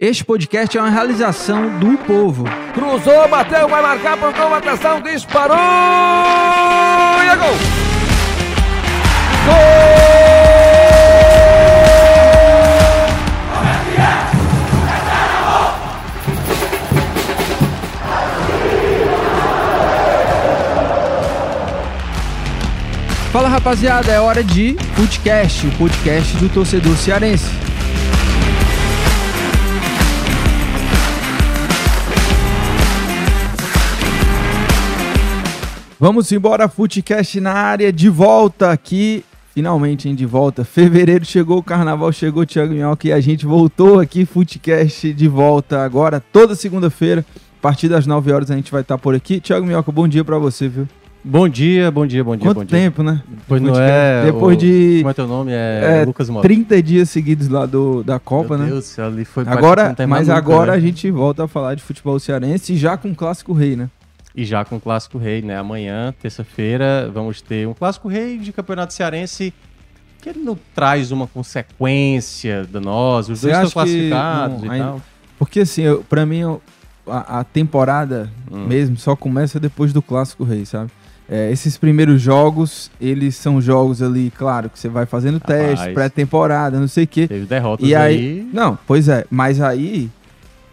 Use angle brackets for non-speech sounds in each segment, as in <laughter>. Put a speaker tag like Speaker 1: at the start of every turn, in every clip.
Speaker 1: Este podcast é uma realização do povo.
Speaker 2: Cruzou, bateu, vai marcar, plantou uma atenção, disparou e é gol!
Speaker 1: Fala rapaziada, é hora de podcast, o podcast do torcedor cearense. Vamos embora, Footcast na área, de volta aqui. Finalmente, hein, de volta. Fevereiro chegou, o carnaval chegou, Thiago Minhoca, e a gente voltou aqui, Footcast de volta agora, toda segunda-feira. A partir das 9 horas a gente vai estar por aqui. Thiago Minhoca, bom dia pra você, viu?
Speaker 3: Bom dia, bom dia, bom dia,
Speaker 1: Quanto
Speaker 3: bom dia.
Speaker 1: tempo, né?
Speaker 3: Pois não
Speaker 1: Podcast.
Speaker 3: é.
Speaker 1: Depois
Speaker 3: o-
Speaker 1: de
Speaker 3: Como é teu nome? É,
Speaker 1: é,
Speaker 3: Lucas Mota.
Speaker 1: 30 dias seguidos lá do, da Copa,
Speaker 3: Meu
Speaker 1: né?
Speaker 3: Deus, do céu, ali foi parece que
Speaker 1: Agora,
Speaker 3: não tem mais
Speaker 1: mas
Speaker 3: nunca,
Speaker 1: agora
Speaker 3: né?
Speaker 1: a gente volta a falar de futebol cearense e já com o clássico rei, né?
Speaker 3: E já com o Clássico Rei, né? Amanhã, terça-feira, vamos ter um Clássico Rei de Campeonato Cearense que ele não traz uma consequência da nós. Os
Speaker 1: Você
Speaker 3: dois estão
Speaker 1: acha que
Speaker 3: classificados
Speaker 1: não,
Speaker 3: e
Speaker 1: ainda-
Speaker 3: tal.
Speaker 1: Porque assim, eu, pra mim, eu- a, a temporada
Speaker 3: Hum.
Speaker 1: mesmo só começa depois do clássico rei, sabe? É, esses primeiros jogos, eles são jogos ali, claro, que você vai fazendo teste,
Speaker 3: Rapaz.
Speaker 1: pré-temporada, não sei o quê.
Speaker 3: Teve derrotas
Speaker 1: E aí,
Speaker 3: aí.
Speaker 1: Não, pois é, mas aí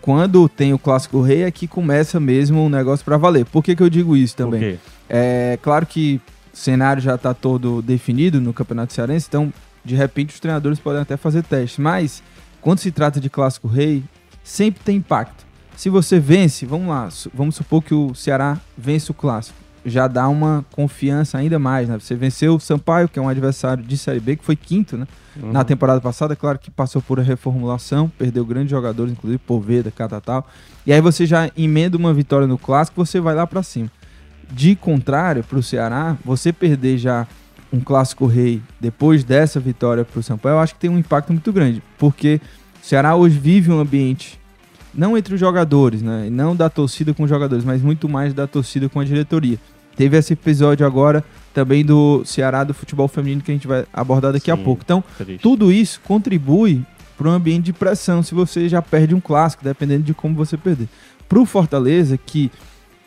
Speaker 1: quando tem o clássico rei é que começa mesmo um negócio pra valer. Por que, que eu digo isso
Speaker 3: por
Speaker 1: também?
Speaker 3: quê?
Speaker 1: É claro que o cenário já está todo definido no Campeonato Cearense, então de repente os treinadores podem até fazer testes, mas quando se trata de clássico rei, sempre tem impacto. Se você vence, vamos lá, su- vamos supor que o Ceará vence o clássico, já dá uma confiança ainda mais, né? Você venceu o Sampaio, que é um adversário de Série B, que foi quinto, né?
Speaker 3: Hum, Uhum.
Speaker 1: Na temporada passada, claro que passou por reformulação, perdeu grandes jogadores, inclusive Poveda, Catatal. E aí você já emenda uma vitória no clássico, você vai lá pra cima. De contrário, pro Ceará, você perder já um clássico rei depois dessa vitória pro Sampaio, eu acho que tem um impacto muito grande, porque o Ceará hoje vive um ambiente não entre os jogadores, né? Não da torcida com os jogadores, mas muito mais da torcida com a diretoria. Teve esse episódio agora também do Ceará do futebol feminino que a gente vai abordar daqui a
Speaker 3: Sim.
Speaker 1: pouco. Então,
Speaker 3: Triste.
Speaker 1: tudo isso contribui para um ambiente de pressão se você já perde um clássico, dependendo de como você perder. Para o Fortaleza, que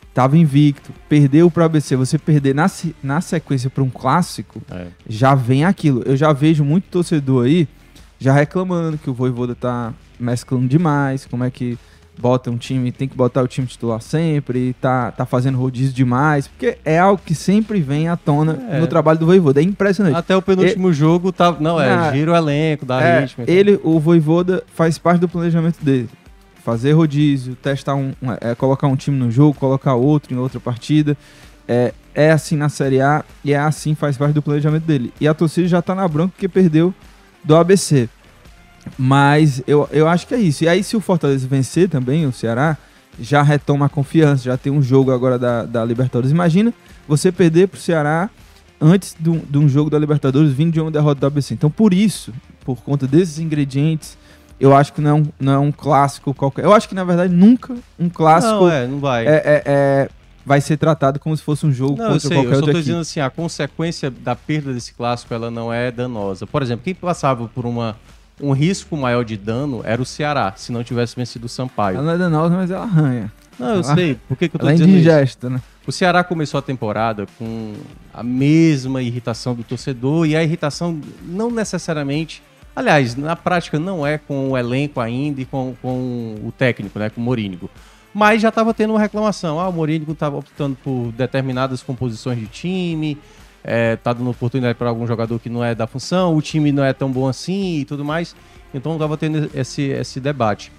Speaker 1: estava invicto, perdeu para o ABC, você perder na, se- na sequência para um clássico,
Speaker 3: É.
Speaker 1: já vem aquilo. Eu já vejo muito torcedor aí já reclamando que o Voivoda tá mesclando demais, como é que bota um time, tem que botar o time titular sempre, tá, tá fazendo rodízio demais, porque é algo que sempre vem à tona
Speaker 3: É.
Speaker 1: no trabalho do Voivoda. É impressionante.
Speaker 3: Até o penúltimo jogo tava. Não, é,
Speaker 1: Ah,
Speaker 3: gira o elenco, dá
Speaker 1: É,
Speaker 3: ritmo. então. e tal.
Speaker 1: ele, o Voivoda, faz parte do planejamento dele. Fazer rodízio, testar um, um- é, colocar um time no jogo, colocar outro em outra partida. É, é assim na Série A e é assim faz parte do planejamento dele. E a torcida já tá na bronca porque perdeu do ABC. Mas eu, eu acho que é isso. E aí, se o Fortaleza vencer também, o Ceará, já retoma a confiança, já tem um jogo agora da, da Libertadores. Imagina você perder pro Ceará antes de um, de um jogo da Libertadores vindo de uma derrota do ABC. Então, por isso, por conta desses ingredientes, eu acho que não, é um- não é um clássico qualquer. Eu acho que, na verdade, nunca um clássico
Speaker 3: Não, é, não vai.
Speaker 1: é, é- é- vai ser tratado como se fosse um jogo
Speaker 3: Não, eu
Speaker 1: contra
Speaker 3: sei,
Speaker 1: qualquer
Speaker 3: eu só
Speaker 1: outro
Speaker 3: tô
Speaker 1: aqui.
Speaker 3: dizendo assim, a consequência da perda desse clássico, ela não é danosa. Por exemplo, quem passava por uma, um risco maior de dano era o Ceará, se não tivesse vencido o Sampaio.
Speaker 1: Ela não é danosa, mas ela arranha.
Speaker 3: Não, eu
Speaker 1: ela-
Speaker 3: sei, por que, que eu tô
Speaker 1: Ela é
Speaker 3: dizendo isso?
Speaker 1: indigesta, né?
Speaker 3: O Ceará começou a temporada com a mesma irritação do torcedor e a irritação não necessariamente. Aliás, na prática não é com o elenco ainda e com, com o técnico, né? Com o Morínigo. Mas já estava tendo uma reclamação. Ah, o Morínigo estava optando por determinadas composições de time, é, tá dando oportunidade para algum jogador que não é da função, o time não é tão bom assim e tudo mais. Então estava tendo esse, esse debate.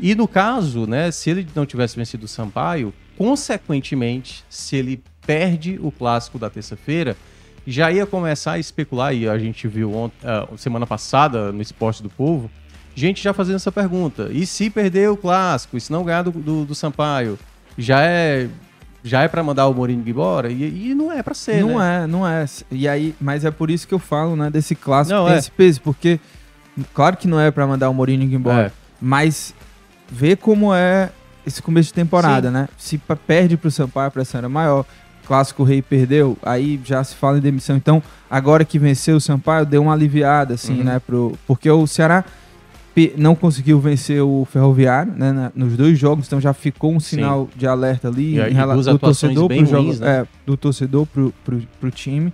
Speaker 3: E no caso, né, se ele não tivesse vencido o Sampaio, consequentemente, se ele perde o clássico da terça-feira, já ia começar a especular, e a gente viu ont- ah, semana passada no Esporte do Povo, gente já fazendo essa pergunta. E se perder o clássico? E se não ganhar do, do, do Sampaio? Já é já é para mandar o Mourinho embora? E, e não é para ser,
Speaker 1: não
Speaker 3: né?
Speaker 1: é, não é. E aí, mas é por isso que eu falo, né, desse clássico,
Speaker 3: Não,
Speaker 1: tem
Speaker 3: é.
Speaker 1: esse peso, porque claro que não é pra mandar o Mourinho embora,
Speaker 3: É.
Speaker 1: mas vê como é esse começo de temporada, né? Se pa- perde pro Sampaio, a pressão era maior. Clássico Rei perdeu, aí já se fala em demissão. Então, agora que venceu o Sampaio, deu uma aliviada, assim,
Speaker 3: Uhum.
Speaker 1: né? Pro, porque o Ceará equipe não conseguiu vencer o Ferroviário né, na- nos dois jogos, então já ficou um sinal de alerta ali
Speaker 3: E aí,
Speaker 1: em rela-
Speaker 3: duas
Speaker 1: do
Speaker 3: atuações
Speaker 1: torcedor
Speaker 3: bem
Speaker 1: pro
Speaker 3: ruins,
Speaker 1: jogo-
Speaker 3: né?
Speaker 1: é, do torcedor pro, pro, pro time.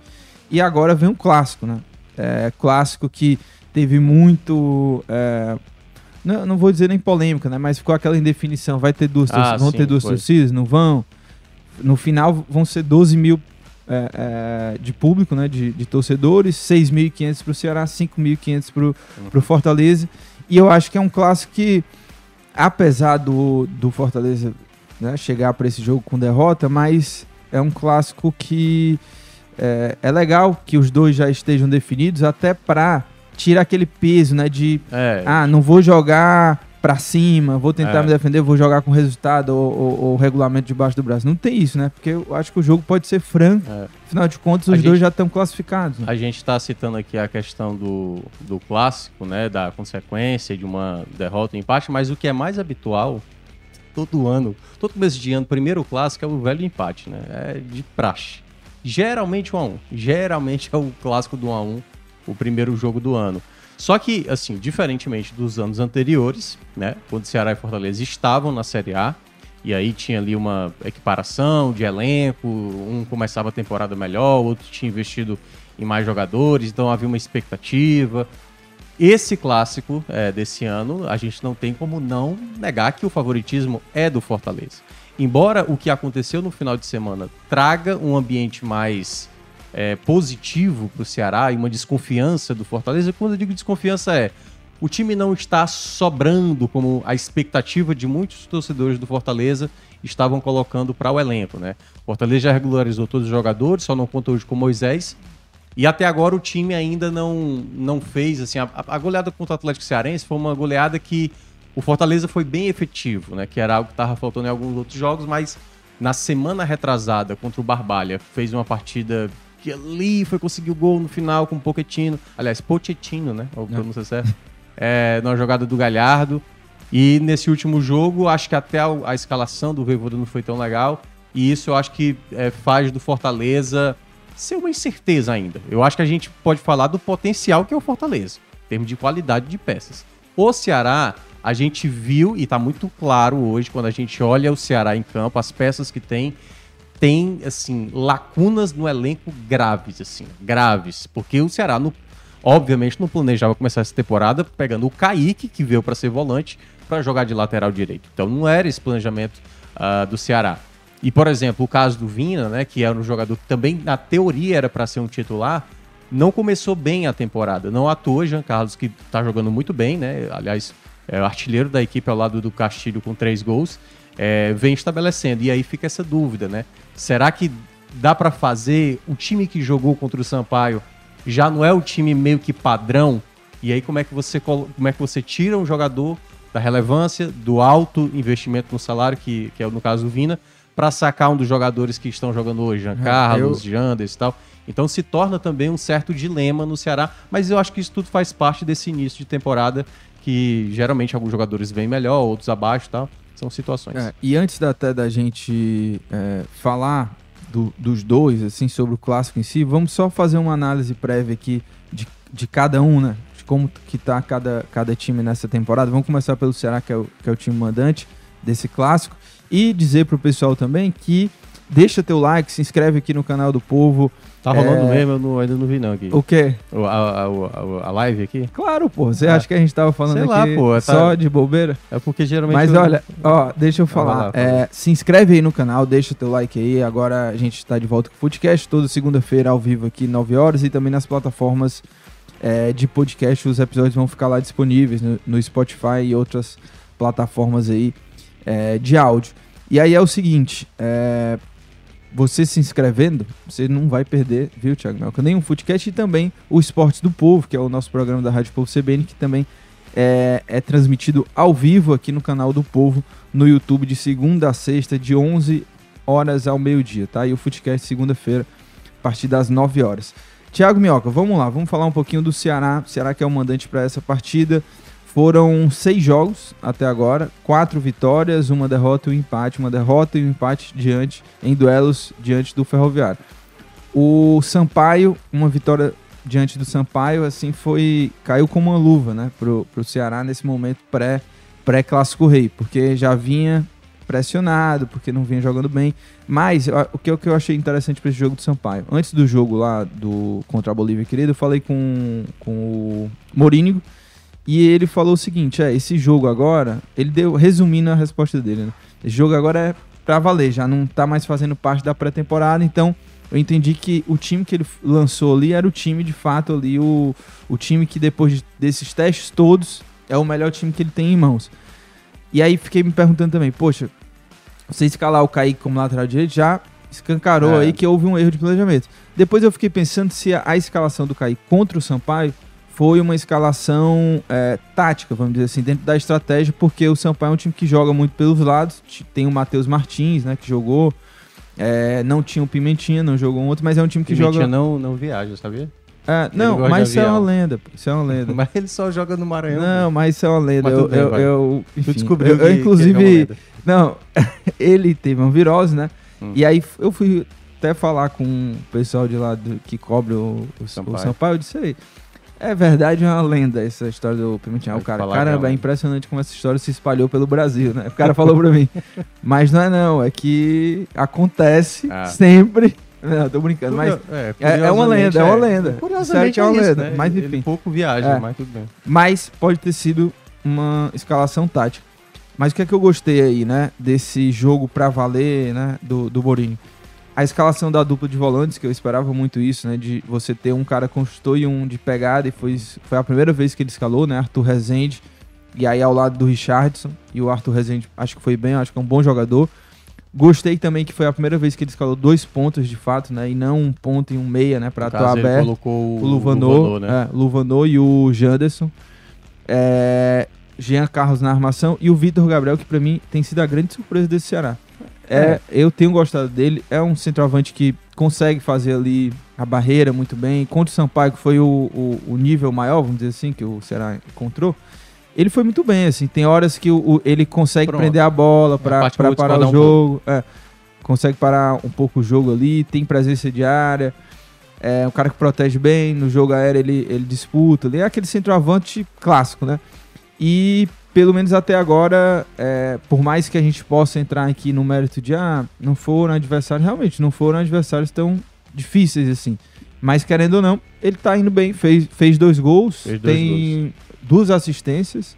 Speaker 1: E agora vem um clássico, né? É, clássico que teve muito. é, não, não vou dizer nem polêmica, né? Mas ficou aquela indefinição. Vai ter duas
Speaker 3: Ah,
Speaker 1: torcidas, vão
Speaker 3: sim,
Speaker 1: ter duas
Speaker 3: foi.
Speaker 1: torcidas, não vão. No final vão ser 12 mil é, é, de público, né? De, de torcedores, 6.500 para o Ceará, 5.500 para o Fortaleza. E eu acho que é um clássico que, apesar do, do Fortaleza né, chegar para esse jogo com derrota, mas é um clássico que é, é legal que os dois já estejam definidos, até para tirar aquele peso, né? De
Speaker 3: É,
Speaker 1: ah, não vou jogar pra cima, vou tentar
Speaker 3: É.
Speaker 1: me defender, vou jogar com resultado ou, ou- ou regulamento debaixo do braço. Não tem isso, né? Porque eu acho que o jogo pode ser franco.
Speaker 3: É.
Speaker 1: Afinal de contas,
Speaker 3: A
Speaker 1: os
Speaker 3: gente-
Speaker 1: dois já estão classificados. né?
Speaker 3: A gente está citando aqui a questão do, do clássico, né? Da consequência de uma derrota, um empate, mas o que é mais habitual todo ano, todo começo de ano, primeiro clássico é o velho empate, né? É de praxe. Geralmente 1 a 1. Geralmente é o clássico do 1 a 1, o primeiro jogo do ano. Só que, assim, diferentemente dos anos anteriores, né, quando Ceará e Fortaleza estavam na Série A, e aí tinha ali uma equiparação de elenco, um começava a temporada melhor, o outro tinha investido em mais jogadores, então havia uma expectativa. Esse clássico é, desse ano, a gente não tem como não negar que o favoritismo é do Fortaleza. Embora o que aconteceu no final de semana traga um ambiente mais é, positivo para o Ceará e uma desconfiança do Fortaleza, e quando eu digo desconfiança é o time não está sobrando como a expectativa de muitos torcedores do Fortaleza estavam colocando para o elenco, né? O Fortaleza já regularizou todos os jogadores, só não conta hoje com o Moisés, e até agora o time ainda não, não fez, assim, a, a goleada contra o Atlético Cearense foi uma goleada que o Fortaleza foi bem efetivo, né? Que era algo que estava faltando em alguns outros jogos, mas na semana retrasada contra o Barbalha, fez uma partida que ali foi conseguir o gol no final com o Pochettino, aliás, Pochettino, né? Ou pronúncia certa. É, na jogada do Galhardo. E nesse último jogo, acho que até a, a escalação do Voivoda não foi tão legal. E isso eu acho que é, faz do Fortaleza ser uma incerteza ainda. Eu acho que a gente pode falar do potencial que é o Fortaleza, em termos de qualidade de peças. O Ceará, a gente viu, e tá muito claro hoje, quando a gente olha o Ceará em campo, as peças que tem, tem, assim, lacunas no elenco graves, assim, graves. Porque o Ceará, no, obviamente, não planejava começar essa temporada pegando o Kaique, que veio para ser volante, para jogar de lateral direito. Então não era esse planejamento ah, do Ceará. E, por exemplo, o caso do Vina, né, que era um jogador que também, na teoria, era para ser um titular, não começou bem a temporada. Não à toa, Jean Carlos, que tá jogando muito bem, né? Aliás, é o artilheiro da equipe ao lado do Castilho com três gols, é, vem estabelecendo. E aí fica essa dúvida, né? Será que dá para fazer o time que jogou contra o Sampaio já não é o time meio que padrão? E aí como é que você colo- como é que você tira um jogador da relevância, do alto investimento no salário, que, que é no caso o Vina, para sacar um dos jogadores que estão jogando hoje, Jean Carlos, Janders e tal. Então se torna também um certo dilema no Ceará, mas eu acho que isso tudo faz parte desse início de temporada que geralmente alguns jogadores vêm melhor, outros abaixo e tal. São situações.
Speaker 1: É, e antes da- até da gente é, falar do- dos dois, assim, sobre o clássico em si, vamos só fazer uma análise prévia aqui de, de cada um, né? De como que tá cada, cada time nessa temporada. Vamos começar pelo Ceará, que é o, que é o time mandante desse clássico. E dizer pro pessoal também que deixa teu like, se inscreve aqui no canal do povo.
Speaker 3: Tá rolando
Speaker 1: É.
Speaker 3: mesmo, eu não- ainda não vi não aqui.
Speaker 1: O quê?
Speaker 3: O- a, a- o- a live aqui?
Speaker 1: Claro, pô. Você
Speaker 3: Ah,
Speaker 1: acha que a gente tava falando
Speaker 3: sei
Speaker 1: aqui
Speaker 3: lá, pô, tá-
Speaker 1: só de bobeira?
Speaker 3: É porque geralmente.
Speaker 1: Mas
Speaker 3: eu-
Speaker 1: olha, ó, deixa eu
Speaker 3: Vai
Speaker 1: falar.
Speaker 3: lá,
Speaker 1: É, se inscreve aí no canal, deixa o teu like aí. Agora a gente tá de volta com o podcast, toda segunda-feira ao vivo aqui, 9 horas, e também nas plataformas é, de podcast, os episódios vão ficar lá disponíveis no, no Spotify e outras plataformas aí é, de áudio. E aí é o seguinte, é, você se inscrevendo, você não vai perder, viu, Thiago Melca, nenhum Foodcast e também o Esportes do Povo, que é o nosso programa da Rádio Povo CBN, que também é, é transmitido ao vivo aqui no canal do Povo, no YouTube, de segunda a sexta, de 11 horas ao meio-dia, tá? E o Foodcast segunda-feira, a partir das 9 horas. Tiago Minhoca, vamos lá, vamos falar um pouquinho do Ceará. O Ceará que é o mandante para essa partida. Foram seis jogos até agora, quatro vitórias, uma derrota e um empate, uma derrota e um empate diante em duelos diante do Ferroviário. O Sampaio, uma vitória diante do Sampaio, assim, foi. caiu como uma luva, né, pro, pro Ceará nesse momento pré, pré-clássico rei, porque já vinha pressionado, porque não vinha jogando bem. Mas a- o que, eu- o que eu achei interessante para esse jogo do Sampaio? Antes do jogo lá do contra a Bolívia querida, eu falei com, com o Morínigo e ele falou o seguinte: é, esse jogo agora, ele deu, resumindo a resposta dele, né? Esse jogo agora é pra valer, já não tá mais fazendo parte da pré-temporada, então eu entendi que o time que ele f- lançou ali era o time de fato ali, o, o time que depois de- desses testes todos é o melhor time que ele tem em mãos. E aí fiquei me perguntando também, poxa, você escalar o Kaique como lateral direito já escancarou
Speaker 3: É.
Speaker 1: aí que houve um erro de planejamento. Depois eu fiquei pensando se a, a escalação do Kaique contra o Sampaio foi uma escalação é, tática, vamos dizer assim, dentro da estratégia, porque o Sampaio é um time que joga muito pelos lados, ti- tem o Matheus Martins, né, que jogou, é, não tinha o Pimentinha, não jogou um outro, mas é um time que
Speaker 3: Que Pimentinha
Speaker 1: joga...
Speaker 3: não, não
Speaker 1: <laughs>
Speaker 3: viaja, sabia?
Speaker 1: É,
Speaker 3: ele
Speaker 1: não,
Speaker 3: gosta de
Speaker 1: mas isso é uma
Speaker 3: avião.
Speaker 1: lenda, pô, isso é uma lenda.
Speaker 3: Mas ele só joga no Maranhão.
Speaker 1: Não, mas isso é uma lenda.
Speaker 3: Mas
Speaker 1: Eu,
Speaker 3: tudo bem,
Speaker 1: eu-
Speaker 3: vai.
Speaker 1: eu-
Speaker 3: pô.
Speaker 1: enfim,
Speaker 3: tu descobriu
Speaker 1: eu,
Speaker 3: que-
Speaker 1: eu,
Speaker 3: que ele é uma
Speaker 1: inclusive,
Speaker 3: lenda.
Speaker 1: não, <laughs> ele teve uma virose, né?
Speaker 3: Hum.
Speaker 1: E aí f- eu fui até falar com o pessoal de lá do- que cobre o, o, Sampaio.
Speaker 3: Sampaio.
Speaker 1: o Sampaio. Eu disse aí. É verdade, é uma lenda essa história do Pimentinha. O
Speaker 3: Pode
Speaker 1: cara,
Speaker 3: falar que é uma
Speaker 1: caramba, é
Speaker 3: lenda.
Speaker 1: impressionante como essa história se espalhou pelo Brasil, né? O cara falou pra mim. <laughs> Mas não é não, é que acontece
Speaker 3: Ah.
Speaker 1: sempre. Não, tô brincando,
Speaker 3: <laughs>
Speaker 1: mas
Speaker 3: é,
Speaker 1: é- é uma lenda, é uma lenda.
Speaker 3: Curiosamente
Speaker 1: Certo, é uma
Speaker 3: isso,
Speaker 1: lenda,
Speaker 3: né?
Speaker 1: mas
Speaker 3: Ele
Speaker 1: enfim.
Speaker 3: pouco viaja,
Speaker 1: É.
Speaker 3: mas tudo bem.
Speaker 1: mas pode ter sido uma escalação tática. Mas o que é que eu gostei aí, né? Desse jogo pra valer, né? Do, do Borini. A escalação da dupla de volantes, que eu esperava muito isso, né? De você ter um cara construtor e um de pegada, e foi, isso- foi a primeira vez que ele escalou, né? Arthur Rezende. E aí ao lado do Richardson. E o Arthur Rezende acho que foi bem, acho que é um bom jogador. Gostei também que foi a primeira vez que ele escalou dois pontos de fato, né? E não um ponto e um meia, né? Pra
Speaker 3: No
Speaker 1: atuar
Speaker 3: caso, ele
Speaker 1: aberto
Speaker 3: colocou
Speaker 1: o Luvanor,
Speaker 3: né?
Speaker 1: é, Luvanor e o Janderson. É, Jean Carlos na armação e o Vitor Gabriel, que pra mim tem sido a grande surpresa desse Ceará. É, Eu tenho gostado dele, é um centroavante que consegue fazer ali a barreira muito bem. Contra o Sampaio, que foi o, o- o nível maior, vamos dizer assim, que o Ceará encontrou, ele foi muito bem, assim. Tem horas que o- o- ele consegue
Speaker 3: Pronto.
Speaker 1: prender a bola
Speaker 3: É a
Speaker 1: pra
Speaker 3: parte que eu
Speaker 1: pra
Speaker 3: vou
Speaker 1: parar o
Speaker 3: discordar um
Speaker 1: jogo. é. consegue parar um pouco o jogo ali, tem presença de área. É um cara que protege bem, no jogo aéreo ele, ele disputa. Ele é aquele centroavante clássico, né? E pelo menos até agora, é, por mais que a gente possa entrar aqui no mérito de ah, não foram adversários, realmente não foram adversários tão difíceis assim. Mas querendo ou não, ele tá indo bem, fez, fez dois gols,
Speaker 3: Fez dois
Speaker 1: tem duas assistências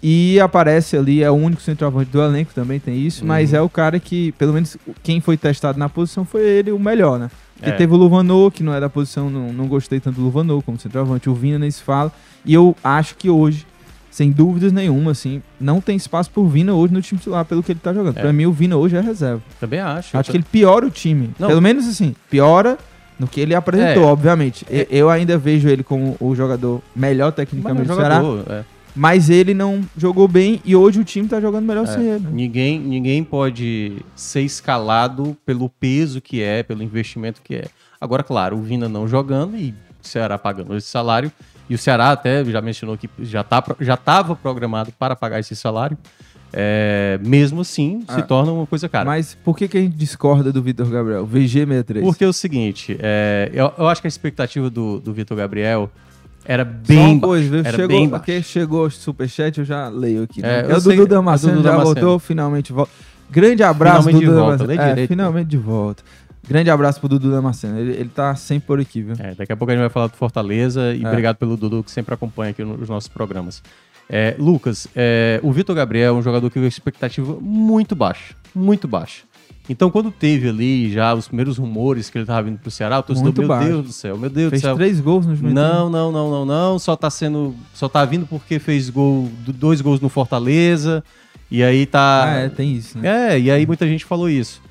Speaker 1: e aparece ali, é o único centroavante do elenco, também tem isso, mas
Speaker 3: Uhum.
Speaker 1: é o cara que, pelo menos quem foi testado na posição foi ele o melhor, né? Porque
Speaker 3: É.
Speaker 1: teve o Luvanô, que não era a posição, não, não gostei tanto do Luvanô como centroavante. O Vina nem se fala. E eu acho que hoje, sem dúvidas nenhuma, assim, não tem espaço pro Vina hoje no time titular, pelo que ele tá jogando.
Speaker 3: É.
Speaker 1: Pra mim, o Vina hoje é reserva.
Speaker 3: Também acho.
Speaker 1: Acho que ele piora o time.
Speaker 3: Não.
Speaker 1: Pelo menos assim, piora no que ele apresentou,
Speaker 3: É.
Speaker 1: obviamente. E-
Speaker 3: É.
Speaker 1: Eu ainda vejo ele como o jogador melhor
Speaker 3: Mas é um
Speaker 1: tecnicamente do Ceará,
Speaker 3: jogador, é.
Speaker 1: mas ele não jogou bem e hoje o time tá jogando melhor
Speaker 3: É.
Speaker 1: sem ele. né?
Speaker 3: Ninguém, ninguém pode ser escalado pelo peso que é, pelo investimento que é. Agora, claro, o Vina não jogando e o Ceará pagando esse salário. E o Ceará até já mencionou que já estava já tava programado para pagar esse salário. É, mesmo assim,
Speaker 1: Ah.
Speaker 3: se torna uma coisa cara.
Speaker 1: Mas por que, que a gente discorda do Vitor Gabriel? VG63.
Speaker 3: Porque é o seguinte, é, eu, eu acho que a expectativa do, do Vitor Gabriel era
Speaker 1: Só
Speaker 3: bem
Speaker 1: uma coisa, viu?
Speaker 3: baixa, era
Speaker 1: chegou,
Speaker 3: bem
Speaker 1: porque
Speaker 3: baixa.
Speaker 1: chegou o superchat, eu já leio aqui.
Speaker 3: É,
Speaker 1: Né?
Speaker 3: eu
Speaker 1: É, o
Speaker 3: sei-
Speaker 1: Dudu Damasceno
Speaker 3: o Dudu
Speaker 1: já
Speaker 3: Damasceno.
Speaker 1: voltou, finalmente volta. Grande abraço,
Speaker 3: Finalmente
Speaker 1: Dudu
Speaker 3: de volta,
Speaker 1: Damasceno.
Speaker 3: lê
Speaker 1: É,
Speaker 3: direito,
Speaker 1: finalmente de volta. Grande abraço pro Dudu Damasceno. Ele, ele tá sempre por aqui, viu?
Speaker 3: É, daqui a pouco a gente vai falar do Fortaleza e
Speaker 1: É.
Speaker 3: obrigado pelo Dudu que sempre acompanha aqui nos nossos programas. É, Lucas, é, o Vitor Gabriel é um jogador que teve expectativa muito baixa, muito baixa. Então, quando teve ali já os primeiros rumores que ele estava vindo pro Ceará, o torcedor,
Speaker 1: Muito
Speaker 3: meu
Speaker 1: baixo.
Speaker 3: Deus do céu, meu Deus
Speaker 1: Fez
Speaker 3: do céu.
Speaker 1: três né? gols no Juventude.
Speaker 3: Não, não, não, não, não. Só tá sendo. Só tá vindo porque fez gol, dois gols no Fortaleza. E aí tá.
Speaker 1: Ah, é, tem isso, né?
Speaker 3: É, e aí muita gente falou isso.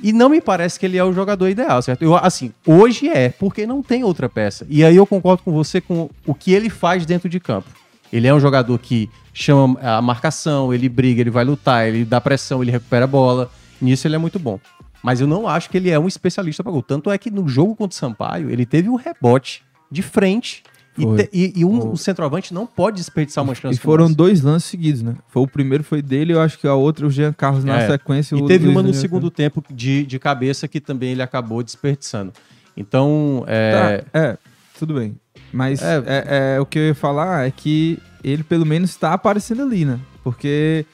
Speaker 3: E não me parece que ele é o jogador ideal, certo? Eu, assim, hoje é, porque não tem outra peça. E aí eu concordo com você com o que ele faz dentro de campo. Ele é um jogador que chama a marcação, ele briga, ele vai lutar, ele dá pressão, ele recupera a bola. Nisso ele é muito bom. Mas eu não acho que ele é um especialista pra gol. Tanto é que no jogo contra o Sampaio, ele teve um rebote de frente. E,
Speaker 1: Foi.
Speaker 3: te- e- e um,
Speaker 1: Foi.
Speaker 3: um centroavante não pode desperdiçar uma chance
Speaker 1: E
Speaker 3: como
Speaker 1: foram
Speaker 3: essa.
Speaker 1: dois lances seguidos, né? Foi o primeiro foi dele, eu acho que a outra o Jean Carlos na
Speaker 3: É.
Speaker 1: sequência.
Speaker 3: E
Speaker 1: o
Speaker 3: teve
Speaker 1: Luiz
Speaker 3: uma no
Speaker 1: Daniel.
Speaker 3: segundo tempo de, de cabeça que também ele acabou desperdiçando. Então,
Speaker 1: Tá,
Speaker 3: é,
Speaker 1: é. tudo bem. Mas
Speaker 3: É.
Speaker 1: é- é, o que eu ia falar é que ele pelo menos tá aparecendo ali, né? Porque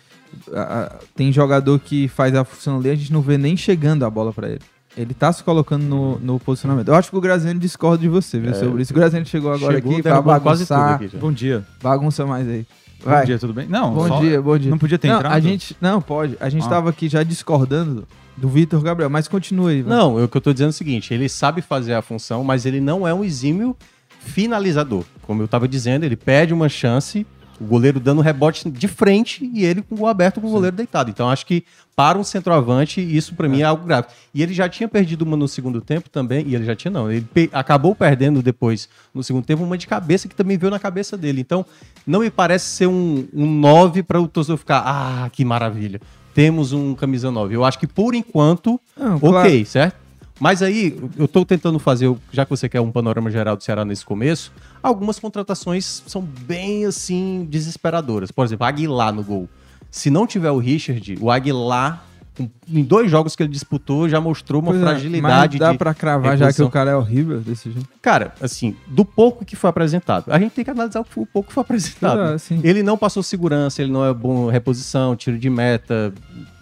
Speaker 1: a- a- tem jogador que faz a função ali, a gente não vê nem chegando a bola pra ele. Ele tá se colocando no, no posicionamento. Eu acho que o Graziano discorda de você,
Speaker 4: É.
Speaker 1: viu, sobre isso. O Graziano chegou agora
Speaker 3: Chegou,
Speaker 1: aqui pra
Speaker 3: derrubou
Speaker 1: bagunçar.
Speaker 3: quase tudo aqui já.
Speaker 4: Bom dia.
Speaker 1: Bagunça mais aí.
Speaker 4: Bom
Speaker 1: Vai.
Speaker 4: dia, tudo bem? Não,
Speaker 1: Bom
Speaker 4: só-
Speaker 1: dia, bom dia.
Speaker 4: Não podia ter
Speaker 1: não,
Speaker 4: entrado?
Speaker 1: A gente, não, pode. A gente
Speaker 4: Ah.
Speaker 1: tava aqui já discordando do Vitor Gabriel, mas continue aí. vai.
Speaker 3: Não, o que eu tô dizendo é o seguinte: ele sabe fazer a função, mas ele não é um exímio finalizador. Como eu tava dizendo, ele perde uma chance, o goleiro dando rebote de frente e ele com o gol aberto com o goleiro deitado. Então acho que para um centroavante, isso pra mim é algo grave. E ele já tinha perdido uma no segundo tempo também, e ele já tinha não, ele pe- acabou perdendo depois no segundo tempo uma de cabeça que também veio na cabeça dele. Então não me parece ser um, um 9 para o torcedor ficar, ah, que maravilha. Temos um camisa 9. Eu acho que por enquanto
Speaker 1: Não, claro.
Speaker 3: ok, certo? Mas aí, eu tô tentando fazer, já que você quer um panorama geral do Ceará nesse começo, algumas contratações são bem, assim, desesperadoras. Por exemplo, Aguilar no gol. Se não tiver o Richard, o Aguilar, com- em dois jogos que ele disputou, já mostrou uma
Speaker 1: Pois é,
Speaker 3: fragilidade
Speaker 1: Mas dá
Speaker 3: de-
Speaker 1: pra cravar já que
Speaker 3: reposição.
Speaker 1: o cara é horrível desse jeito.
Speaker 3: Cara, assim, do pouco que foi apresentado, a gente tem que analisar o que- o pouco que foi apresentado. né?
Speaker 1: Tá, assim.
Speaker 3: Ele não passou segurança, ele não é bom em reposição, tiro de meta,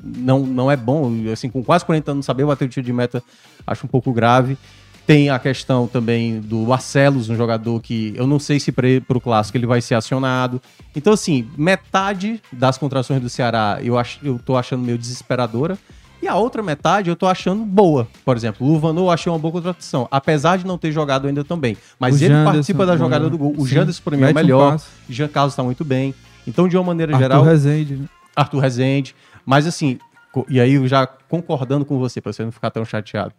Speaker 3: não, não é bom. Assim, com quase 40 anos, não saber bater o tiro de meta, acho um pouco grave. Tem a questão também do Marcelos, um jogador que eu não sei se para o clássico ele vai ser acionado. Então, assim, metade das contrações do Ceará eu, ach, eu tô achando meio desesperadora. E a outra metade eu tô achando boa. Por exemplo, o Vanô eu achei uma boa contratação, apesar de não ter jogado ainda também. Mas
Speaker 1: O
Speaker 3: ele
Speaker 1: Janderson,
Speaker 3: participa da jogada
Speaker 1: né?
Speaker 3: do gol. O
Speaker 1: Sim.
Speaker 3: Janderson, para mim, é o
Speaker 1: Mete um
Speaker 3: melhor.
Speaker 1: passe.
Speaker 3: Jean Carlos está muito bem. Então, de uma maneira
Speaker 1: Arthur
Speaker 3: geral,
Speaker 1: Rezende, né?
Speaker 3: Arthur Rezende. Mas assim, co- e aí eu já concordando com você, para você não ficar tão chateado.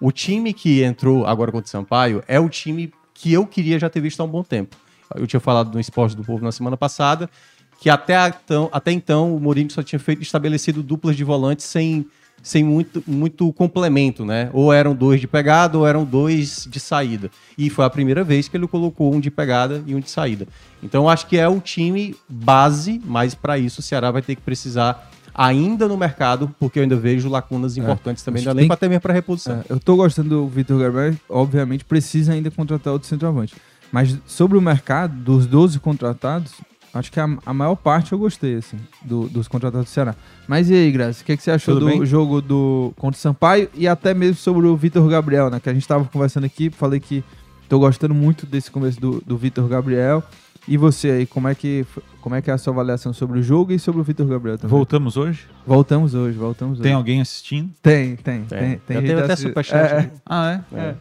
Speaker 3: O time que entrou agora contra o Sampaio é o time que eu queria já ter visto há um bom tempo. Eu tinha falado no Esporte do Povo na semana passada, que até, a- tão- até então o Mourinho só tinha feito, estabelecido duplas de volantes sem, sem muito, muito complemento, né? Ou eram dois de pegada ou eram dois de saída. E foi a primeira vez que ele colocou um de pegada e um de saída. Então eu acho que é o time base, mas para isso o Ceará vai ter que precisar ainda no mercado, porque eu ainda vejo lacunas importantes também
Speaker 1: acho
Speaker 3: do
Speaker 1: que
Speaker 3: elenco,
Speaker 1: tem-
Speaker 3: até mesmo para reposição.
Speaker 1: É, eu tô gostando do Vitor Gabriel, obviamente precisa ainda contratar outro centroavante. Mas sobre o mercado, dos 12 contratados, acho que a, a maior parte eu gostei, assim, do- dos contratados do Ceará. Mas e aí, Graça, o que, que você achou
Speaker 4: Tudo
Speaker 1: do
Speaker 4: bem?
Speaker 1: jogo do contra o Sampaio e até mesmo sobre o Vitor Gabriel, né? Que a gente tava conversando aqui, falei que tô gostando muito desse começo do, do Vitor Gabriel. E você aí, como é, que, f- como é que é a sua avaliação sobre o jogo e sobre o Vitor Gabriel também?
Speaker 4: Voltamos hoje?
Speaker 1: Voltamos hoje, voltamos hoje.
Speaker 4: Tem um- alguém assistindo?
Speaker 1: Tem, tem,
Speaker 3: É.
Speaker 1: tem. tem
Speaker 3: Já
Speaker 1: gente
Speaker 3: teve até
Speaker 1: assi-
Speaker 3: superchat.
Speaker 1: É, é.
Speaker 3: né?
Speaker 4: Ah, é?
Speaker 3: É.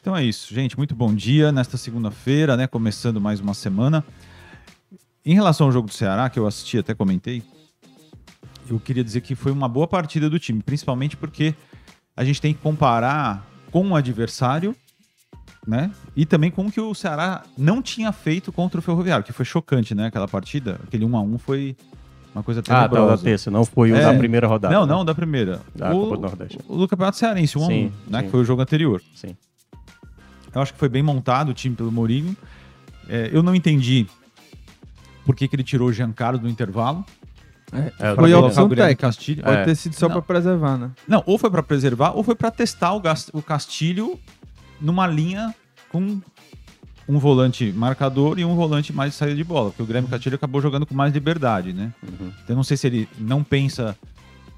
Speaker 4: Então é isso, gente. Muito bom dia nesta segunda-feira, né? Começando mais uma semana. Em relação ao jogo do Ceará, que eu assisti até comentei, eu queria dizer que foi uma boa partida do time, principalmente porque a gente tem que comparar com o adversário, né? E também com o que o Ceará não tinha feito contra o Ferroviário, que foi chocante, né? Aquela partida, aquele 1 a 1 foi uma coisa
Speaker 3: Ah, da, da
Speaker 4: tenebrosa.
Speaker 3: terça, não foi o
Speaker 4: É.
Speaker 3: da primeira rodada.
Speaker 4: não,
Speaker 3: né?
Speaker 4: não, da primeira.
Speaker 3: Da Copa do Nordeste.
Speaker 4: O do Campeonato Cearense, 1 a 1,
Speaker 3: Sim,
Speaker 4: né?
Speaker 3: sim.
Speaker 4: Que foi o jogo anterior.
Speaker 3: Sim.
Speaker 4: Eu acho que foi bem montado o time pelo Mourinho. É, eu não entendi por que, que ele tirou o Giancarlo do intervalo.
Speaker 3: É, eu
Speaker 1: Foi
Speaker 3: também
Speaker 1: a
Speaker 3: não.
Speaker 1: opção
Speaker 4: Gabriel
Speaker 1: técnica.
Speaker 4: Castilho.
Speaker 1: Pode
Speaker 3: É.
Speaker 1: ter sido só
Speaker 4: Não.
Speaker 1: pra preservar, né?
Speaker 4: Não, ou foi para preservar, ou foi para testar o, Gas- o Castilho numa linha com um volante marcador e um volante mais de saída de bola, porque o Grêmio Castilho acabou jogando com mais liberdade, né?
Speaker 3: Uhum.
Speaker 4: Então eu não sei se ele não pensa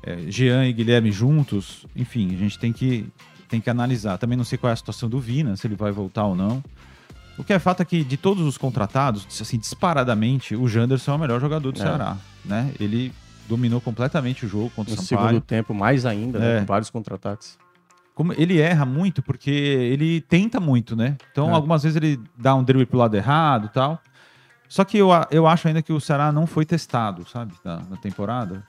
Speaker 4: é, Jean e Guilherme juntos, enfim, a gente tem que, tem que analisar. Também não sei qual é a situação do Vina, se ele vai voltar ou não. O que é fato é que de todos os contratados, assim, disparadamente, o Janderson é o melhor jogador do
Speaker 3: É.
Speaker 4: Ceará, né? Ele dominou completamente o jogo contra
Speaker 3: No
Speaker 4: o Sampaio.
Speaker 3: segundo tempo, mais ainda, né?
Speaker 4: É.
Speaker 3: com vários contra-ataques.
Speaker 4: Como ele erra muito porque ele tenta muito, né? Então,
Speaker 3: É.
Speaker 4: algumas vezes ele dá um drible pro lado errado e tal. Só que eu, a- eu acho ainda que o Ceará não foi testado, sabe, na, na temporada.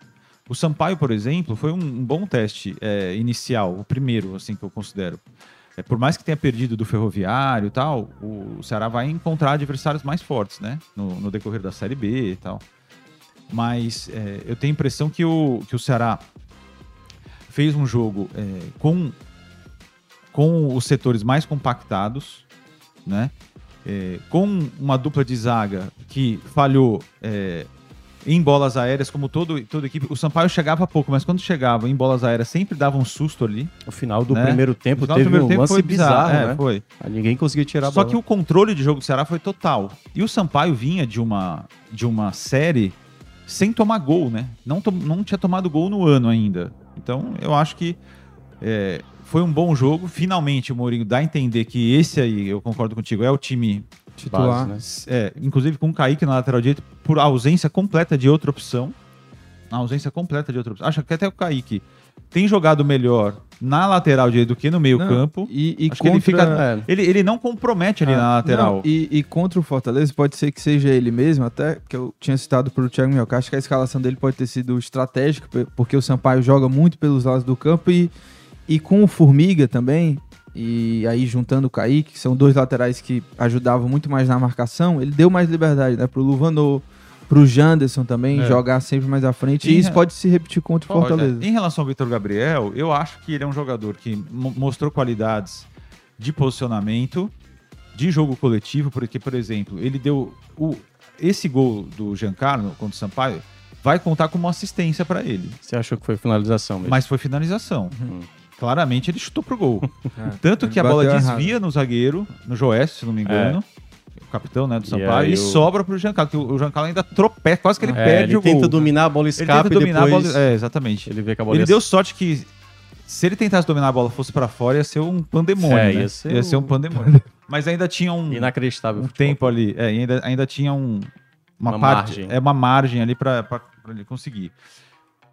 Speaker 4: O Sampaio, por exemplo, foi um, um bom teste é, inicial, o primeiro, assim, que eu considero. É, por mais que tenha perdido do Ferroviário e tal, o, o Ceará vai encontrar adversários mais fortes, né? No, no decorrer da Série B e tal. Mas é, eu tenho a impressão que o, que o Ceará fez um jogo é, com, com os setores mais compactados, né? É, com uma dupla de zaga que falhou é, em bolas aéreas, como todo, toda equipe, o Sampaio chegava pouco, mas quando chegava em bolas aéreas, sempre dava um susto ali.
Speaker 3: O final do
Speaker 4: Né?
Speaker 3: primeiro
Speaker 4: No
Speaker 3: tempo
Speaker 4: final do
Speaker 3: teve
Speaker 4: primeiro
Speaker 3: um
Speaker 4: tempo
Speaker 3: lance
Speaker 4: foi
Speaker 3: bizarro,
Speaker 4: é,
Speaker 3: né?
Speaker 4: foi.
Speaker 3: Ah, Ninguém conseguia tirar a
Speaker 4: Só
Speaker 3: bola.
Speaker 4: que o controle de jogo do Ceará foi total. E o Sampaio vinha de uma, de uma série sem tomar gol, né? Não, tom- não tinha tomado gol no ano ainda. Então, eu acho que é, foi um bom jogo. Finalmente, o Mourinho dá a entender que esse aí, eu concordo contigo, é o time,
Speaker 1: titular.
Speaker 3: Base, né?
Speaker 4: é, inclusive com o Kaique na lateral direita, por ausência completa de outra opção. A ausência completa de outra opção. Acho que até o Kaique tem jogado melhor na lateral direita do que no meio
Speaker 1: Não,
Speaker 4: campo.
Speaker 1: E, e
Speaker 4: Acho que
Speaker 1: contra...
Speaker 4: ele fica-
Speaker 3: É,
Speaker 4: Ele, ele não compromete ali
Speaker 1: Ah,
Speaker 4: na lateral.
Speaker 1: não, e, e contra o Fortaleza, pode ser que seja ele mesmo, até que eu tinha citado pro Thiago Minhoca, acho que a escalação dele pode ter sido estratégica, pe- porque o Sampaio joga muito pelos lados do campo e, e com o Formiga também, e aí juntando o Kaique, que são dois laterais que ajudavam muito mais na marcação, ele deu mais liberdade, né, pro Luvanor, pro Janderson também,
Speaker 4: É.
Speaker 1: jogar sempre mais à frente, e
Speaker 4: Sim,
Speaker 1: isso
Speaker 4: é.
Speaker 1: pode se repetir contra o
Speaker 4: Pode,
Speaker 1: Fortaleza.
Speaker 4: é. Em relação ao Vitor Gabriel, eu acho que ele é um jogador que mo- mostrou qualidades de posicionamento, de jogo coletivo, porque, por exemplo, ele deu. O, esse gol do Giancarlo contra o Sampaio vai contar como assistência para ele.
Speaker 3: você achou que foi finalização mesmo.
Speaker 4: Mas foi finalização.
Speaker 3: Uhum.
Speaker 4: Claramente ele chutou pro
Speaker 3: <laughs>
Speaker 4: gol.
Speaker 1: É.
Speaker 4: Tanto
Speaker 1: Ele
Speaker 4: que a bola
Speaker 1: bateu errado.
Speaker 4: desvia no zagueiro, no Joeste, se não me engano. O capitão, né, do
Speaker 3: É. E
Speaker 4: Sampaio.
Speaker 3: aí
Speaker 4: E,
Speaker 3: o-
Speaker 4: sobra pro Giancarlo, que o o Giancarlo ainda tropeça, quase que ele
Speaker 3: É,
Speaker 4: perde
Speaker 3: ele
Speaker 4: o gol.
Speaker 3: tenta dominar a bola
Speaker 4: ele tenta
Speaker 3: escape e
Speaker 4: dominar
Speaker 3: depois
Speaker 4: a bola. É, exatamente.
Speaker 3: ele vê que a bola
Speaker 4: Ele
Speaker 3: ia-
Speaker 4: deu sorte que se ele tentasse dominar a bola fosse pra fora, ia ser um pandemônio.
Speaker 3: É,
Speaker 4: né?
Speaker 3: ia ser <laughs>
Speaker 4: um pandemônio. Mas ainda tinha um,
Speaker 3: inacreditável.
Speaker 4: um
Speaker 3: futebol.
Speaker 4: tempo ali. É, e ainda, ainda tinha um, uma,
Speaker 3: Uma
Speaker 4: parte.
Speaker 3: margem.
Speaker 4: É uma margem ali pra pra- pra ele conseguir.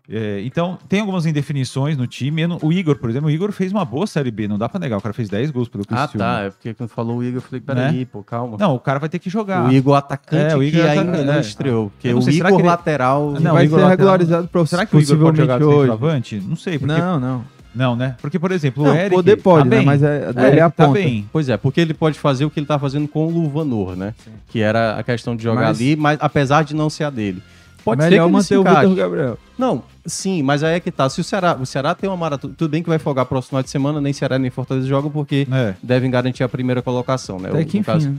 Speaker 4: É, então, tem algumas indefinições no time. Eu não- O Igor, por exemplo, o Igor fez uma boa Série B, não dá pra negar. O cara fez 10 gols pelo
Speaker 3: Ah,
Speaker 4: Cristiano.
Speaker 3: tá. É porque quando falou o Igor, eu falei, peraí, pô, calma.
Speaker 4: Não, o cara vai ter que jogar.
Speaker 3: ah, O Igor atacante
Speaker 4: É, o Igor
Speaker 3: que
Speaker 4: atacante,
Speaker 3: ainda não
Speaker 4: é.
Speaker 3: estreou. Porque
Speaker 4: Eu não
Speaker 3: o
Speaker 4: sei, será
Speaker 3: Igor
Speaker 4: que ele-
Speaker 3: lateral.
Speaker 4: Não, o
Speaker 1: vai
Speaker 4: Igor
Speaker 1: ser
Speaker 4: lateral-
Speaker 1: regularizado pro-
Speaker 4: Será que o Igor pode
Speaker 1: possivelmente
Speaker 4: jogar de
Speaker 1: hoje.
Speaker 4: centroavante? Não sei, porque... Não,
Speaker 1: Não, não.
Speaker 4: né? Porque, por exemplo, o
Speaker 1: Não,
Speaker 4: Eric...
Speaker 1: poder pode,
Speaker 4: tá
Speaker 1: né?
Speaker 4: bem.
Speaker 1: Mas é,
Speaker 4: O
Speaker 1: ele
Speaker 4: Eric
Speaker 1: aponta.
Speaker 4: tá bem.
Speaker 3: Pois é, porque ele pode fazer o que ele tá fazendo com o Luvanor, né? Que era a questão de jogar
Speaker 1: Mas-
Speaker 3: ali, mas apesar de não ser a dele. Pode ser que
Speaker 1: Melhor
Speaker 3: ele se
Speaker 1: manter o
Speaker 3: encaixe.
Speaker 1: Vitor Gabriel.
Speaker 3: Não, sim, mas aí é que tá. Se o Ceará, o Ceará tem uma maratona, tudo bem que vai folgar próximo final de semana, nem Ceará nem Fortaleza jogam porque
Speaker 4: É.
Speaker 3: devem garantir a primeira colocação, né?
Speaker 1: Até
Speaker 3: O-
Speaker 1: que
Speaker 3: no
Speaker 1: enfim,
Speaker 3: caso.
Speaker 1: né?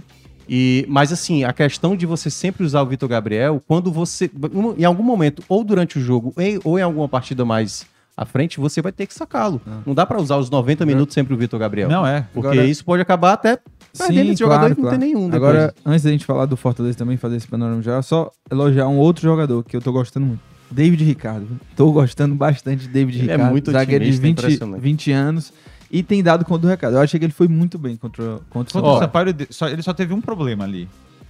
Speaker 3: E, mas assim, a questão de você sempre usar o Vitor Gabriel, quando você, um, em algum momento, ou durante o jogo, em- ou em alguma partida mais à frente, você vai ter que sacá-lo.
Speaker 4: Ah.
Speaker 3: Não dá pra usar os 90 minutos sempre o Vitor Gabriel.
Speaker 4: Não, é.
Speaker 3: Porque
Speaker 1: Agora-
Speaker 3: isso pode acabar até perdendo esse jogador e não ter nenhum depois.
Speaker 1: Agora, antes da gente falar do Fortaleza também, fazer esse panorama geral, só elogiar um outro jogador que eu tô gostando muito. David Ricardo. Tô gostando bastante de David
Speaker 3: Ele é
Speaker 1: Ricardo.
Speaker 3: muito
Speaker 1: zagueiro de
Speaker 3: otimista,
Speaker 1: 20,
Speaker 3: impressionante.
Speaker 1: 20 anos. E tem dado conta do recado. Eu achei que ele foi muito bem contra, contra o
Speaker 4: Contra
Speaker 1: São
Speaker 3: Ó.
Speaker 4: o
Speaker 1: Paulo.
Speaker 4: Sampaio, ele de- só, ele só teve um problema ali.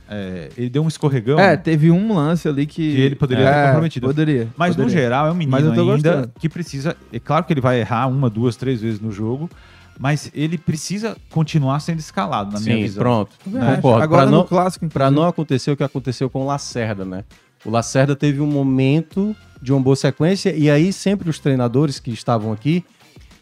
Speaker 4: É, ele deu um escorregão.
Speaker 1: É, teve um lance ali que...
Speaker 4: Que ele poderia ter
Speaker 1: É,
Speaker 4: comprometido.
Speaker 1: Poderia.
Speaker 4: mas no
Speaker 1: poderia.
Speaker 4: geral é um menino
Speaker 1: Mas eu tô
Speaker 4: ainda
Speaker 1: gostando.
Speaker 4: que precisa. É claro que ele vai errar uma, duas, três vezes no jogo, mas ele precisa continuar sendo escalado, na minha
Speaker 3: Sim,
Speaker 4: visão.
Speaker 3: pronto.
Speaker 4: né?
Speaker 1: É,
Speaker 3: Concordo.
Speaker 1: Agora
Speaker 3: pra
Speaker 1: no
Speaker 3: não,
Speaker 1: clássico,
Speaker 3: Pra não acontecer o que aconteceu com o Lacerda, né? O Lacerda teve um momento de uma boa sequência e aí sempre os treinadores que estavam aqui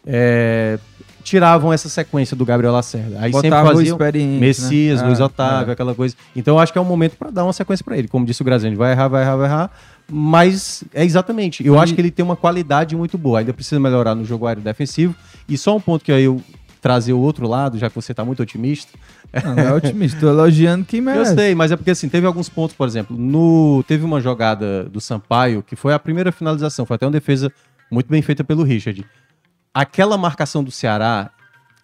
Speaker 3: é, tiravam essa sequência do Gabriel Lacerda. Aí
Speaker 1: botava
Speaker 3: sempre
Speaker 1: o
Speaker 3: faziam
Speaker 1: experiente.
Speaker 3: um Messias,
Speaker 1: né?
Speaker 3: Luiz
Speaker 1: Ah,
Speaker 3: Otávio, aquela coisa. Então eu acho que é um momento pra dar uma sequência pra ele. Como disse o Grazende, vai errar, vai errar, vai errar. Mas é exatamente. Eu acho que ele tem uma qualidade muito boa. Ainda precisa melhorar no jogo aéreo defensivo. E só um ponto que aí eu trazer o outro lado, já que você tá muito otimista.
Speaker 1: é. Não, não é otimista. Tô elogiando quem
Speaker 3: Eu
Speaker 1: merece.
Speaker 3: sei, mas é porque assim, teve alguns pontos, por exemplo, no teve uma jogada do Sampaio que foi a primeira finalização, foi até uma defesa muito bem feita pelo Richard. Aquela marcação do Ceará,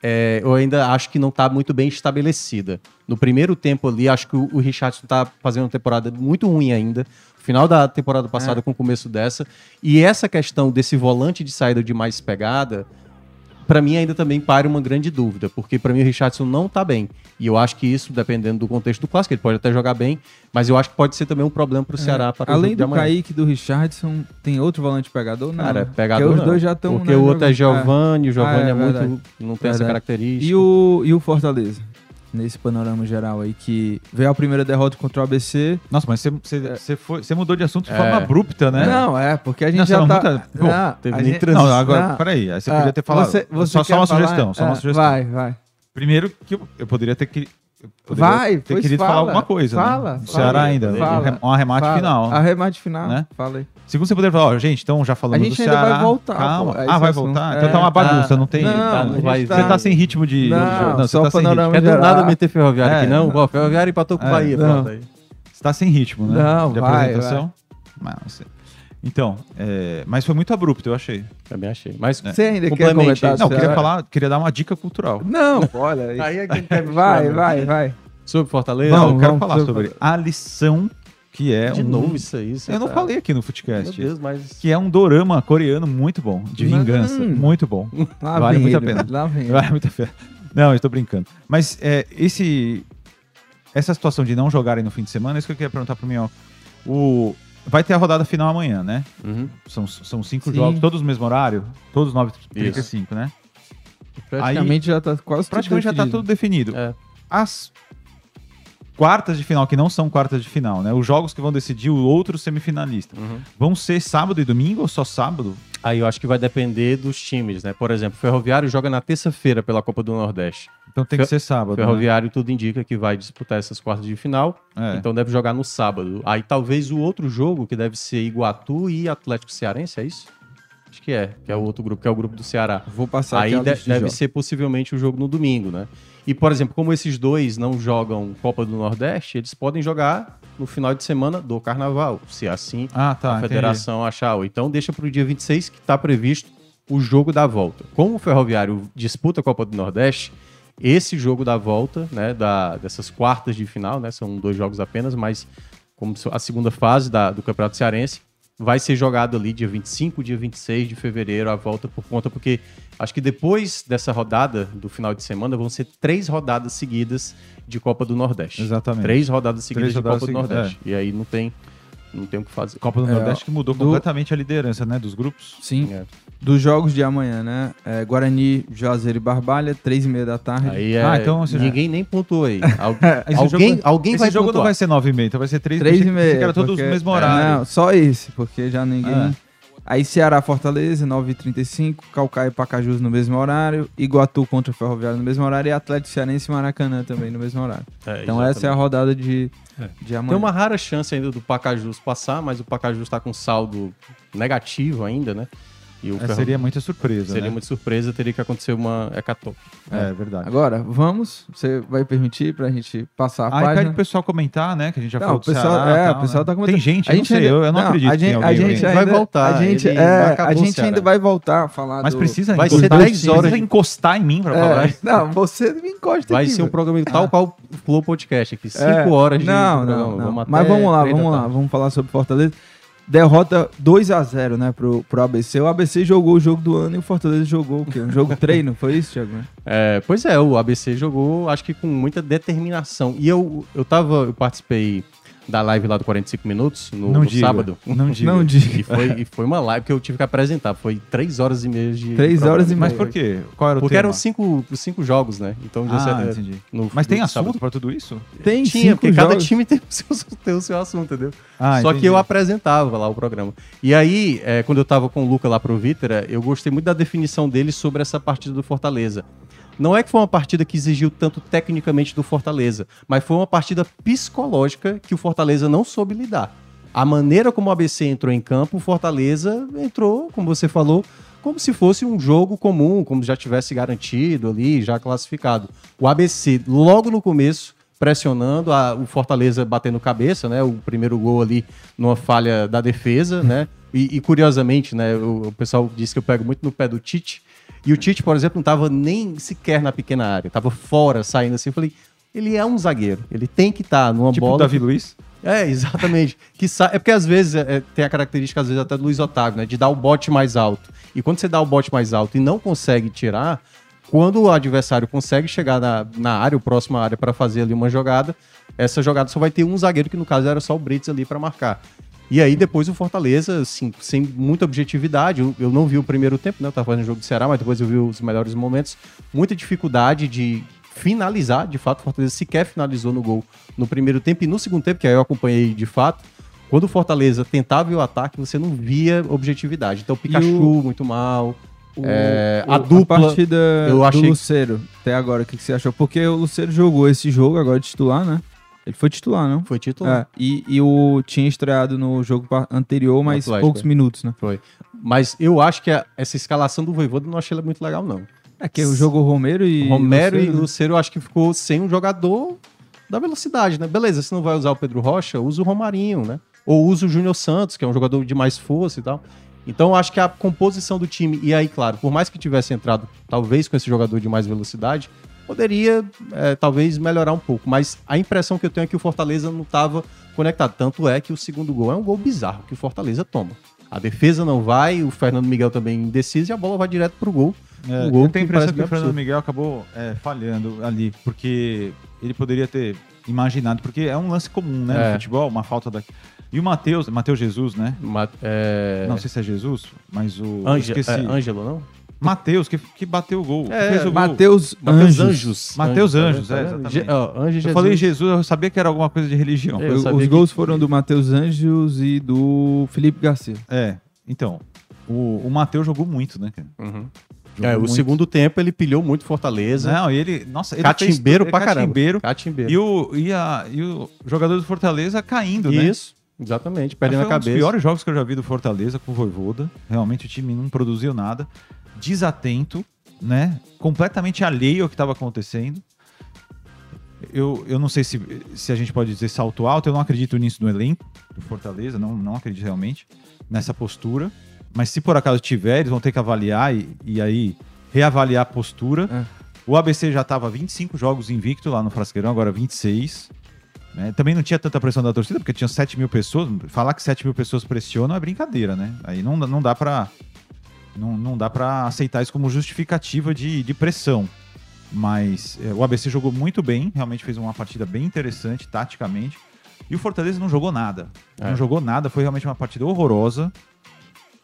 Speaker 3: é, eu ainda acho que não está muito bem estabelecida. No primeiro tempo ali, acho que o, o Richardson tá fazendo uma temporada muito ruim ainda. Final da temporada passada com o começo dessa. E essa questão desse volante de saída de mais pegada, Pra mim ainda também pare uma grande dúvida, porque pra mim o Richardson não tá bem. E eu acho que isso, dependendo do contexto do clássico, ele pode até jogar bem, mas eu acho que pode ser também um problema pro
Speaker 4: Ah,
Speaker 3: Ceará para o
Speaker 1: É, Além
Speaker 3: jogo de
Speaker 1: do
Speaker 3: amanhã.
Speaker 1: Kaique e do Richardson, tem outro volante pegador? Não.
Speaker 3: Cara,
Speaker 1: né?
Speaker 3: pegador
Speaker 1: Porque os
Speaker 3: não,
Speaker 1: dois já né, estão...
Speaker 3: Porque o outro é Giovanni, o Giovanni
Speaker 1: Ah, é
Speaker 3: é, muito
Speaker 1: verdade.
Speaker 3: não tem essa
Speaker 1: Verdade.
Speaker 3: característica.
Speaker 1: E o, e o Fortaleza? Nesse panorama geral aí, que veio a primeira derrota contra o ABC.
Speaker 4: Nossa, mas você- você você foi- você mudou de assunto de
Speaker 3: É.
Speaker 4: forma abrupta, né?
Speaker 1: É. Não, é, porque a gente
Speaker 4: Não,
Speaker 1: já
Speaker 4: não,
Speaker 1: tá...
Speaker 4: muita- pô,
Speaker 1: Não,
Speaker 3: teve
Speaker 1: a
Speaker 3: nem
Speaker 1: gente-
Speaker 4: Não, agora,
Speaker 1: Não.
Speaker 4: peraí. Aí você
Speaker 1: Ah,
Speaker 4: podia ter falado.
Speaker 1: você- você
Speaker 4: só, só
Speaker 1: quer
Speaker 4: uma
Speaker 1: falar?
Speaker 4: sugestão, só
Speaker 1: Ah,
Speaker 4: uma sugestão.
Speaker 1: Vai, vai.
Speaker 4: Primeiro que eu, eu poderia ter que. eu poderia
Speaker 1: Vai,
Speaker 4: ter
Speaker 1: pois
Speaker 4: querido falar
Speaker 1: fala,
Speaker 4: alguma coisa.
Speaker 1: fala,
Speaker 4: né?
Speaker 1: fala,
Speaker 4: O Ceará ainda.
Speaker 1: fala,
Speaker 4: um arremate
Speaker 1: Fala.
Speaker 4: final.
Speaker 1: Arremate final,
Speaker 4: Né?
Speaker 1: fala aí.
Speaker 4: Segundo você poderia falar, ó, gente, então já falamos
Speaker 1: A gente
Speaker 4: do
Speaker 1: ainda
Speaker 4: Ceará.
Speaker 1: vai voltar,
Speaker 4: Calma.
Speaker 1: pô, a
Speaker 4: ah,
Speaker 1: esse
Speaker 4: vai
Speaker 1: assunto.
Speaker 4: voltar?
Speaker 1: É.
Speaker 4: Então tá uma bagunça,
Speaker 3: Ah,
Speaker 4: não tem.
Speaker 1: não,
Speaker 4: tá,
Speaker 1: a gente
Speaker 3: vai-
Speaker 1: tá-
Speaker 4: Você tá sem ritmo de.
Speaker 1: Não,
Speaker 4: você
Speaker 1: só
Speaker 4: tá sem
Speaker 1: panorama
Speaker 4: ritmo.
Speaker 3: É do
Speaker 1: geral.
Speaker 3: nada meter ferroviário
Speaker 4: É,
Speaker 3: aqui, não?
Speaker 4: não.
Speaker 3: Pô, ferroviário empatou com o
Speaker 4: É,
Speaker 3: Bahia,
Speaker 1: não.
Speaker 3: pronto aí.
Speaker 4: Você tá sem ritmo, né?
Speaker 1: Não,
Speaker 4: de
Speaker 1: vai,
Speaker 4: apresentação. Mas não sei. Então, é, mas foi muito abrupto, eu achei.
Speaker 3: Também achei. Mas
Speaker 1: Você ainda quer
Speaker 3: Complemente
Speaker 1: comentar?
Speaker 3: isso.
Speaker 4: Não, eu
Speaker 1: sobre
Speaker 4: queria
Speaker 1: a-
Speaker 4: falar, queria dar uma dica cultural.
Speaker 1: Não, olha aí.
Speaker 4: Tá
Speaker 3: aí é que quer
Speaker 1: <laughs> Vai, vai, vai.
Speaker 3: Sobre Fortaleza?
Speaker 4: Não, eu
Speaker 1: vamos,
Speaker 4: quero falar
Speaker 1: vamos.
Speaker 4: sobre a lição que é
Speaker 3: de
Speaker 4: um-
Speaker 3: novo isso aí. você
Speaker 4: Eu não
Speaker 3: tá-
Speaker 4: falei aqui no
Speaker 3: Meu
Speaker 4: Footcast.
Speaker 3: Deus, mas.
Speaker 4: Que é um dorama coreano muito bom, de
Speaker 1: Hum.
Speaker 4: vingança, muito bom.
Speaker 1: Lá
Speaker 4: Vale
Speaker 1: vem
Speaker 4: muito a
Speaker 1: ele,
Speaker 4: pena.
Speaker 1: mano, Lá vem ele.
Speaker 4: <laughs> Vai, muita fé. Não, eu tô brincando. Mas é, esse, essa situação de não jogarem no fim de semana, é isso que eu queria perguntar pro Minhoca. O, vai ter a rodada final amanhã, né?
Speaker 3: Uhum.
Speaker 4: São, são cinco
Speaker 1: Sim.
Speaker 4: jogos, todos no mesmo horário? Todos 9h35, né?
Speaker 1: Praticamente já tá quase tudo
Speaker 4: Praticamente já tá
Speaker 1: decidido.
Speaker 4: tudo definido.
Speaker 3: É.
Speaker 4: As quartas de final, que não são quartas de final, né? Os jogos que vão decidir o outro semifinalista.
Speaker 3: Uhum.
Speaker 4: Vão ser sábado e domingo ou só sábado?
Speaker 3: Aí eu acho que vai depender dos times, né? Por exemplo, o Ferroviário joga na terça-feira pela Copa do Nordeste.
Speaker 4: Então tem que ser sábado.
Speaker 3: O
Speaker 4: né?
Speaker 3: Ferroviário tudo indica que vai disputar essas quartas de final,
Speaker 4: É.
Speaker 3: então deve jogar no sábado. Aí talvez o outro jogo, que deve ser Iguatu e Atlético Cearense, é isso? Acho que é, que é o outro grupo, que é o grupo do Ceará.
Speaker 1: Vou passar
Speaker 3: Aí
Speaker 1: aqui é a
Speaker 3: de-
Speaker 1: lista de
Speaker 3: deve
Speaker 1: jogos.
Speaker 3: ser possivelmente o jogo no domingo, né? E, por exemplo, como esses dois não jogam Copa do Nordeste, eles podem jogar no final de semana do Carnaval, se assim
Speaker 4: Ah, tá.
Speaker 3: a
Speaker 4: entendi.
Speaker 3: federação achar. Ou então deixa para o dia 26, que está previsto o jogo da volta. Como o Ferroviário disputa a Copa do Nordeste, esse jogo da volta, né, da, dessas quartas de final, né, são dois jogos apenas, mas como se- a segunda fase da- do Campeonato Cearense, vai ser jogado ali dia 25, dia 26 de fevereiro, a volta por conta, porque acho que depois dessa rodada do final de semana vão ser três rodadas seguidas de Copa do Nordeste.
Speaker 4: Exatamente.
Speaker 3: Três rodadas seguidas
Speaker 4: Três
Speaker 3: de
Speaker 4: rodadas
Speaker 3: Copa do
Speaker 4: seguidas, é.
Speaker 3: Nordeste. E aí não tem, não tem o que fazer.
Speaker 4: Copa do
Speaker 1: É,
Speaker 4: Nordeste que mudou
Speaker 1: do-
Speaker 4: completamente a liderança, né? Dos grupos.
Speaker 1: Sim.
Speaker 3: É.
Speaker 1: Dos jogos de amanhã, né? É, Guarani, Juazeiro e Barbalha, três e meia da tarde.
Speaker 3: Aí é,
Speaker 4: Ah, então esse
Speaker 3: ninguém nem pontuou aí. Al-
Speaker 4: Esse
Speaker 3: alguém
Speaker 4: jogo-
Speaker 3: alguém
Speaker 4: Esse
Speaker 3: vai
Speaker 4: jogo não
Speaker 3: pontuar.
Speaker 4: vai ser 9 e meia, então vai ser 3
Speaker 1: Três e meia.
Speaker 4: Era todos
Speaker 1: porque- É,
Speaker 4: no mesmo horário.
Speaker 1: Não, só esse, porque já ninguém...
Speaker 4: É.
Speaker 1: Aí Ceará, Fortaleza, 9h35, Calcaia e Pacajus no mesmo horário, Iguatu contra o Ferroviário no mesmo horário e Atlético Cearense e Maracanã também no mesmo horário.
Speaker 3: É,
Speaker 1: então essa é a
Speaker 3: exatamente.
Speaker 1: rodada de,
Speaker 4: É.
Speaker 1: de
Speaker 3: Tem
Speaker 1: amanhã.
Speaker 3: uma rara chance ainda do Pacajus passar, mas o Pacajus está com saldo negativo ainda, né? E o
Speaker 4: É,
Speaker 3: Ferro-
Speaker 4: seria muita surpresa,
Speaker 3: seria
Speaker 4: né?
Speaker 3: muito surpresa, teria que acontecer uma hecatombe.
Speaker 4: É verdade.
Speaker 1: Agora, vamos? Você vai permitir pra gente passar a
Speaker 4: Aí
Speaker 1: página?
Speaker 4: Ah, pede o pessoal comentar, né? Que a gente já
Speaker 1: Não,
Speaker 4: falou
Speaker 1: o pessoal-
Speaker 4: do Ceará e
Speaker 1: é,
Speaker 4: tal,
Speaker 1: o pessoal
Speaker 4: né?
Speaker 1: tá comentando.
Speaker 4: Tem gente,
Speaker 1: A
Speaker 4: eu não
Speaker 1: gente
Speaker 4: sei,
Speaker 1: ainda-
Speaker 4: eu, eu não,
Speaker 1: não,
Speaker 4: acredito
Speaker 1: a
Speaker 4: que
Speaker 1: gente-
Speaker 4: tem alguém
Speaker 1: a gente é
Speaker 4: ouvindo.
Speaker 1: ainda-
Speaker 3: vai voltar.
Speaker 1: a gente,
Speaker 3: ele
Speaker 1: é,
Speaker 3: acabou
Speaker 1: a
Speaker 3: o
Speaker 1: gente
Speaker 3: Ceará.
Speaker 1: ainda vai voltar a falar
Speaker 4: Mas
Speaker 1: do-
Speaker 4: precisa
Speaker 3: Vai ser
Speaker 4: encostar-
Speaker 3: 10 horas
Speaker 4: precisa
Speaker 3: de-
Speaker 4: encostar em mim pra
Speaker 1: É,
Speaker 4: falar.
Speaker 1: não, você me encosta
Speaker 3: Vai
Speaker 1: aqui,
Speaker 3: ser um
Speaker 1: velho.
Speaker 3: programa tal qual o Flow Podcast aqui. 5
Speaker 1: Ah. É.
Speaker 3: horas de
Speaker 1: Não,
Speaker 3: programa.
Speaker 1: não, não.
Speaker 3: até
Speaker 1: Mas vamos lá,
Speaker 3: três da
Speaker 1: vamos lá.
Speaker 3: tarde.
Speaker 1: Vamos falar sobre Fortaleza. Derrota 2 a 0 né, pro, pro ABC. O ABC jogou o jogo do ano e o Fortaleza jogou o quê? Um jogo treino? Foi isso, Thiago? né?
Speaker 3: É, pois é, o ABC jogou, acho que com muita determinação. E eu, eu tava, eu participei da live lá do 45 Minutos no,
Speaker 4: Não
Speaker 3: no
Speaker 4: diga,
Speaker 3: sábado. <laughs>
Speaker 4: não diga.
Speaker 1: Não
Speaker 3: E
Speaker 1: diga.
Speaker 3: foi, e foi uma live que eu tive que apresentar. Foi três horas e meia de.
Speaker 1: 3
Speaker 3: programa.
Speaker 1: horas e meia.
Speaker 4: Mas por quê? Qual era o
Speaker 3: Porque
Speaker 4: tema?
Speaker 3: eram cinco, cinco jogos, né? Então, de
Speaker 4: Ah,
Speaker 3: certa-
Speaker 4: entendi.
Speaker 3: no-
Speaker 4: Mas tem
Speaker 3: no
Speaker 4: assunto
Speaker 3: sábado.
Speaker 4: pra tudo isso?
Speaker 1: Tem
Speaker 3: Tinha,
Speaker 1: cinco
Speaker 3: porque cada
Speaker 1: jogos.
Speaker 3: time tem o, seu, tem o seu assunto, entendeu?
Speaker 4: Ah,
Speaker 3: Só
Speaker 4: entendi.
Speaker 3: que eu apresentava lá o programa. E aí, é, quando eu tava com o Luca lá pro Vítera, eu gostei muito da definição dele sobre essa partida do Fortaleza. Não é que foi uma partida que exigiu tanto tecnicamente do Fortaleza, mas foi uma partida psicológica que o Fortaleza não soube lidar. A maneira como o ABC entrou em campo, o Fortaleza entrou, como você falou, como se fosse um jogo comum, como já tivesse garantido ali, já classificado. O ABC, logo no começo, pressionando, a- o Fortaleza batendo cabeça, né? O primeiro gol ali numa falha da defesa, né? E, e curiosamente, né? O, o pessoal disse que eu pego muito no pé do Tite. E o Tite, por exemplo, não estava nem sequer na pequena área, tava fora, saindo assim. Eu falei, ele é um zagueiro, ele tem que estar numa
Speaker 4: Tipo o
Speaker 3: bola.
Speaker 4: Davi Luiz?
Speaker 3: É, exatamente. <laughs> Que sa... É porque às vezes é, tem a característica, às vezes, até do Luiz Otávio, né? De dar o bote mais alto. E quando você dá o bote mais alto e não consegue tirar, quando o adversário consegue chegar na, na área, o próximo área, para fazer ali uma jogada, essa jogada só vai ter um zagueiro, que no caso era só o Brits ali para marcar. E aí depois o Fortaleza, assim, sem muita objetividade, eu, eu não vi o primeiro tempo, né? Eu tava fazendo o jogo do Ceará, mas depois eu vi os melhores momentos. Muita dificuldade de finalizar, de fato, o Fortaleza sequer finalizou no gol no primeiro tempo e no segundo tempo, que aí eu acompanhei de fato, quando o Fortaleza tentava o ataque, você não via objetividade. Então o Pikachu muito mal. É, a dupla-
Speaker 1: A partida
Speaker 3: eu achei
Speaker 1: do
Speaker 3: que-
Speaker 1: Luceiro, até agora, o que que você achou? Porque o Luceiro jogou esse jogo agora de titular, né? Ele foi titular, não?
Speaker 3: Foi titular.
Speaker 1: É, e, e o tinha estreado no jogo pa- anterior, mas
Speaker 3: Atlético,
Speaker 1: poucos
Speaker 3: é.
Speaker 1: minutos, né?
Speaker 3: Mas eu acho que a- essa escalação do Voivoda eu não achei ela muito legal, não.
Speaker 1: É que o jogo Romero e.
Speaker 3: Romero e
Speaker 1: Luceiro, né?
Speaker 3: Lucero eu acho que ficou sem um jogador da velocidade, né? Beleza, se não vai usar o Pedro Rocha, usa o Romarinho, né? ou usa o Júnior Santos, que é um jogador de mais força e tal. Então, acho que a composição do time, e aí, claro, por mais que tivesse entrado talvez com esse jogador de mais velocidade, poderia é, talvez melhorar um pouco. Mas a impressão que eu tenho é que o Fortaleza não estava conectado. Tanto é que o segundo gol é um gol bizarro que o Fortaleza toma. A defesa não vai, o Fernando Miguel também indeciso e a bola vai direto pro gol.
Speaker 4: É,
Speaker 3: um gol
Speaker 4: eu tenho a
Speaker 3: que parece
Speaker 4: impressão que o
Speaker 3: meio
Speaker 4: Fernando
Speaker 3: absurdo.
Speaker 4: Miguel acabou é, falhando ali, porque ele poderia ter imaginado, porque é um lance comum, né,
Speaker 3: É.
Speaker 4: no futebol, uma falta daqui. E o Matheus, Matheus Jesus, né?
Speaker 3: Ma- é,
Speaker 4: Não sei se é Jesus, mas o
Speaker 3: Ange-
Speaker 4: Ah, esqueci.
Speaker 3: é, Ângelo, não?
Speaker 4: Matheus que, que bateu o gol, que
Speaker 3: É,
Speaker 4: fez o gol.
Speaker 1: Matheus
Speaker 3: Matheus
Speaker 1: Anjos.
Speaker 3: Anjos.
Speaker 4: Matheus Anjos,
Speaker 3: tá
Speaker 4: é,
Speaker 3: vendo?
Speaker 4: exatamente.
Speaker 3: Je- ó, Anjo
Speaker 4: Eu
Speaker 3: Jesus. É.
Speaker 4: falei Jesus, eu sabia que era alguma coisa de religião.
Speaker 3: Eu sabia
Speaker 1: Os
Speaker 3: que-
Speaker 1: gols foram do Matheus Anjos e do Felipe Garcia.
Speaker 4: É, então, o, o Matheus jogou muito, né, cara?
Speaker 3: Uhum.
Speaker 4: Jogou
Speaker 3: É, o
Speaker 4: muito.
Speaker 3: segundo tempo ele pilhou muito Fortaleza.
Speaker 4: Não, e ele, nossa, ele
Speaker 3: Catimbeiro
Speaker 4: fez, é
Speaker 3: pra caramba.
Speaker 4: Catimbeiro.
Speaker 3: Catimbeiro.
Speaker 4: E o, e, a, e o jogador do Fortaleza caindo, né?
Speaker 3: Isso, exatamente, perdendo
Speaker 4: Foi
Speaker 3: a
Speaker 4: um dos
Speaker 3: cabeça.
Speaker 4: piores jogos que eu já vi do Fortaleza com o Voivoda. Realmente o time não produziu nada. Desatento, né? Completamente alheio ao que estava acontecendo. Eu, eu não sei se, se a gente pode dizer salto alto, eu não acredito nisso no elenco do Fortaleza, não, não acredito realmente nessa postura. Mas se por acaso tiver, eles vão ter que avaliar e, e aí reavaliar a postura.
Speaker 1: É.
Speaker 4: O ABC já estava 25 jogos invicto lá no Frasqueirão, agora 26 né? Também não tinha tanta pressão da torcida, porque tinha 7 mil pessoas. Falar que 7 mil pessoas pressionam é brincadeira, né? Aí não, não dá pra. Não, não dá para aceitar isso como justificativa de, de pressão. Mas é, o ABC jogou muito bem, realmente fez uma partida bem interessante taticamente. E o Fortaleza não jogou nada.
Speaker 3: É.
Speaker 4: Não jogou nada, foi realmente uma partida horrorosa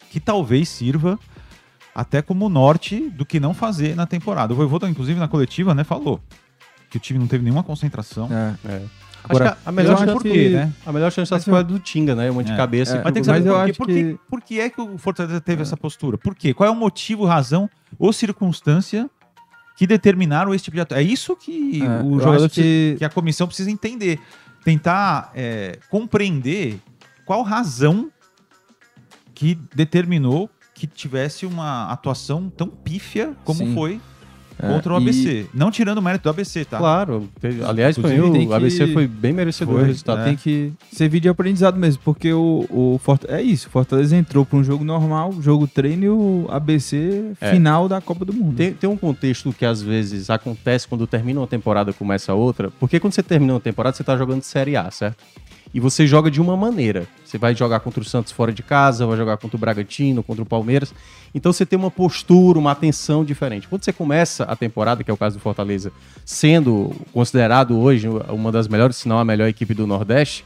Speaker 4: que talvez sirva até como norte do que não fazer na temporada. O Voivoda, inclusive, na coletiva, né, falou que o time não teve nenhuma concentração.
Speaker 1: É.
Speaker 3: Agora,
Speaker 4: Agora,
Speaker 3: Acho que a melhor
Speaker 4: eu acho
Speaker 3: chance,
Speaker 4: por quê, né?
Speaker 3: a melhor chance da
Speaker 1: Mas
Speaker 3: foi a do Tinga, né? Uma de
Speaker 4: É.
Speaker 3: cabeça.
Speaker 1: É.
Speaker 4: Mas
Speaker 3: que
Speaker 4: tem que
Speaker 3: o-
Speaker 1: Mas
Speaker 4: saber
Speaker 1: eu
Speaker 4: por, quê.
Speaker 1: acho
Speaker 4: por, quê,
Speaker 1: que-
Speaker 4: por que é que o Fortaleza teve essa postura? Por quê? Qual é o motivo, razão ou circunstância que determinaram esse tipo de atuação? É isso que
Speaker 1: É,
Speaker 4: o
Speaker 1: eu
Speaker 4: jogador
Speaker 1: acho
Speaker 4: precisa-
Speaker 1: que-
Speaker 4: que... a comissão precisa entender. Tentar é, compreender qual razão que determinou que tivesse uma atuação tão pífia como
Speaker 1: Sim.
Speaker 4: foi
Speaker 1: É,
Speaker 4: contra o
Speaker 1: e-
Speaker 4: ABC. Não tirando o mérito do ABC, tá?
Speaker 3: Claro. teve- aliás,
Speaker 1: Inclusive,
Speaker 3: ganhou.
Speaker 1: tem
Speaker 3: o ABC
Speaker 1: que-
Speaker 3: foi né? bem merecedor do
Speaker 1: Foi,
Speaker 3: resultado.
Speaker 4: é.
Speaker 1: Tem que servir de aprendizado mesmo, porque o, o Forta- é isso, o Fortaleza entrou para um jogo normal, jogo treino e o ABC
Speaker 3: É.
Speaker 1: final da Copa do Mundo.
Speaker 3: Tem, tem um contexto que às vezes acontece quando termina uma temporada e começa outra, porque quando você termina uma temporada, você tá jogando Série A, certo? E você joga de uma maneira. Você vai jogar contra o Santos fora de casa, vai jogar contra o Bragantino, contra o Palmeiras. Então você tem uma postura, uma atenção diferente. Quando você começa a temporada, que é o caso do Fortaleza, sendo considerado hoje uma das melhores, se não a melhor equipe do Nordeste,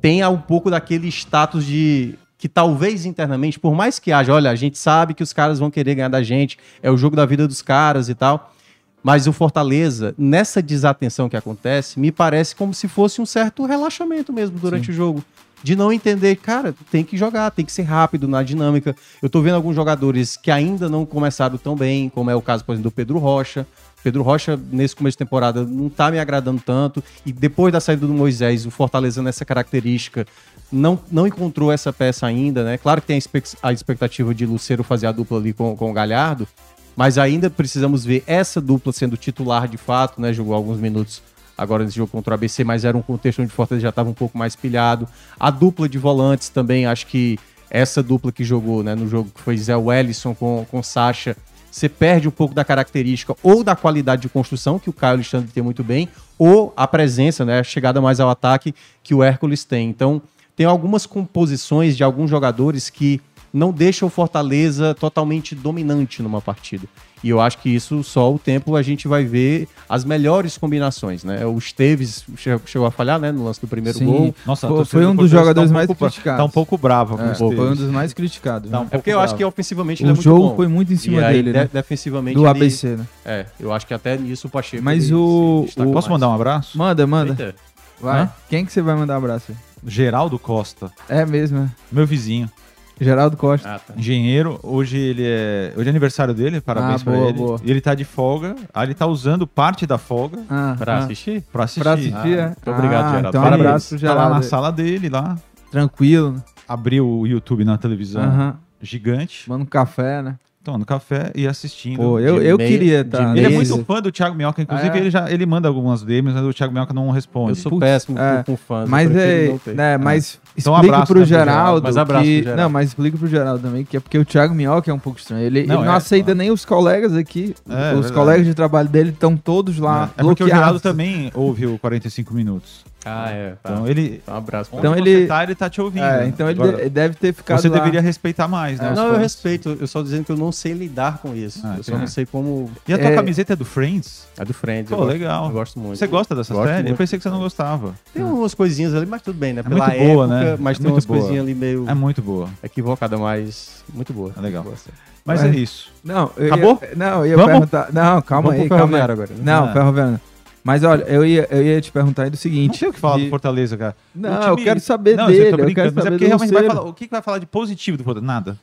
Speaker 3: tenha um pouco daquele status de que talvez internamente, por mais que haja, olha, a gente sabe que os caras vão querer ganhar da gente, é o jogo da vida dos caras e tal. Mas o Fortaleza, nessa desatenção que acontece, me parece como se fosse um certo relaxamento mesmo durante o jogo. De não entender, cara, tem que jogar, tem que ser rápido na dinâmica. Eu tô vendo alguns jogadores que ainda não começaram tão bem, como é o caso, por exemplo, do Pedro Rocha. Pedro Rocha, nesse começo de temporada, não tá me agradando tanto. E depois da saída do Moisés, o Fortaleza nessa característica não, não encontrou essa peça ainda, né? Claro que tem a expec- a expectativa de Lucero fazer a dupla ali com, com o Galhardo, mas ainda precisamos ver essa dupla sendo titular de fato, né? Jogou alguns minutos agora nesse jogo contra o ABC, mas era um contexto onde o Fortaleza já estava um pouco mais pilhado. A dupla de volantes também, acho que essa dupla que jogou, né? No jogo que foi Zé Wellison com, com Sacha, você perde um pouco da característica ou da qualidade de construção, que o Caio Alexandre tem muito bem, ou a presença, né? A chegada mais ao ataque que o Hércules tem. Então, tem algumas composições de alguns jogadores que não deixam o Fortaleza totalmente dominante numa partida. E eu acho que isso só o tempo a gente vai ver as melhores combinações, né? O Esteves che- chegou a falhar, né, no lance do primeiro
Speaker 1: Sim.
Speaker 3: gol.
Speaker 4: Nossa, a
Speaker 1: Foi-
Speaker 4: torcida
Speaker 1: foi um
Speaker 4: do
Speaker 1: dos
Speaker 4: Fortaleza
Speaker 1: jogadores
Speaker 4: tá um
Speaker 1: mais
Speaker 4: pouco bra-
Speaker 1: criticados.
Speaker 4: Tá um pouco brava com
Speaker 1: É,
Speaker 4: o Esteves.
Speaker 1: foi um dos mais criticados.
Speaker 4: Tá
Speaker 1: né?
Speaker 4: um
Speaker 3: É porque eu
Speaker 4: pouco
Speaker 3: acho
Speaker 4: bravo.
Speaker 3: que ofensivamente ele é
Speaker 1: O
Speaker 3: muito
Speaker 1: jogo
Speaker 3: bom.
Speaker 1: foi muito em cima
Speaker 3: e aí,
Speaker 1: dele,
Speaker 3: de-
Speaker 1: né?
Speaker 3: defensivamente
Speaker 1: Do
Speaker 3: ele-
Speaker 1: ABC, né?
Speaker 3: É, eu acho que até nisso o Pacheco.
Speaker 1: Mas
Speaker 3: ele se
Speaker 1: o-
Speaker 3: destaca
Speaker 1: o-
Speaker 4: Posso
Speaker 3: mais.
Speaker 4: mandar um abraço?
Speaker 1: Manda, manda.
Speaker 3: Eita.
Speaker 1: Vai.
Speaker 4: Hã?
Speaker 1: Quem que você vai mandar abraço?
Speaker 4: Geraldo Costa,
Speaker 1: É mesmo, né?
Speaker 4: meu vizinho.
Speaker 1: Geraldo Costa.
Speaker 3: Ah, tá.
Speaker 4: Engenheiro, hoje ele é. Hoje é aniversário dele, parabéns
Speaker 1: Ah,
Speaker 4: pra
Speaker 1: boa,
Speaker 4: ele.
Speaker 1: boa.
Speaker 4: Ele tá de folga, aí ele tá usando parte da folga
Speaker 1: Ah,
Speaker 3: Pra
Speaker 1: ah.
Speaker 3: assistir? Ah,
Speaker 4: pra assistir. Ah,
Speaker 1: Pra assistir, é?
Speaker 3: muito obrigado, Geraldo.
Speaker 1: Então, um
Speaker 3: Parabéns.
Speaker 1: abraço pro
Speaker 4: Tá lá
Speaker 1: Geraldo.
Speaker 4: na sala dele, lá.
Speaker 1: Tranquilo. né?
Speaker 3: é.
Speaker 4: Abriu o YouTube na televisão
Speaker 1: Aham.
Speaker 4: gigante.
Speaker 1: Manda um café, né?
Speaker 4: tomando café e assistindo.
Speaker 1: Pô, eu, eu
Speaker 3: meia-
Speaker 1: queria tá,
Speaker 3: de
Speaker 1: estar.
Speaker 3: meia-
Speaker 4: ele é
Speaker 3: beleza.
Speaker 4: muito fã do Thiago Minhoca, inclusive
Speaker 3: Ah, é?
Speaker 4: ele, já, ele manda algumas DMs, mas o Thiago Minhoca não responde.
Speaker 3: Eu sou
Speaker 1: Putz,
Speaker 3: péssimo
Speaker 1: é,
Speaker 3: com, com fãs.
Speaker 1: Mas
Speaker 3: eu prefiro
Speaker 1: é,
Speaker 3: não ter.
Speaker 1: né, mas
Speaker 4: Então,
Speaker 1: explica
Speaker 4: abraço,
Speaker 1: pro
Speaker 4: né, pro
Speaker 1: Geraldo,
Speaker 4: Geraldo,
Speaker 3: mas abraço
Speaker 1: que,
Speaker 3: pro Geraldo.
Speaker 1: não, mas explica pro Geraldo também que é porque o Thiago Minhoca é um pouco estranho. Ele ele não,
Speaker 4: Não, é,
Speaker 1: aceita
Speaker 4: claro.
Speaker 1: nem os colegas aqui, os
Speaker 4: É, é verdade.
Speaker 1: colegas de trabalho dele estão todos lá
Speaker 4: é porque o Geraldo
Speaker 1: bloqueados.
Speaker 4: também ouve o 45 minutos.
Speaker 3: Ah, é. Tá.
Speaker 4: Então ele.
Speaker 3: um abraço. pra
Speaker 1: Então
Speaker 4: onde
Speaker 1: ele-
Speaker 4: Você tá, ele tá te ouvindo.
Speaker 1: É,
Speaker 4: né?
Speaker 1: então ele
Speaker 4: Agora,
Speaker 1: de- deve ter ficado
Speaker 4: Você
Speaker 1: lá.
Speaker 4: deveria respeitar mais, né?
Speaker 1: é,
Speaker 3: ele.
Speaker 4: os
Speaker 3: Não, eu
Speaker 4: fãs.
Speaker 3: respeito. Eu só dizendo que eu não sei lidar com isso.
Speaker 4: Ah,
Speaker 3: eu
Speaker 1: então
Speaker 3: só não
Speaker 4: entendi.
Speaker 3: sei como.
Speaker 4: E a tua
Speaker 1: É.
Speaker 4: camiseta é do Friends?
Speaker 3: É do Friends. eu
Speaker 4: Pô,
Speaker 3: gosto-
Speaker 4: legal.
Speaker 3: Eu gosto muito.
Speaker 4: Você gosta dessa
Speaker 3: Gosto
Speaker 4: série? Eu
Speaker 3: muito.
Speaker 4: pensei que você não gostava.
Speaker 3: Tem umas coisinhas ali, mas tudo bem, né?
Speaker 4: É muito boa, né?
Speaker 3: Mas
Speaker 4: É
Speaker 3: tem
Speaker 4: muito
Speaker 3: umas
Speaker 4: boa.
Speaker 3: coisinhas ali meio
Speaker 4: É muito boa.
Speaker 3: equivocada, mas muito boa.
Speaker 4: É legal.
Speaker 3: Muito boa, sério.
Speaker 4: Mas
Speaker 1: É.
Speaker 4: é isso.
Speaker 1: Não, eu
Speaker 4: Acabou?
Speaker 1: Ia, não, eu ia
Speaker 4: Vamos?
Speaker 1: perguntar. Não, calma
Speaker 3: Vamos
Speaker 1: aí,
Speaker 3: pro
Speaker 1: calma aí.
Speaker 3: Ferroviário agora. né?
Speaker 1: Não,
Speaker 4: Ah.
Speaker 1: ferroviário. não. Mas olha, eu ia, eu ia te perguntar aí do
Speaker 4: Não
Speaker 1: seguinte.
Speaker 4: sei o que falar
Speaker 1: de-
Speaker 4: do Fortaleza, cara.
Speaker 1: Não,
Speaker 4: O time-
Speaker 1: eu quero saber
Speaker 4: Não,
Speaker 1: dele,
Speaker 4: eu tô
Speaker 1: eu quero
Speaker 4: brincando, mas
Speaker 1: saber
Speaker 4: é
Speaker 1: do
Speaker 4: porque realmente vai
Speaker 1: Luceiro.
Speaker 4: falar, o que que vai falar de positivo do Fortaleza? Nada.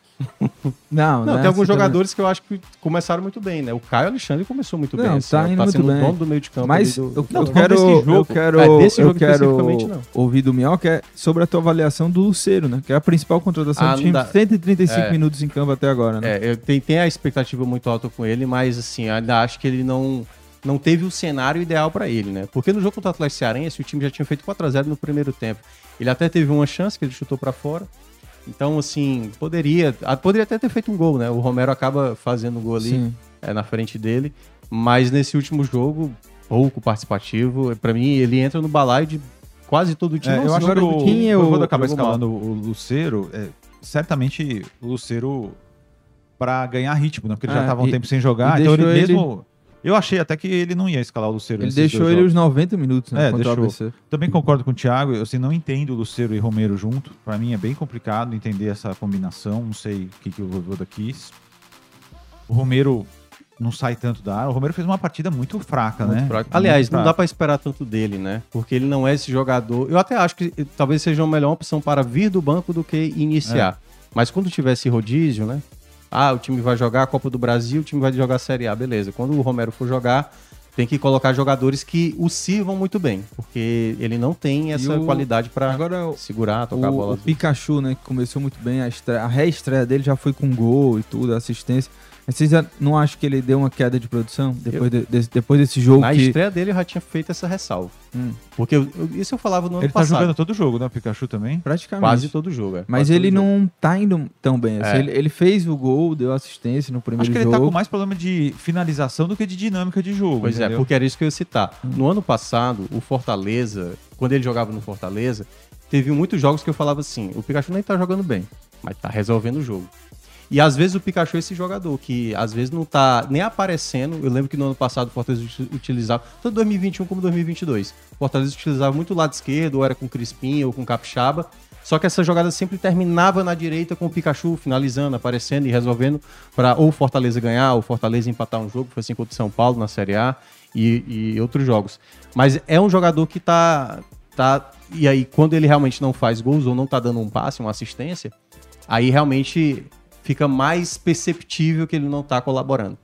Speaker 1: Não,
Speaker 3: Não,
Speaker 1: né,
Speaker 3: tem alguns
Speaker 1: você também-
Speaker 3: jogadores que eu acho que começaram muito bem, né? O Caio Alexandre começou muito
Speaker 1: Não,
Speaker 3: bem.
Speaker 1: tá
Speaker 3: ó,
Speaker 1: indo
Speaker 3: tá
Speaker 1: muito
Speaker 3: sendo
Speaker 1: bem.
Speaker 3: o dono do meio de campo.
Speaker 1: Mas
Speaker 3: ali
Speaker 1: eu,
Speaker 3: do-
Speaker 1: eu
Speaker 3: Não, tô falando
Speaker 1: quero,
Speaker 3: desse
Speaker 1: eu
Speaker 3: jogo.
Speaker 1: quero,
Speaker 3: É, desse
Speaker 1: eu
Speaker 3: jogo especificamente,
Speaker 1: quero
Speaker 3: não.
Speaker 1: ouvir do Minhoca é sobre a tua avaliação do Luceiro, né? Que é a principal contratação
Speaker 3: Ah,
Speaker 1: do
Speaker 3: não
Speaker 1: time.
Speaker 3: dá.
Speaker 1: 135
Speaker 3: É.
Speaker 1: minutos em campo até agora, né?
Speaker 3: É, eu tenho, tenho a expectativa muito alta com ele, mas assim, ainda acho que ele não, não teve o cenário ideal pra ele, né? Porque no jogo contra o Atlético Cearense, o time já tinha feito 4 a 0 no primeiro tempo. Ele até teve uma chance que ele chutou pra fora. Então, assim, poderia, ah, poderia até ter feito um gol, né? O Romero acaba fazendo o gol ali
Speaker 1: Sim.
Speaker 3: é, na frente dele, mas nesse último jogo, pouco participativo. Pra mim, ele entra no balaio de quase todo o time.
Speaker 4: É,
Speaker 3: Não,
Speaker 4: eu acho
Speaker 3: senhora,
Speaker 4: que o,
Speaker 3: do time,
Speaker 4: quem
Speaker 1: eu-
Speaker 4: eu quando acabar
Speaker 3: jogou mal.
Speaker 4: escalando o Luceiro, é, certamente o Luceiro pra ganhar ritmo, né? Porque ele
Speaker 1: É,
Speaker 4: já tava um
Speaker 1: e-
Speaker 4: tempo sem jogar,
Speaker 1: e
Speaker 4: então ele,
Speaker 1: deixou ele-
Speaker 4: mesmo eu achei até que ele não ia escalar o Luceiro.
Speaker 1: Ele
Speaker 4: nesses dois
Speaker 1: deixou ele
Speaker 4: jogos.
Speaker 1: os 90 minutos, né?
Speaker 4: É,
Speaker 1: contra o
Speaker 4: deixou.
Speaker 1: ABC.
Speaker 4: Também concordo com o Thiago, eu assim, não entendo o Luceiro e Romero junto. Pra mim é bem complicado entender essa combinação, não sei o que, que o Voivoda quis. O Romero não sai tanto da área. O Romero fez uma partida muito fraca,
Speaker 3: Muito
Speaker 4: né?
Speaker 3: fraco. Aliás,
Speaker 4: Muito
Speaker 3: não dá
Speaker 4: fraca.
Speaker 3: pra esperar tanto dele, né? Porque ele não é esse jogador. Eu até acho que eh, talvez seja uma melhor opção para vir do banco do que iniciar.
Speaker 1: É.
Speaker 3: Mas quando tiver esse rodízio, né? Ah, o time vai jogar a Copa do Brasil, o time vai jogar a Série A, beleza. Quando o Romero for jogar, tem que colocar jogadores que o sirvam muito bem, porque ele não tem essa
Speaker 1: o-
Speaker 3: qualidade para
Speaker 1: Agora o,
Speaker 3: segurar, tocar a
Speaker 1: o-
Speaker 3: bola.
Speaker 1: o Pikachu, né? Que começou muito bem, a, estre- a reestreia dele já foi com gol e tudo, assistência. Mas vocês já não acham que ele deu uma queda de produção depois, de- desse, depois desse jogo
Speaker 3: Na
Speaker 1: que...
Speaker 3: estreia dele eu já tinha feito essa ressalva.
Speaker 1: Hum.
Speaker 3: Porque eu- eu- isso eu falava no ano
Speaker 4: Ele tá
Speaker 3: passado.
Speaker 4: jogando todo jogo, né? O Pikachu também.
Speaker 1: Praticamente.
Speaker 3: quase todo jogo. é.
Speaker 1: Mas
Speaker 3: Quase todo
Speaker 1: ele
Speaker 3: jogo.
Speaker 1: não tá indo tão bem. assim.
Speaker 3: É.
Speaker 1: Ele, ele fez o gol, deu assistência no primeiro
Speaker 4: Acho que ele
Speaker 1: jogo.
Speaker 4: tá com mais problema de finalização do que de dinâmica de jogo.
Speaker 3: Pois é,
Speaker 4: entendeu?
Speaker 3: porque era isso que eu ia citar. No ano passado, o Fortaleza, quando ele jogava no Fortaleza, teve muitos jogos que eu falava assim: o Pikachu nem tá jogando bem, mas tá resolvendo o jogo. E às vezes o Pikachu é esse jogador que às vezes não tá nem aparecendo. Eu lembro que no ano passado o Fortaleza uti- utilizava, tanto 2021 como 2022, o Fortaleza utilizava muito o lado esquerdo, ou era com Crispim, ou com Capixaba. Só que essa jogada sempre terminava na direita com o Pikachu finalizando, aparecendo e resolvendo para ou o Fortaleza ganhar, ou o Fortaleza empatar um jogo. Foi assim contra o São Paulo na Série A e, e outros jogos. Mas é um jogador que tá, tá. E aí, quando ele realmente não faz gols ou não tá dando um passe, uma assistência, aí realmente fica mais perceptível que ele não tá colaborando.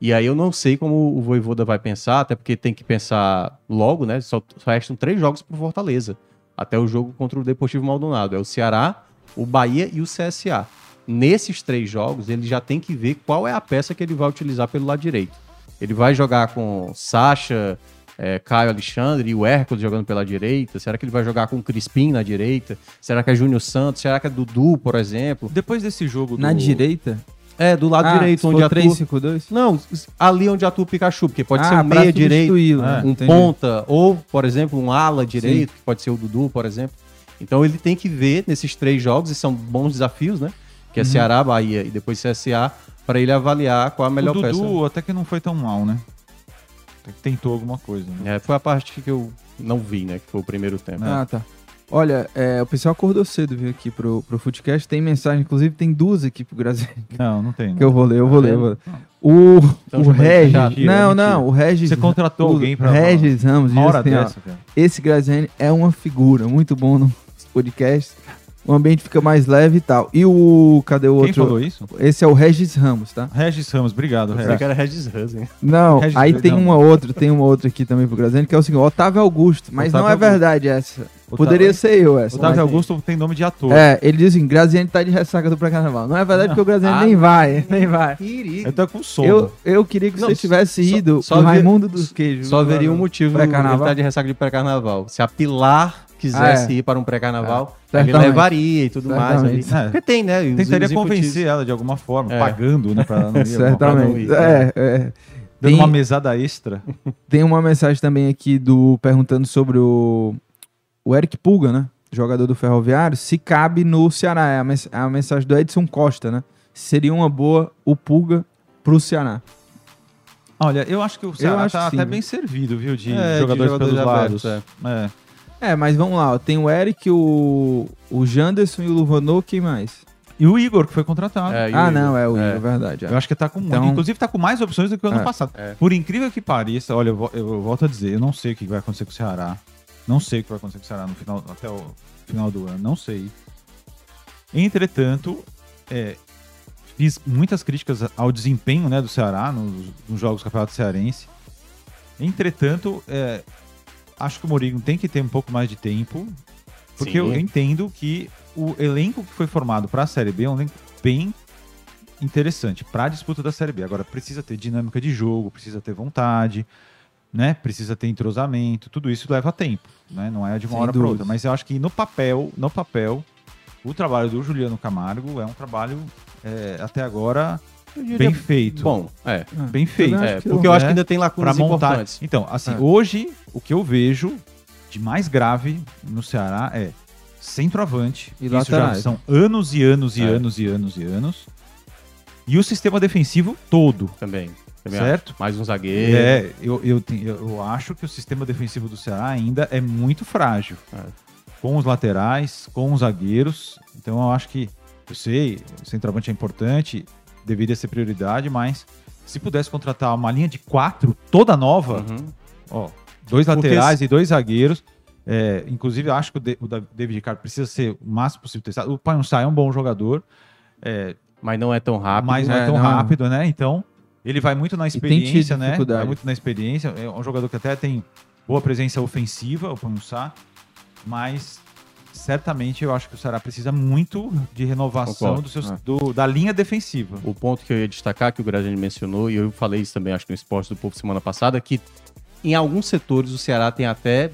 Speaker 3: E aí eu não sei como o Voivoda vai pensar, até porque tem que pensar logo, né? Só, só restam três jogos pro Fortaleza. Até o jogo contra o Deportivo Maldonado. É o Ceará, o Bahia e o CSA. Nesses três jogos, ele já tem que ver qual é a peça que ele vai utilizar pelo lado direito. Ele vai jogar com Sacha, é, Caio Alexandre e o Hércules jogando pela direita? Será que ele vai jogar com o Crispim na direita? Será que é Júnior Santos? Será que é Dudu, por exemplo?
Speaker 4: Depois desse jogo.
Speaker 1: Na
Speaker 4: do-
Speaker 1: direita?
Speaker 3: É, do lado
Speaker 1: Ah, se
Speaker 3: direito, onde
Speaker 1: for
Speaker 3: atua...
Speaker 1: 3-5-2?
Speaker 3: Não, s- ali onde atua o Pikachu, porque pode
Speaker 1: Ah,
Speaker 3: ser um
Speaker 1: pra
Speaker 3: meia direito,
Speaker 1: substituí-lo, né?
Speaker 3: um
Speaker 1: Entendi.
Speaker 3: ponta, ou, por exemplo, um ala direito, que pode ser o Dudu, por exemplo. Então ele tem que ver nesses três jogos, e são bons desafios, né?
Speaker 1: Uhum.
Speaker 3: Que é Ceará, Bahia e depois CSA, para ele avaliar qual a melhor
Speaker 4: o
Speaker 3: peça.
Speaker 4: Dudu
Speaker 1: né?
Speaker 4: até que não foi tão mal, né? Até que tentou alguma coisa. Né?
Speaker 3: É, foi a parte que eu não vi, né? Que foi o primeiro tempo.
Speaker 1: Ah, tá. Olha, é, o pessoal acordou cedo, viu, aqui pro, pro Footcast. Tem mensagem, inclusive tem duas aqui pro Brasil <laughs>
Speaker 4: Não, não tem.
Speaker 1: É que eu vou ler, eu vou ler. eu vou ler. O,
Speaker 3: Então
Speaker 1: o
Speaker 3: já vai
Speaker 1: Regis...
Speaker 3: deixar
Speaker 4: aqui,
Speaker 1: não,
Speaker 4: é
Speaker 1: não, o Regis...
Speaker 4: Você contratou
Speaker 1: o
Speaker 4: alguém pra-
Speaker 1: Regis Ramos
Speaker 4: Uma
Speaker 1: diz
Speaker 4: hora
Speaker 1: assim, ó,
Speaker 4: dessa, cara.
Speaker 1: Esse Graziani é uma figura muito bom no podcast. O ambiente fica mais leve e tal. E o... Cadê o
Speaker 4: Quem
Speaker 1: outro?
Speaker 4: falou isso?
Speaker 1: Esse é o Regis Ramos, tá?
Speaker 4: Regis Ramos, obrigado,
Speaker 3: Eu sei que
Speaker 4: Regis.
Speaker 3: era
Speaker 1: <laughs>
Speaker 3: Regis Hansen.
Speaker 1: Não,
Speaker 4: Regis
Speaker 1: aí
Speaker 4: Ramos.
Speaker 1: tem uma outra, tem uma outra aqui também pro Graziani, que é o seguinte, Otávio Augusto, mas
Speaker 4: Otávio
Speaker 1: não é
Speaker 4: Augusto.
Speaker 1: verdade essa. Poderia ser eu essa.
Speaker 4: Otávio
Speaker 1: mas-
Speaker 4: Augusto tem nome de ator.
Speaker 1: É, ele diz assim, Graziani tá de ressaca do pré-carnaval. Não é verdade porque o Graziani
Speaker 3: Ah,
Speaker 1: nem vai, <laughs> nem vai.
Speaker 4: Ele tá com sono.
Speaker 1: Eu, eu queria que
Speaker 3: Não,
Speaker 1: você tivesse
Speaker 3: só-
Speaker 1: ido
Speaker 3: só
Speaker 1: pro
Speaker 3: ver-
Speaker 1: Raimundo dos Queijos. né?
Speaker 3: Só haveria um motivo pra
Speaker 1: Pré-carnaval?
Speaker 3: ele tá de ressaca de pré-carnaval. Se a Pilar quisesse
Speaker 1: Ah, é.
Speaker 3: ir para um pré-carnaval,
Speaker 1: É.
Speaker 3: ele
Speaker 1: Certamente.
Speaker 3: levaria e tudo mais. ali.
Speaker 1: Certamente.
Speaker 4: É.
Speaker 3: Porque tem, né? os
Speaker 4: Tentaria
Speaker 3: executivos.
Speaker 4: convencer ela de alguma forma,
Speaker 3: É.
Speaker 4: pagando, né? Pra
Speaker 1: <laughs>
Speaker 4: ela não ir, alguma coisa.
Speaker 3: tá pra não
Speaker 1: Certamente.
Speaker 3: ir. né?
Speaker 1: É, é.
Speaker 4: Dando uma
Speaker 1: Tem-
Speaker 4: mesada extra.
Speaker 1: Tem uma mensagem também aqui do perguntando sobre o, o Eric Pulga, né? Jogador do Ferroviário, se cabe no Ceará. É a, mens- a mensagem do Edson Costa, né? Seria uma boa o Pulga pro Ceará.
Speaker 4: Olha, eu acho que o Ceará
Speaker 1: acho
Speaker 4: tá
Speaker 1: que sim.
Speaker 4: até bem servido, viu? De
Speaker 3: É, de
Speaker 4: jogadores
Speaker 3: jogadores
Speaker 4: pelos
Speaker 3: abertos,
Speaker 4: lados. É.
Speaker 1: É, mas vamos lá. ó, Tem o Eric, o, o Janderson e o Luvanô, quem mais?
Speaker 4: E o Igor, que foi contratado.
Speaker 3: É, e
Speaker 1: ah,
Speaker 3: o-
Speaker 1: não, é o Igor, verdade. é.
Speaker 4: Eu acho que tá com muito.
Speaker 1: Então-
Speaker 4: Inclusive, tá com mais opções do que o ano
Speaker 1: É,
Speaker 4: passado.
Speaker 3: é.
Speaker 4: Por incrível que pareça, olha, eu, vo- eu volto a dizer, eu não sei o que vai acontecer com o Ceará. Não sei o que vai acontecer com o Ceará no final, até o final do ano. Não sei. Entretanto, é, fiz muitas críticas ao desempenho né, do Ceará nos, nos jogos do Campeonato Cearense. Entretanto, é, acho que o Mourinho tem que ter um pouco mais de tempo, porque
Speaker 3: Sim.
Speaker 4: eu entendo que o elenco que foi formado para a Série B é um elenco bem interessante para a disputa da Série B. Agora, precisa ter dinâmica de jogo, precisa ter vontade, né? precisa ter entrosamento, tudo isso leva tempo, né? não é de uma
Speaker 1: Sem
Speaker 4: hora para
Speaker 1: dúvida.
Speaker 4: outra. Mas eu acho que no papel, no papel, o trabalho do Juliano Camargo é um trabalho, é, até agora,
Speaker 3: Eu diria
Speaker 4: bem feito.
Speaker 3: Bom, é.
Speaker 1: Ah,
Speaker 4: bem feito.
Speaker 1: Eu acho
Speaker 3: É,
Speaker 1: que
Speaker 3: porque
Speaker 1: não,
Speaker 3: eu acho
Speaker 4: né?
Speaker 3: que ainda tem
Speaker 4: para
Speaker 3: lacunas
Speaker 4: montar.
Speaker 3: importantes. Ah.
Speaker 4: Então, assim,
Speaker 1: É.
Speaker 4: hoje o que eu vejo de mais grave no Ceará é centroavante.
Speaker 1: E
Speaker 4: Isso já
Speaker 1: laterais.
Speaker 4: são anos e anos e
Speaker 3: É.
Speaker 4: anos e anos e anos. E o sistema defensivo todo,
Speaker 3: Também. também acho.
Speaker 4: certo?
Speaker 3: Mais um zagueiro.
Speaker 4: É, eu, eu, te- eu- eu acho que o sistema defensivo do Ceará ainda é muito frágil.
Speaker 3: É.
Speaker 4: Com os laterais, com os zagueiros. Então eu acho que, eu sei, o centroavante é importante, deveria ser prioridade, mas se pudesse contratar uma linha de quatro toda nova,
Speaker 3: Uhum.
Speaker 4: Ó, dois
Speaker 3: Porque
Speaker 4: laterais e dois zagueiros. É, inclusive, eu acho que o, De- o Da- David Ricardo precisa ser o máximo possível testado. O Panussá é um bom jogador, é,
Speaker 3: Mas não é tão rápido.
Speaker 4: mas não é
Speaker 1: É,
Speaker 4: tão
Speaker 1: não.
Speaker 4: rápido, né? Então, ele vai muito na
Speaker 1: tem
Speaker 4: experiência,
Speaker 1: tido
Speaker 4: né?
Speaker 1: dificuldade.
Speaker 4: Vai muito na experiência. É um jogador que até tem boa presença ofensiva, o Panussá, mas certamente eu acho que o Ceará precisa muito de renovação
Speaker 3: Concordo,
Speaker 4: do seus-
Speaker 1: é.
Speaker 4: do- da linha defensiva.
Speaker 3: Uhum. O ponto que eu ia destacar, que o Gradiani mencionou, e eu falei isso também, acho que no Esporte do Povo semana passada, que em alguns setores o Ceará tem até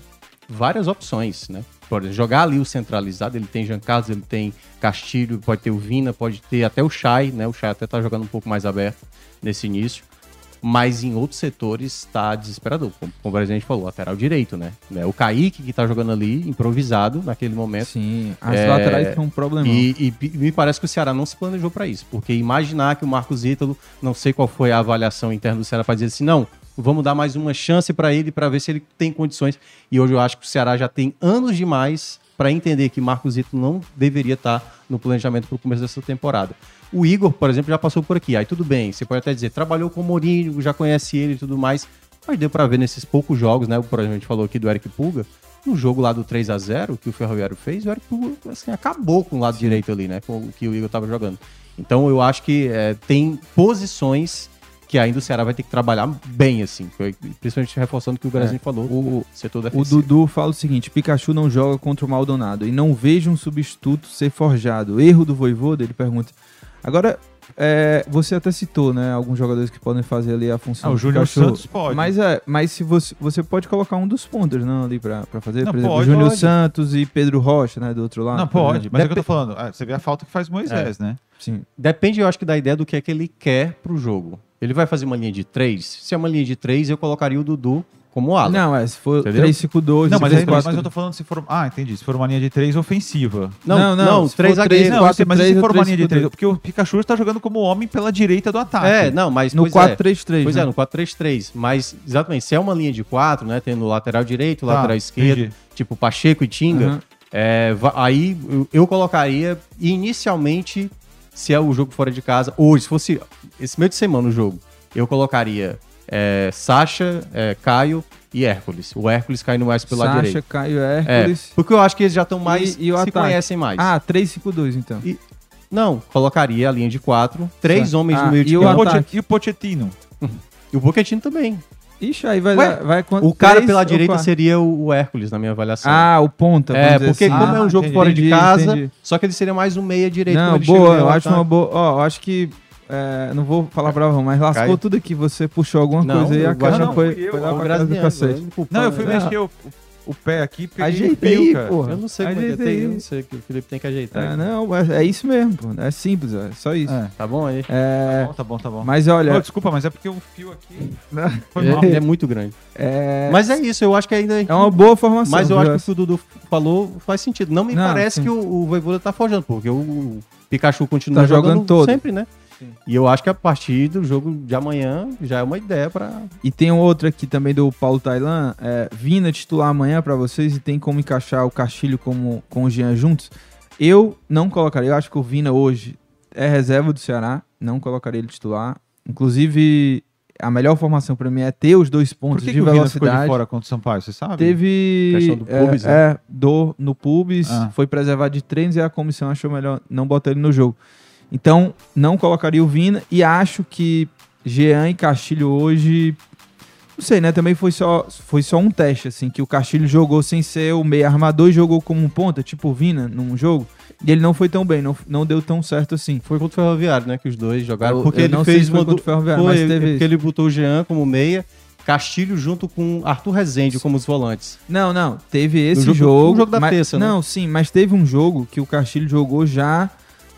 Speaker 3: várias opções, né? Por exemplo, jogar ali o centralizado, ele tem Jean Carlos, ele tem Castilho, pode ter o Vina, pode ter até o Chay, né? O Chay até tá jogando um pouco mais aberto nesse início. Mas em outros setores está desesperador. Como, como a gente falou, lateral direito, né? Né, O Kaique que tá jogando ali, improvisado naquele momento.
Speaker 1: Sim, as
Speaker 3: É,
Speaker 1: laterais são um problema.
Speaker 3: E, e me parece que o Ceará não se planejou para isso, porque imaginar que o Marcos Ítalo, não sei qual foi a avaliação interna do Ceará para dizer assim, não, vamos dar mais uma chance para ele para ver se ele tem condições. E hoje eu acho que o Ceará já tem anos demais para entender que Marcos Ítalo não deveria estar no planejamento para o começo dessa temporada. O Igor, por exemplo, já passou por aqui. Aí tudo bem, você pode até dizer, trabalhou com o Mourinho, já conhece ele e tudo mais. Mas deu para ver nesses poucos jogos, né? Por exemplo, a gente falou aqui do Eric Pulga. No jogo lá do 3 a 0 que o Ferroviário fez, o Eric Pulga assim, acabou com o lado direito ali, né? Com o que o Igor estava jogando. Então eu acho que é, tem posições que ainda o Ceará vai ter que trabalhar bem, assim. Foi- Principalmente reforçando o que o Brasil falou, o setor
Speaker 1: É. O
Speaker 3: defensivo.
Speaker 1: Dudu fala o seguinte: Pikachu não joga contra o Maldonado e não vejo um substituto ser forjado. Erro do voivoda? Ele pergunta. Agora, é, você até citou, né? Alguns jogadores que podem fazer ali a função.
Speaker 4: Ah, o
Speaker 1: do
Speaker 4: Júnior
Speaker 1: Pikachu.
Speaker 4: Santos pode.
Speaker 1: Mas, é, mas se você, você pode colocar um dos pontos, não, ali pra, pra fazer?
Speaker 4: Não,
Speaker 1: Por exemplo,
Speaker 4: pode,
Speaker 1: Júnior
Speaker 4: pode.
Speaker 1: Santos e Pedro Rocha, né? Do outro lado.
Speaker 4: Não,
Speaker 1: por
Speaker 4: pode,
Speaker 1: exemplo.
Speaker 4: mas é o que eu tô falando. Ah, Você vê a falta que faz
Speaker 1: É.
Speaker 4: Moisés, né?
Speaker 1: Sim.
Speaker 3: Depende, eu acho que, da ideia do que é que ele quer pro jogo. Ele vai fazer uma linha de três? Se é uma linha de três, eu colocaria o Dudu como ala.
Speaker 1: Não, é, se for
Speaker 3: Entendeu?
Speaker 1: 3-5-2,
Speaker 4: Não, mas, aí-
Speaker 1: 3-4-2.
Speaker 4: mas eu tô falando se for. Ah, entendi. Se for uma linha de três ofensiva.
Speaker 1: Não, não, se
Speaker 3: três
Speaker 1: for
Speaker 3: zagueiros.
Speaker 1: três,
Speaker 4: Não,
Speaker 1: quatro,
Speaker 4: sim, mas e
Speaker 1: três
Speaker 4: se
Speaker 1: ou
Speaker 4: for uma
Speaker 1: três,
Speaker 4: linha de
Speaker 1: cinco,
Speaker 4: três? Porque o Pikachu está jogando como homem pela direita do ataque.
Speaker 3: É, não, mas
Speaker 1: No
Speaker 3: pois é.
Speaker 1: 4-3-3.
Speaker 3: Pois
Speaker 1: né?
Speaker 3: é, no 4-3-3. Mas, exatamente, se é uma linha de 4, né? Tendo lateral direito,
Speaker 4: Tá,
Speaker 3: lateral esquerdo,
Speaker 4: entendi.
Speaker 3: tipo Pacheco e Tinga,
Speaker 1: Uhum.
Speaker 3: é, va- aí eu, eu colocaria inicialmente, se é o jogo fora de casa, ou se fosse esse meio de semana o jogo, eu colocaria é, Sacha, é, Caio e Hércules. O Hércules cai no mais pelo lado
Speaker 1: Sacha,
Speaker 3: direito.
Speaker 1: Caio,
Speaker 3: É,
Speaker 1: Hércules.
Speaker 3: porque eu acho que eles já estão mais.
Speaker 1: E- e o
Speaker 3: se
Speaker 1: ataque?
Speaker 3: conhecem mais.
Speaker 1: Ah, 3-5-2, então.
Speaker 3: Não, colocaria a linha de 4, três
Speaker 1: Certo.
Speaker 3: homens
Speaker 1: Ah,
Speaker 3: no meio de
Speaker 1: e o
Speaker 4: E o,
Speaker 3: campo.
Speaker 1: ataque?
Speaker 4: Poche- e o Pochettino?
Speaker 3: E o Pochettino também.
Speaker 1: Ixi, aí vai
Speaker 3: Ué,
Speaker 1: dar- vai quanto?
Speaker 3: O cara
Speaker 1: Três
Speaker 3: pela
Speaker 1: ou
Speaker 3: direita
Speaker 1: quatro?
Speaker 3: seria o o Hércules, na minha avaliação.
Speaker 1: Ah, o ponta. vamos
Speaker 3: é,
Speaker 1: dizer
Speaker 3: porque
Speaker 1: assim.
Speaker 3: como é um jogo
Speaker 1: Ah,
Speaker 3: fora de
Speaker 1: entendi,
Speaker 3: casa,
Speaker 1: entendi.
Speaker 3: só que ele seria mais um meia direito.
Speaker 1: Não,
Speaker 3: quando ele
Speaker 1: boa,
Speaker 3: chega
Speaker 1: eu
Speaker 3: lá,
Speaker 1: acho
Speaker 3: tá?
Speaker 1: uma boa. Ó, eu acho que. é, não vou falar bravo, mas lascou
Speaker 3: Caio.
Speaker 1: tudo aqui. Você puxou alguma
Speaker 3: Não,
Speaker 1: coisa aí,
Speaker 3: eu
Speaker 1: a caixa
Speaker 4: não,
Speaker 1: foi,
Speaker 4: fui eu,
Speaker 1: foi lá
Speaker 3: Foi
Speaker 1: pra casa do
Speaker 3: Graziano,
Speaker 1: cacete.
Speaker 3: me culpando,
Speaker 4: Não, eu fui
Speaker 3: né?
Speaker 4: mexer o, o- o pé aqui, peguei
Speaker 1: Ajeitei,
Speaker 4: fio, cara.
Speaker 1: porra.
Speaker 3: Eu não sei como é que
Speaker 1: Ajeita aí.
Speaker 3: tem, eu não sei o que o Felipe tem que ajeitar.
Speaker 1: É, não, mas é isso mesmo, pô. É simples, é só isso.
Speaker 4: É.
Speaker 3: Tá bom aí?
Speaker 1: É,
Speaker 4: Tá bom, tá bom, tá bom.
Speaker 1: mas
Speaker 4: Ô,
Speaker 1: olha,
Speaker 4: desculpa, mas é porque o fio aqui foi
Speaker 1: <laughs>
Speaker 4: mal.
Speaker 3: Ele é muito grande.
Speaker 1: é,
Speaker 3: Mas é isso, eu acho que ainda.
Speaker 1: é uma boa formação.
Speaker 3: Mas eu
Speaker 1: viu?
Speaker 3: acho que o que o Dudu falou faz sentido. Não me
Speaker 1: Não,
Speaker 3: parece
Speaker 1: sim.
Speaker 3: que o, o Voivoda tá forjando, porque o Pikachu continua
Speaker 1: Tá jogando
Speaker 3: jogando,
Speaker 1: todo.
Speaker 3: sempre, né? E eu acho que a partir do jogo de amanhã já é uma ideia pra.
Speaker 1: E tem outra aqui também do Paulo Tailan. É, Vina titular amanhã pra vocês e tem como encaixar o Castilho como, com o Jean juntos. Eu não colocaria. Eu acho que o Vina hoje é reserva do Ceará. Não colocaria ele titular. Inclusive, a melhor formação pra mim é ter os dois
Speaker 4: Por
Speaker 1: pontos
Speaker 4: que,
Speaker 1: de
Speaker 4: que o Vina ficou de
Speaker 1: velocidade.
Speaker 4: fora contra o Sampaio, você sabe?
Speaker 1: Teve
Speaker 3: Questão do
Speaker 1: é,
Speaker 3: pubis, né?
Speaker 1: é, dor no pubis,
Speaker 4: Ah.
Speaker 1: foi preservado de treinos e a comissão achou melhor não botar ele no jogo. Então, não colocaria o Vina e acho que Jean e Castilho hoje. Não sei, né? Também foi só, foi só um teste, assim, que o Castilho jogou sem ser o meio armador e jogou como um ponta, tipo o Vina, num jogo. E ele não foi tão bem, não, não deu tão certo assim.
Speaker 3: Foi contra o Ferroviário, né? Que os dois jogaram.
Speaker 1: Eu-
Speaker 3: porque
Speaker 1: eu
Speaker 3: ele
Speaker 1: não sei
Speaker 3: fez
Speaker 1: se foi
Speaker 3: uma.
Speaker 1: contra
Speaker 3: do-
Speaker 1: o Ferroviário,
Speaker 3: Foi,
Speaker 1: mas teve
Speaker 3: Porque
Speaker 1: isso.
Speaker 3: ele botou o Jean como meia, Castilho junto com Arthur Rezende como os volantes.
Speaker 1: Não, não. Teve esse
Speaker 3: jogo-
Speaker 1: jogo.
Speaker 3: no jogo da
Speaker 1: mas-
Speaker 3: terça, né?
Speaker 1: Não, sim, mas teve um jogo que o Castilho jogou já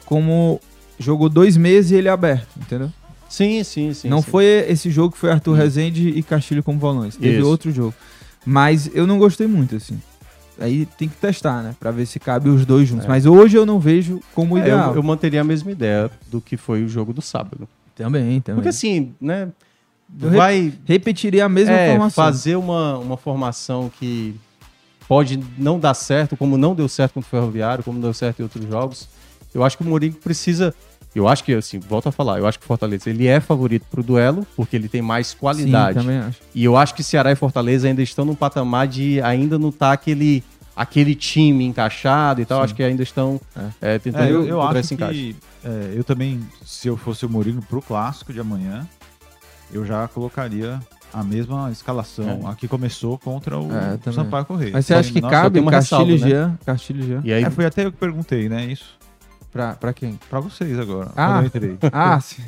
Speaker 1: como. Jogou dois meses e ele é aberto, entendeu?
Speaker 3: Sim, sim, sim.
Speaker 1: não
Speaker 3: sim. Hum.
Speaker 1: foi esse jogo que foi Arthur Rezende e Castilho como volantes. Teve
Speaker 3: Isso.
Speaker 1: outro jogo. Mas eu não gostei muito, assim. Aí tem que testar, né? Pra ver se cabe os dois juntos. Mas hoje eu não vejo como
Speaker 3: É,
Speaker 1: ideal.
Speaker 3: eu, eu manteria a mesma ideia do que foi o jogo do sábado.
Speaker 1: Também, também.
Speaker 3: Porque assim, né?
Speaker 1: Eu re-
Speaker 3: Vai
Speaker 1: Repetiria a mesma
Speaker 3: é,
Speaker 1: formação.
Speaker 3: fazer uma, uma formação que pode não dar certo, como não deu certo contra o Ferroviário, como deu certo em outros jogos. Eu acho que o Mourinho precisa. Eu acho que, assim, volto a falar, eu acho que o Fortaleza ele é favorito pro duelo, porque ele tem mais qualidade.
Speaker 1: Sim, também acho.
Speaker 3: E eu acho que Ceará e Fortaleza ainda estão num patamar de ainda não tá aquele, aquele time encaixado e tal. Acho que ainda estão é, tentando
Speaker 4: É, eu,
Speaker 1: Então,
Speaker 4: eu
Speaker 3: encontrar
Speaker 4: acho que é, eu também, se eu fosse o Mourinho pro clássico de amanhã, eu já colocaria a mesma escalação a que começou contra o
Speaker 1: É, também.
Speaker 4: Sampaio Correia.
Speaker 1: Mas você acha que
Speaker 4: Nossa,
Speaker 1: cabe
Speaker 3: tem
Speaker 1: o
Speaker 3: uma
Speaker 1: Castilho e
Speaker 3: ressalva, né?
Speaker 1: Jean? Castilho e Jean.
Speaker 3: E aí,
Speaker 4: É, foi até eu que perguntei, né? Isso
Speaker 1: Pra, pra quem?
Speaker 4: pra vocês agora,
Speaker 1: Ah.
Speaker 4: quando eu entrei.
Speaker 1: Ah, sim.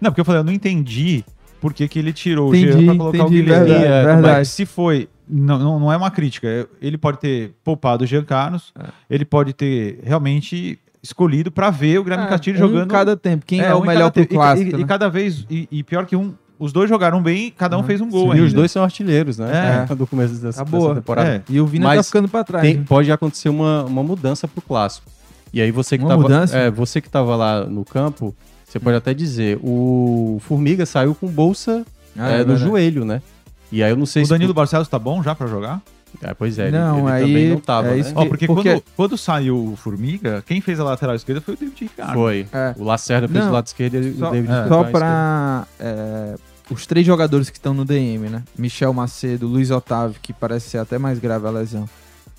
Speaker 4: Não, porque eu falei, eu não entendi por que, que ele tirou
Speaker 1: Entendi,
Speaker 4: o Jean pra colocar
Speaker 1: entendi,
Speaker 4: o Guilherme.
Speaker 1: verdade,
Speaker 4: É,
Speaker 1: verdade.
Speaker 4: mas se foi, não, não, não é uma crítica. é- Ele pode ter poupado o Jean Carlos,
Speaker 1: É.
Speaker 4: ele pode ter realmente escolhido pra ver o Guilherme
Speaker 1: Ah,
Speaker 4: Castilho
Speaker 1: um
Speaker 4: jogando.
Speaker 1: cada tempo. Quem é,
Speaker 4: um
Speaker 1: o
Speaker 4: em
Speaker 1: melhor
Speaker 4: cada
Speaker 1: pro
Speaker 4: tempo. E-
Speaker 1: clássico,
Speaker 4: E,
Speaker 1: né?
Speaker 4: e cada vez, e, e pior que um, os dois jogaram bem, cada um
Speaker 1: Uhum.
Speaker 4: fez um gol
Speaker 3: e os
Speaker 4: ainda.
Speaker 3: dois são artilheiros, né? <laughs> Do começo dessa,
Speaker 1: Tá boa.
Speaker 3: dessa temporada.
Speaker 4: É.
Speaker 1: E o Vina tá
Speaker 3: Mas
Speaker 1: ficando pra trás.
Speaker 3: Tem-
Speaker 1: né?
Speaker 3: pode acontecer uma, uma mudança pro clássico. E aí você que
Speaker 1: Uma
Speaker 3: tava,
Speaker 1: mudança? Hum.
Speaker 3: é, você que tava lá no campo, você pode até dizer, o Formiga saiu com bolsa
Speaker 1: Ah,
Speaker 3: é,
Speaker 1: é
Speaker 3: no
Speaker 1: verdade.
Speaker 3: joelho, né? E aí eu não sei
Speaker 4: O
Speaker 3: se
Speaker 4: Danilo Barcelos tá bom já pra jogar?
Speaker 3: é, pois é,
Speaker 1: Não,
Speaker 3: ele, ele
Speaker 1: aí-
Speaker 3: também não tava,
Speaker 1: é
Speaker 3: né?
Speaker 1: isso
Speaker 4: Ó,
Speaker 1: Que-
Speaker 4: porque,
Speaker 1: porque-
Speaker 4: Quando, quando saiu o Formiga, quem fez a lateral esquerda foi o David Ricardo.
Speaker 3: Foi.
Speaker 1: É.
Speaker 3: O Lacerda fez
Speaker 1: Não,
Speaker 3: o lado esquerdo e
Speaker 1: Só,
Speaker 3: o David
Speaker 1: é.
Speaker 3: ficou
Speaker 1: só
Speaker 3: na
Speaker 1: pra... é, os três jogadores que estão no DM, né? Michel Macedo, Luiz Otávio, que parece ser até mais grave a lesão,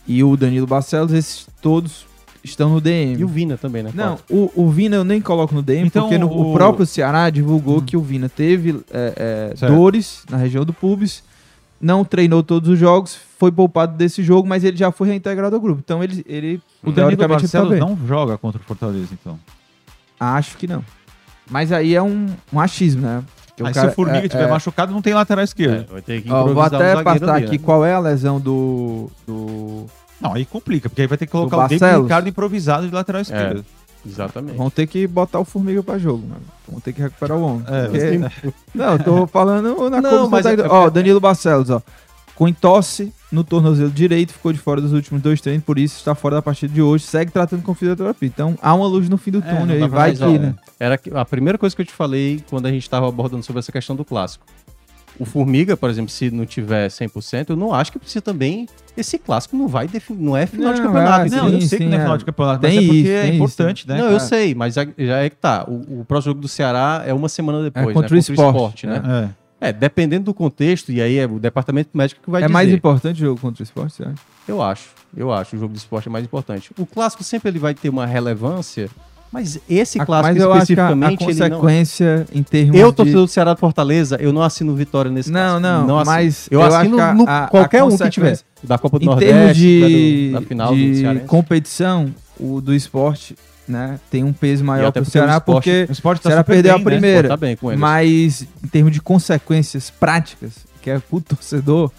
Speaker 1: e o Danilo Barcelos, esses todos estão no
Speaker 3: esquerda.
Speaker 1: DM.
Speaker 3: E o Vina também, né?
Speaker 1: Não,
Speaker 3: Claro.
Speaker 1: o, o Vina eu nem coloco no DM,
Speaker 4: Então,
Speaker 1: porque no- o...
Speaker 4: o- Hum.
Speaker 1: próprio Ceará divulgou que o Vina teve é, é,
Speaker 4: Certo.
Speaker 1: dores na região do pubis, não treinou todos os jogos, foi poupado desse jogo, mas ele já foi reintegrado ao grupo. Então ele, ele
Speaker 4: O Danilo
Speaker 1: teoricamente, ele tá
Speaker 4: Barcelos
Speaker 1: bem.
Speaker 4: não joga contra o Fortaleza, então.
Speaker 1: Acho que não. Mas aí é um, um achismo, né? Porque
Speaker 4: Aí se
Speaker 1: cara-
Speaker 4: o Formiga
Speaker 1: é,
Speaker 4: estiver
Speaker 1: é,
Speaker 4: machucado, não tem lateral
Speaker 3: É,
Speaker 4: esquerda.
Speaker 3: vai ter que
Speaker 1: ó, vou
Speaker 3: improvisar um
Speaker 1: até
Speaker 3: zagueiro
Speaker 1: passar
Speaker 3: ali,
Speaker 1: aqui
Speaker 3: né?
Speaker 1: qual é a lesão do. do...
Speaker 4: Não, aí complica, porque aí vai ter que colocar
Speaker 1: Do
Speaker 4: o David
Speaker 1: Barcelos? É.
Speaker 4: Ricardo improvisado de lateral esquerda.
Speaker 3: Exatamente.
Speaker 1: Vão ter que botar o Formiga pra jogo, mano. Vão ter que recuperar o homem.
Speaker 4: É,
Speaker 1: Porque- Não, eu tô falando na
Speaker 3: <laughs> Não,
Speaker 1: comissão
Speaker 3: mas
Speaker 1: técnica.
Speaker 3: é-
Speaker 1: Ó, Danilo Barcelos, ó. Com entorse no tornozelo direito, ficou de fora dos últimos dois treinos, por isso está fora da partida de hoje. Segue tratando com fisioterapia. Então há uma luz no
Speaker 3: É,
Speaker 1: fim do
Speaker 4: não
Speaker 1: túnel
Speaker 4: dá
Speaker 1: aí,
Speaker 4: pra
Speaker 1: vai
Speaker 4: mais
Speaker 1: que,
Speaker 3: Mas, ó, é.
Speaker 1: né?
Speaker 3: Era que- a primeira coisa que eu te falei quando a gente estava abordando sobre essa questão do clássico. O Formiga, por exemplo, se não tiver 100%, eu não acho que precisa também. Esse clássico não vai definir, não é final de
Speaker 1: Não,
Speaker 3: campeonato.
Speaker 1: é,
Speaker 4: Não,
Speaker 3: entendeu?
Speaker 4: eu
Speaker 1: Sim,
Speaker 4: sei que
Speaker 1: sim,
Speaker 4: não é
Speaker 1: é.
Speaker 4: final de campeonato,
Speaker 1: Tem
Speaker 4: mas é porque
Speaker 1: isso,
Speaker 4: é
Speaker 1: tem isso,
Speaker 4: importante, né?
Speaker 3: não,
Speaker 4: cara?
Speaker 3: eu sei, mas é- já é que tá. O, o próximo jogo do Ceará é uma semana depois,
Speaker 1: É contra
Speaker 3: né?
Speaker 1: o Sport,
Speaker 3: né?
Speaker 4: É.
Speaker 3: É. dependendo do contexto, e aí é o departamento médico que vai
Speaker 1: É
Speaker 3: dizer.
Speaker 1: mais importante o jogo contra o esporte, né? você acha?
Speaker 3: Eu acho, eu acho. O jogo do esporte é mais importante. O clássico sempre ele vai ter uma relevância, Mas esse
Speaker 1: A-
Speaker 3: clássico
Speaker 1: mas eu acho que a, a
Speaker 3: especificamente, ele não... é.
Speaker 1: consequência em termos
Speaker 3: Eu,
Speaker 1: de...
Speaker 3: torcedor do Ceará do Fortaleza, eu não assino vitória nesse
Speaker 1: Não,
Speaker 3: clássico.
Speaker 1: não,
Speaker 3: assino.
Speaker 1: mas
Speaker 3: assim, Eu,
Speaker 1: eu acho
Speaker 3: assino
Speaker 1: que a-
Speaker 3: no-
Speaker 1: a- a
Speaker 3: qualquer um que tiver.
Speaker 1: consequência-
Speaker 3: Da Copa do
Speaker 1: em
Speaker 3: Nordeste,
Speaker 1: termos de,
Speaker 3: da, do- da final do
Speaker 1: de
Speaker 3: Cearense. né?
Speaker 1: competição, o do esporte, né, tem um peso
Speaker 3: E
Speaker 1: maior
Speaker 3: até
Speaker 1: pro
Speaker 3: porque o
Speaker 1: Ceará,
Speaker 3: esporte-
Speaker 1: porque
Speaker 4: O esporte tá
Speaker 1: Será
Speaker 4: super
Speaker 1: perder a
Speaker 4: bem, né?
Speaker 1: primeira?
Speaker 3: Pô, tá bem com eles.
Speaker 1: Mas em termos de consequências práticas, que é pro <laughs> torcedor,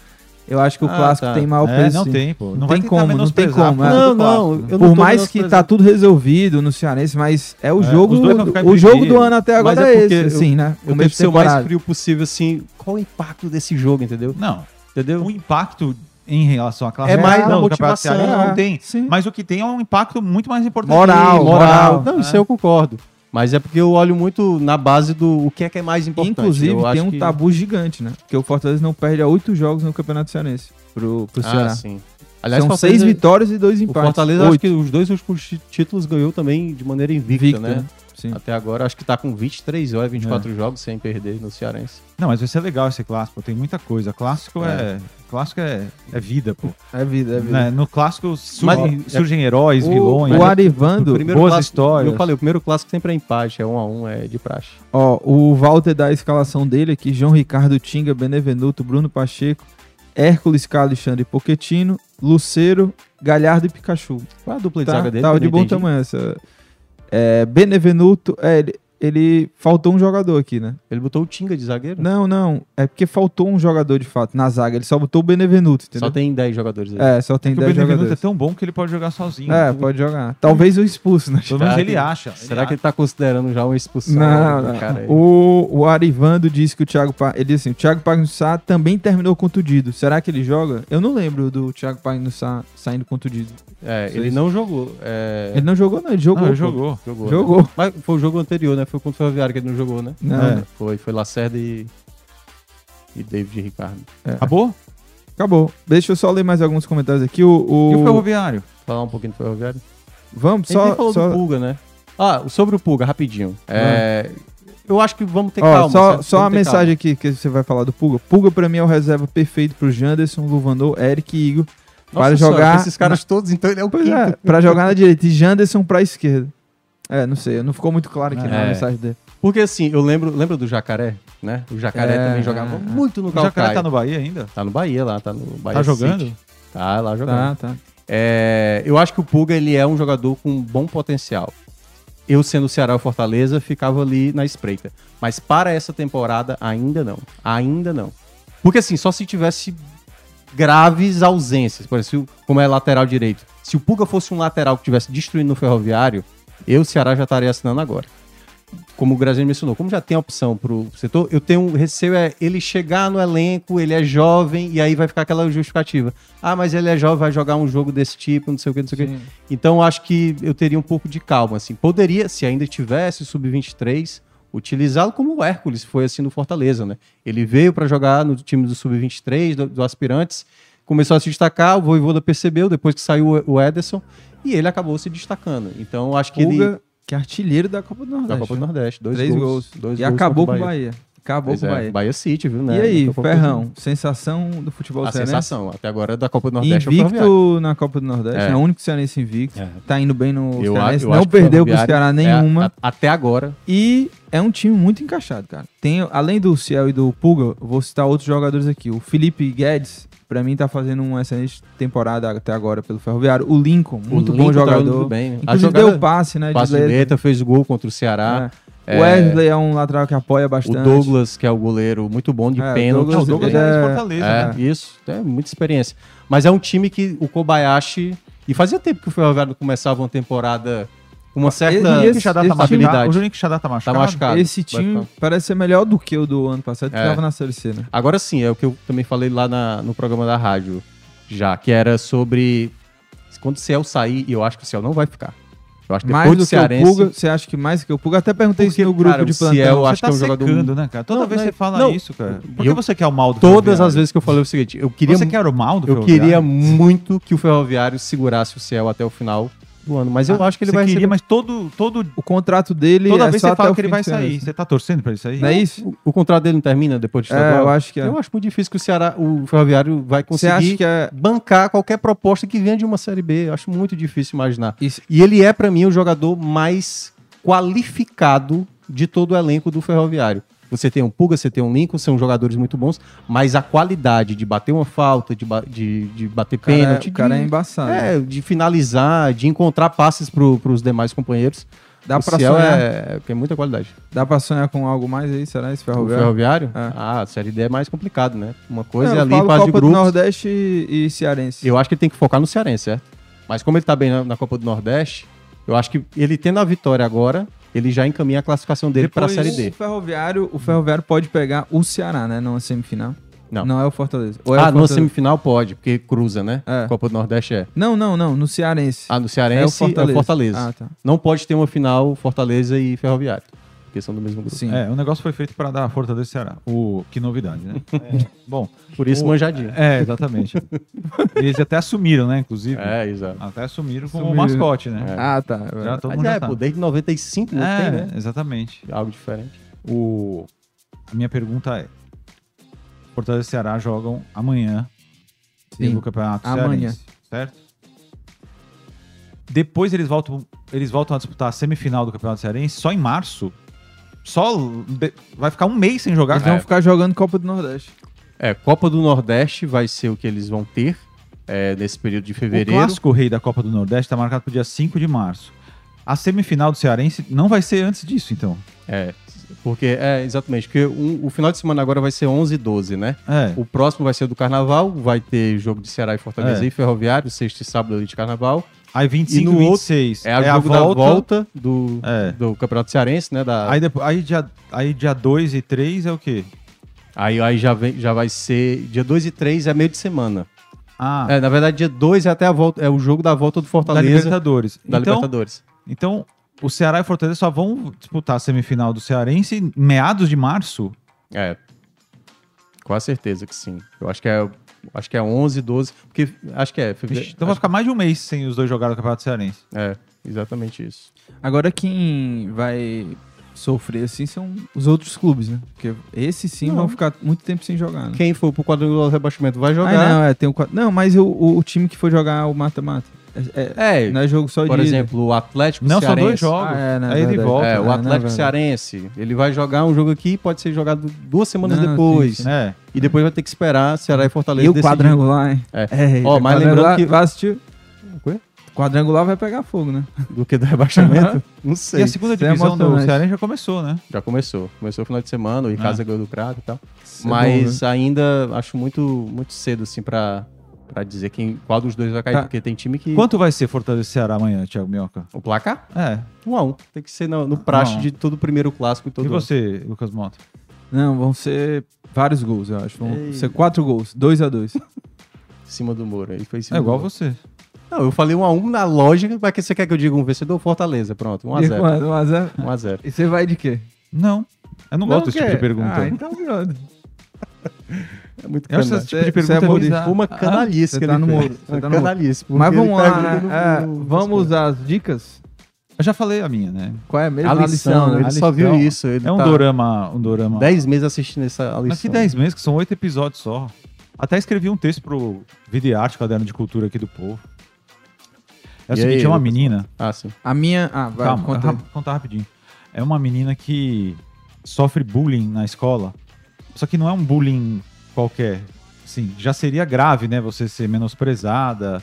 Speaker 1: eu acho que o
Speaker 3: Ah,
Speaker 1: clássico
Speaker 3: tá.
Speaker 1: tem maior
Speaker 4: É,
Speaker 1: peso.
Speaker 4: não
Speaker 1: sim.
Speaker 4: tem, pô.
Speaker 1: Não
Speaker 4: vai
Speaker 1: tem
Speaker 4: tentar
Speaker 1: como, não tem
Speaker 4: menosprezar a
Speaker 1: como,
Speaker 4: porra
Speaker 1: é.
Speaker 4: do
Speaker 3: Não, não,
Speaker 4: clássico, né?
Speaker 3: eu não
Speaker 1: Por
Speaker 3: tô
Speaker 1: mais que tá
Speaker 3: menosprezando.
Speaker 1: tudo resolvido no Cearense, mas é o
Speaker 4: É, os
Speaker 1: jogo.
Speaker 4: dois vão ficar em
Speaker 1: O jogo do
Speaker 4: primeiro.
Speaker 1: ano até
Speaker 3: Mas
Speaker 1: agora
Speaker 3: é
Speaker 1: é,
Speaker 3: porque
Speaker 1: esse,
Speaker 3: eu-
Speaker 1: assim, né?
Speaker 3: Eu
Speaker 1: Começo
Speaker 3: tento
Speaker 1: de
Speaker 3: ser o mais
Speaker 1: temporada.
Speaker 3: frio possível, assim. Qual o impacto desse jogo, entendeu?
Speaker 4: Não,
Speaker 3: Entendeu?
Speaker 4: o impacto em relação à classe
Speaker 3: É mais
Speaker 4: geral
Speaker 3: a
Speaker 4: do Campeonato
Speaker 3: motivação,
Speaker 4: Cearense
Speaker 1: é.
Speaker 4: não tem.
Speaker 1: Sim.
Speaker 4: Mas o que tem é um impacto muito mais importante.
Speaker 1: Moral, né?
Speaker 4: que-
Speaker 1: moral.
Speaker 3: Não, isso
Speaker 4: É.
Speaker 3: eu concordo. Mas é porque eu olho muito na base do o que é que é mais importante.
Speaker 1: Inclusive,
Speaker 3: Eu acho
Speaker 1: tem um
Speaker 3: que-
Speaker 1: tabu gigante, né? Porque o Fortaleza não perde a oito jogos no Campeonato Cearense pro, pro
Speaker 3: Ah,
Speaker 1: Ceará.
Speaker 3: sim. Aliás,
Speaker 1: São
Speaker 3: Fortaleza-
Speaker 1: seis vitórias e dois
Speaker 3: O
Speaker 1: empates.
Speaker 3: Fortaleza,
Speaker 1: Oito.
Speaker 3: acho que os dois últimos tí- títulos ganhou também de maneira invicta,
Speaker 1: Victor,
Speaker 3: né?
Speaker 1: Sim.
Speaker 3: Até agora, acho que tá com 23 ou é 24 jogos sem perder no Cearense.
Speaker 4: Não, mas vai ser legal esse clássico. Tem muita coisa. Clássico é, clássico é, é vida, pô.
Speaker 1: É vida, é vida.
Speaker 4: Né, No clássico surgem,
Speaker 3: Mas-
Speaker 4: surgem heróis,
Speaker 3: O-
Speaker 4: vilões.
Speaker 1: O
Speaker 4: né?
Speaker 1: Arivando,
Speaker 4: boas histórias.
Speaker 3: Eu falei, o primeiro clássico sempre é empate, é um a um, é de praxe.
Speaker 1: Ó, o Walter dá a escalação dele aqui: João Ricardo Tinga, Benevenuto, Bruno Pacheco, Hércules K. Alexandre Poquetino, Lucero, Galhardo e Pikachu.
Speaker 3: Qual é a dupla de
Speaker 1: Tá,
Speaker 3: zaga dele?
Speaker 1: tá
Speaker 3: que eu
Speaker 1: de
Speaker 3: não
Speaker 1: bom
Speaker 3: entendi?
Speaker 1: tamanho essa. É, Benevenuto, é, ele, ele faltou um jogador aqui, né?
Speaker 3: Ele botou o Tinga de zagueiro?
Speaker 1: Não, não, é porque faltou um jogador de fato na zaga, ele só botou o Benevenuto, entendeu?
Speaker 3: Só tem 10 jogadores aí.
Speaker 1: É, só tem
Speaker 4: Porque o
Speaker 1: 10
Speaker 4: Benevenuto é
Speaker 1: jogadores.
Speaker 4: tão bom que ele pode jogar sozinho.
Speaker 1: É, pode jogar. Talvez o expulso, né?
Speaker 4: Pelo menos
Speaker 3: Será
Speaker 4: ele
Speaker 3: que-
Speaker 4: acha.
Speaker 3: Será que ele tá considerando já uma expulsão?
Speaker 1: Não,
Speaker 3: do
Speaker 1: não.
Speaker 3: cara aí?
Speaker 1: O, o Arivando disse que o Thiago Pa- ele disse assim, o Thiago Pagnussá também terminou contundido. Será que ele joga? Eu não lembro do Thiago Pagnussá saindo contundido.
Speaker 3: É,
Speaker 1: Vocês-
Speaker 3: ele não jogou. é,
Speaker 1: Ele não jogou não, ele jogou.
Speaker 4: Jogou,
Speaker 1: pô.
Speaker 3: Jogou.
Speaker 4: jogou.
Speaker 3: né?
Speaker 1: Jogou.
Speaker 3: Mas foi o jogo anterior, né? Foi contra o Ferroviário que ele não jogou, né?
Speaker 1: Não,
Speaker 4: É.
Speaker 1: não.
Speaker 3: Foi, foi Lacerda e. E David Ricardo.
Speaker 4: Acabou?
Speaker 1: acabou. Deixa eu só ler mais alguns comentários aqui. O, o-
Speaker 4: E o ferroviário?
Speaker 3: Falar um pouquinho do Ferroviário.
Speaker 1: Vamos
Speaker 3: Só,
Speaker 1: só,
Speaker 3: falou
Speaker 1: só,
Speaker 3: do Pulga, né? Ah, sobre o Pulga, rapidinho. É, Eu acho que vamos ter
Speaker 1: ó,
Speaker 3: calma.
Speaker 1: só,
Speaker 3: certo?
Speaker 1: só
Speaker 3: Vamos
Speaker 1: a
Speaker 3: ter
Speaker 1: mensagem aqui que você vai falar do Puga. Puga pra mim é o reserva perfeito pro Janderson, Luvanor, Eric e Igor.
Speaker 3: calma.
Speaker 1: para
Speaker 3: Nossa senhora,
Speaker 1: jogar-
Speaker 3: com Esses caras todos, então ele é o
Speaker 1: Pois
Speaker 3: quinto.
Speaker 1: é, pra jogar na direita e Janderson pra esquerda. É, não sei, não ficou muito claro aqui na
Speaker 3: É.
Speaker 1: mensagem dele.
Speaker 3: Porque assim, eu lembro, lembra do Jacaré, né? O Jacaré
Speaker 1: É.
Speaker 3: também jogava muito no
Speaker 4: O Jacaré
Speaker 3: Calcaia.
Speaker 4: tá no Bahia ainda?
Speaker 3: Tá no Bahia lá, tá no Bahia
Speaker 4: Tá
Speaker 3: City.
Speaker 4: jogando?
Speaker 3: Tá lá jogando.
Speaker 1: Tá, tá.
Speaker 3: É, eu acho que o Puga ele é um jogador com um bom potencial. Eu, sendo Ceará ou Fortaleza, ficava ali na espreita. Mas para essa temporada, ainda não. Ainda não. Porque assim, só se tivesse graves ausências, por exemplo, como é lateral direito. Se o Puga fosse um lateral que tivesse destruindo no ferroviário, eu, Ceará, já estaria assinando agora. Como o Graziano mencionou, como já tem a opção pro setor, eu tenho um receio é ele chegar no elenco, ele é jovem, e aí vai ficar aquela justificativa. Ah, mas ele é jovem, vai jogar um jogo desse tipo, não sei o que, não sei o que. Então, acho que eu teria um pouco de calma, assim. Poderia, se ainda tivesse o Sub-23, utilizá-lo como o Hércules foi, assim, no Fortaleza, né? Ele veio para jogar no time do Sub-23, do, do Aspirantes, começou a se destacar, o Voivoda percebeu, depois que saiu o- o Ederson, e ele acabou se destacando. Então, acho que ele...
Speaker 1: Puga, que é artilheiro da Copa do Nordeste.
Speaker 3: Da Copa do
Speaker 1: né?
Speaker 3: Nordeste, dois
Speaker 1: Três gols.
Speaker 3: gols. dois
Speaker 1: e
Speaker 3: gols
Speaker 1: acabou com
Speaker 3: contra
Speaker 1: o Bahia. Acabou
Speaker 3: Pois
Speaker 1: com o
Speaker 3: é,
Speaker 1: Bahia.
Speaker 3: Bahia City, viu? né?
Speaker 1: E aí,
Speaker 3: Não tô
Speaker 1: Ferrão, sensação do futebol
Speaker 3: A
Speaker 1: cearense?
Speaker 3: sensação, até agora, da Copa do Nordeste é o Ferroviário.
Speaker 1: Invicto na Copa do Nordeste, é,
Speaker 3: É.
Speaker 1: o único cearense invicto.
Speaker 3: É.
Speaker 1: Tá indo bem no
Speaker 3: Eu a-
Speaker 1: cearense,
Speaker 3: eu
Speaker 1: não
Speaker 3: acho que o
Speaker 1: perdeu pro
Speaker 3: Ferroviário
Speaker 1: Ceará
Speaker 3: é,
Speaker 1: nenhuma.
Speaker 3: a- até agora.
Speaker 1: E é um time muito encaixado, cara. Tem, além do Ciel e do Puga, eu vou citar outros jogadores aqui. O Felipe Guedes, pra mim, tá fazendo uma excelente temporada até agora pelo Ferroviário. O Lincoln, muito
Speaker 3: o
Speaker 1: bom
Speaker 3: Lincoln tá jogando
Speaker 1: jogador.
Speaker 3: muito bem, né? A
Speaker 1: Inclusive
Speaker 3: jogada-
Speaker 1: deu o passe, né?
Speaker 3: Passe de
Speaker 1: letra.
Speaker 3: letra, fez o gol contra o Ceará.
Speaker 1: É. O Wesley é um lateral que apoia
Speaker 3: O
Speaker 1: bastante.
Speaker 3: Douglas, que é o goleiro, muito bom de
Speaker 1: É,
Speaker 3: pênalti.
Speaker 1: Não,
Speaker 4: Não,
Speaker 1: o
Speaker 4: o Douglas
Speaker 1: ele
Speaker 4: é
Speaker 1: é-
Speaker 4: de Fortaleza,
Speaker 3: É,
Speaker 4: né?
Speaker 3: isso. É muita experiência. Mas é um time que o Kobayashi... E fazia tempo que o Ferroviário não começava uma temporada com uma certa
Speaker 1: esse-
Speaker 4: O Juninho Xadá
Speaker 1: esse time-
Speaker 4: tá machucado. O
Speaker 3: habilidade.
Speaker 4: Juninho Xadá tá
Speaker 3: Tá
Speaker 4: machucado.
Speaker 3: machucado.
Speaker 1: Esse
Speaker 3: Vai
Speaker 1: time
Speaker 3: ficar-
Speaker 1: parece ser melhor do que o do ano passado, que
Speaker 3: É.
Speaker 1: tava na Série C, né?
Speaker 3: Agora sim, é o que eu também falei lá na- no programa da rádio, já, que era sobre quando o Ciel sair, e eu acho que o Ciel não vai ficar. Eu acho que
Speaker 1: Mais
Speaker 3: depois
Speaker 1: do
Speaker 3: do
Speaker 1: que o
Speaker 3: Cearense...
Speaker 1: Puga, você acha que mais que o Puga? Até perguntei
Speaker 3: Porque,
Speaker 1: isso no grupo
Speaker 3: cara,
Speaker 1: de
Speaker 3: o
Speaker 1: plantão.
Speaker 3: Ciel- Eu
Speaker 4: Você
Speaker 3: acho
Speaker 4: tá
Speaker 3: que é um jogador
Speaker 4: secando, né, cara? Toda
Speaker 3: Não,
Speaker 4: vez
Speaker 3: não é-
Speaker 4: você fala
Speaker 3: não.
Speaker 4: isso, cara. Por
Speaker 3: E
Speaker 4: que
Speaker 3: eu-
Speaker 4: você quer o mal do
Speaker 3: Todas
Speaker 4: Ferroviário?
Speaker 3: as vezes que eu falei o seguinte, eu queria,
Speaker 4: Você quer o mal do
Speaker 3: eu
Speaker 4: Ferroviário?
Speaker 3: queria muito que o Ferroviário segurasse o Ciel até o final do ano, mas eu acho que ele
Speaker 4: Você
Speaker 3: vai
Speaker 4: queria,
Speaker 3: receber...
Speaker 4: mas todo, todo,
Speaker 1: O contrato dele
Speaker 4: toda
Speaker 1: é
Speaker 4: vez
Speaker 1: só
Speaker 4: você
Speaker 1: até
Speaker 4: fala
Speaker 1: o
Speaker 4: que ele
Speaker 1: fim
Speaker 4: vai
Speaker 1: do ano.
Speaker 4: sair. Você tá torcendo pra ele sair?
Speaker 1: Não é isso?
Speaker 3: O- O contrato dele não termina depois de
Speaker 1: É, eu acho que é.
Speaker 3: Eu acho muito difícil que o Ceará, o Ferroviário vai
Speaker 1: Você acha
Speaker 3: conseguir
Speaker 1: que é...
Speaker 3: bancar qualquer proposta que venha de uma Série B. Eu acho muito difícil imaginar.
Speaker 1: Isso.
Speaker 3: E ele é, pra mim, o jogador mais qualificado de todo o elenco do Ferroviário. Você tem um Puga, você tem um Lincoln, são jogadores muito bons, mas a qualidade de bater uma falta, de, ba- de, de bater
Speaker 1: cara,
Speaker 3: pênalti,
Speaker 1: o cara é
Speaker 3: de,
Speaker 1: embaçado.
Speaker 3: é, de finalizar, de encontrar passes para os demais companheiros.
Speaker 1: dá,
Speaker 3: o
Speaker 1: pra
Speaker 3: Ciel
Speaker 1: sonhar,
Speaker 3: é, tem muita qualidade.
Speaker 1: dá pra sonhar com algo mais aí, será esse
Speaker 3: O
Speaker 1: ferroviário?
Speaker 3: Ferroviário?
Speaker 1: É.
Speaker 3: Ah, a Série D é mais complicado, né? Uma coisa é
Speaker 1: eu
Speaker 3: ali,
Speaker 1: falo
Speaker 3: fase de
Speaker 1: Copa do
Speaker 3: grupos.
Speaker 1: Nordeste e, e Cearense.
Speaker 3: Eu acho que ele tem que focar no Cearense, certo? Mas como ele tá bem na, na Copa do Nordeste, eu acho que ele tendo a vitória agora, ele já encaminha a classificação dele para a Série D.
Speaker 1: O ferroviário, o ferroviário pode pegar o Ceará, né? Numa semifinal.
Speaker 3: Não.
Speaker 1: Não é o Fortaleza. Ou é
Speaker 3: Ah,
Speaker 1: o
Speaker 3: no
Speaker 1: Fortaleza?
Speaker 3: semifinal pode, porque cruza, né?
Speaker 1: É.
Speaker 3: Copa do Nordeste é.
Speaker 1: Não, não, não. No Cearense.
Speaker 3: Ah, no Cearense é o Fortaleza.
Speaker 1: Ah, tá.
Speaker 3: Não pode ter uma final Fortaleza e Ferroviário, porque são do mesmo grupo.
Speaker 1: Sim.
Speaker 4: É, o negócio foi feito para dar a força do Ceará. O, que novidade,
Speaker 3: <laughs>
Speaker 4: né?
Speaker 3: É.
Speaker 4: Bom,
Speaker 3: Por isso,
Speaker 4: O-
Speaker 3: manjadinho.
Speaker 4: é, exatamente. Eles até assumiram, né, inclusive.
Speaker 3: É, exato.
Speaker 4: Até assumiram como
Speaker 1: Assumiram.
Speaker 4: mascote, né?
Speaker 1: Ah, tá.
Speaker 4: Já todo
Speaker 3: Mas
Speaker 4: mundo já
Speaker 3: é,
Speaker 4: sabe.
Speaker 3: pô, desde 95 não
Speaker 4: É,
Speaker 3: tem, né?
Speaker 4: exatamente.
Speaker 3: Algo diferente.
Speaker 4: O... A minha pergunta é: Fortaleza e Ceará jogam amanhã
Speaker 1: Sim.
Speaker 4: pelo Campeonato
Speaker 1: Amanhã.
Speaker 4: Cearense, certo? Depois eles voltam, eles voltam a disputar a semifinal do Campeonato Cearense só em março. Só de- vai ficar um mês sem jogar.
Speaker 1: Eles vão ficar jogando Copa do Nordeste.
Speaker 3: É, Copa do Nordeste vai ser o que eles vão ter é, nesse período de
Speaker 4: O
Speaker 3: fevereiro.
Speaker 4: clássico rei da Copa do Nordeste está marcado para o dia 5 de março. A semifinal do Cearense não vai ser antes disso, então.
Speaker 3: É, porque, é, exatamente, porque um- o final de semana agora vai ser 11 e 12, né?
Speaker 4: É.
Speaker 3: O próximo vai ser do Carnaval, vai ter jogo de Ceará e Fortaleza
Speaker 4: É.
Speaker 3: e Ferroviário, sexta e sábado ali de Carnaval.
Speaker 4: Aí 25
Speaker 3: E no outro-
Speaker 4: 26
Speaker 3: É, o jogo da volta do,
Speaker 4: É.
Speaker 3: do Campeonato Cearense, né? Da, aí
Speaker 4: Aí, depois, aí, dia, aí dia 2 e 3 é o quê?
Speaker 3: aí, já, vem- já vai ser dia 2 e 3 é meio de semana.
Speaker 4: Ah,
Speaker 3: É, na verdade, dia 2 é até a volta, é o jogo da volta do
Speaker 4: da
Speaker 3: Fortaleza da,
Speaker 4: Libertadores. então,
Speaker 3: Libertadores.
Speaker 4: então, o Ceará e Fortaleza só vão disputar a semifinal do Cearense em meados de março?
Speaker 3: É. Com a certeza que sim. Eu acho que é, acho que é 11, 12, porque acho que é fevereiro.
Speaker 4: Vixe, então vai ficar mais de um mês sem os dois jogarem no Campeonato Cearense.
Speaker 3: É, exatamente isso.
Speaker 1: Agora quem vai sofrer assim são os outros clubes, né? Porque esses sim vão ficar muito tempo sem jogar, né?
Speaker 3: Quem for pro quadrangular do rebaixamento vai
Speaker 1: Ah,
Speaker 3: jogar.
Speaker 1: não, é, tem o quad- Não, mas o, o- o time que for jogar o mata-mata. É, é-
Speaker 3: É,
Speaker 1: não é jogo só
Speaker 3: por
Speaker 1: de. ida.
Speaker 3: exemplo, o Atlético
Speaker 4: Não, são
Speaker 3: Cearense.
Speaker 4: dois jogos.
Speaker 1: Ah, é, na
Speaker 4: aí ele
Speaker 1: verdade.
Speaker 4: volta.
Speaker 3: É,
Speaker 1: Ah,
Speaker 3: o
Speaker 1: não,
Speaker 3: Atlético
Speaker 1: velho.
Speaker 3: Cearense, ele vai jogar um jogo aqui, pode ser jogado duas semanas
Speaker 1: Não,
Speaker 3: depois.
Speaker 1: sim,
Speaker 4: É.
Speaker 3: E depois vai ter que esperar Ceará e Fortaleza
Speaker 1: E o
Speaker 3: decidir.
Speaker 1: quadrangular, hein?
Speaker 3: É.
Speaker 1: É,
Speaker 3: Ó, mas lembrando
Speaker 1: quadrangular-
Speaker 3: que-
Speaker 1: Vai assistir.
Speaker 3: Quê?
Speaker 1: Quadrangular vai pegar fogo, né?
Speaker 3: do que do rebaixamento? não
Speaker 4: E assim?
Speaker 3: sei.
Speaker 4: a segunda
Speaker 1: isso é
Speaker 4: divisão do
Speaker 1: emocionante.
Speaker 4: Cearense já começou, né?
Speaker 3: Já começou. Começou o final de semana, o Icasa ganhou do Crato e tal.
Speaker 1: Isso é
Speaker 3: Mas ainda acho muito, muito cedo, assim, pra, pra dizer quem, qual dos dois vai cair,
Speaker 1: Tá.
Speaker 3: porque tem time que.
Speaker 4: Quanto vai ser Fortaleza e Ceará amanhã, Thiago Minhoca?
Speaker 3: O placar?
Speaker 4: É.
Speaker 3: Um a um. Tem que ser no, no praxe
Speaker 4: Um a um.
Speaker 3: de todo primeiro clássico e todo.
Speaker 4: e você, Lucas Mota?
Speaker 1: Não, vão ser vários gols, eu acho. Vão
Speaker 3: Ei.
Speaker 1: ser quatro gols, dois a dois.
Speaker 3: Em cima do muro. Ele foi em cima
Speaker 4: É igual
Speaker 3: do muro.
Speaker 4: você.
Speaker 3: Não, eu falei um a um na lógica, mas que você quer que eu diga um vencedor? Fortaleza, pronto. Um a
Speaker 1: E
Speaker 3: zero.
Speaker 1: quando? <laughs> Um a zero?
Speaker 3: Um
Speaker 1: <laughs>
Speaker 3: a zero.
Speaker 1: E você vai de quê?
Speaker 4: Não. Eu não,
Speaker 3: Não é?
Speaker 4: gosto desse tipo
Speaker 3: quer.
Speaker 4: de pergunta.
Speaker 1: Ah, então, brother.
Speaker 3: É muito
Speaker 4: Eu acho
Speaker 3: canalha.
Speaker 4: esse tipo de
Speaker 1: Você- você
Speaker 4: pergunta
Speaker 1: é
Speaker 4: ruim.
Speaker 1: bonito.
Speaker 3: Foi tá uma canalice
Speaker 1: você
Speaker 3: que
Speaker 1: tá
Speaker 3: ele
Speaker 1: no
Speaker 3: fez.
Speaker 1: muro, você
Speaker 3: Uma
Speaker 1: tá no muro.
Speaker 3: canalice, porque
Speaker 1: <laughs> Mas
Speaker 3: ele
Speaker 1: vamos
Speaker 3: tá
Speaker 1: lá, né?
Speaker 3: jogando
Speaker 1: É,
Speaker 3: no- no-
Speaker 1: vamos usar as dicas?
Speaker 4: Eu já falei a minha, né?
Speaker 1: Qual é mesmo?
Speaker 3: A lição, ele
Speaker 1: né?
Speaker 3: só viu isso. Ele
Speaker 4: é um
Speaker 3: tá
Speaker 4: dorama. Um dorama.
Speaker 3: 10 meses assistindo essa lição.
Speaker 4: Mas que 10 meses, que são 8 episódios só. Até escrevi um texto pro Videarte, caderno de cultura aqui do povo. É o
Speaker 3: E
Speaker 4: seguinte,
Speaker 3: aí,
Speaker 4: é uma
Speaker 3: Lucas?
Speaker 4: menina.
Speaker 3: Ah, sim.
Speaker 1: A minha. Ah, vai,
Speaker 4: calma,
Speaker 1: conta. aí.
Speaker 4: rap- contar rapidinho. É uma menina que sofre bullying na escola. Só que não é um bullying qualquer. Assim, já seria grave, né? Você ser menosprezada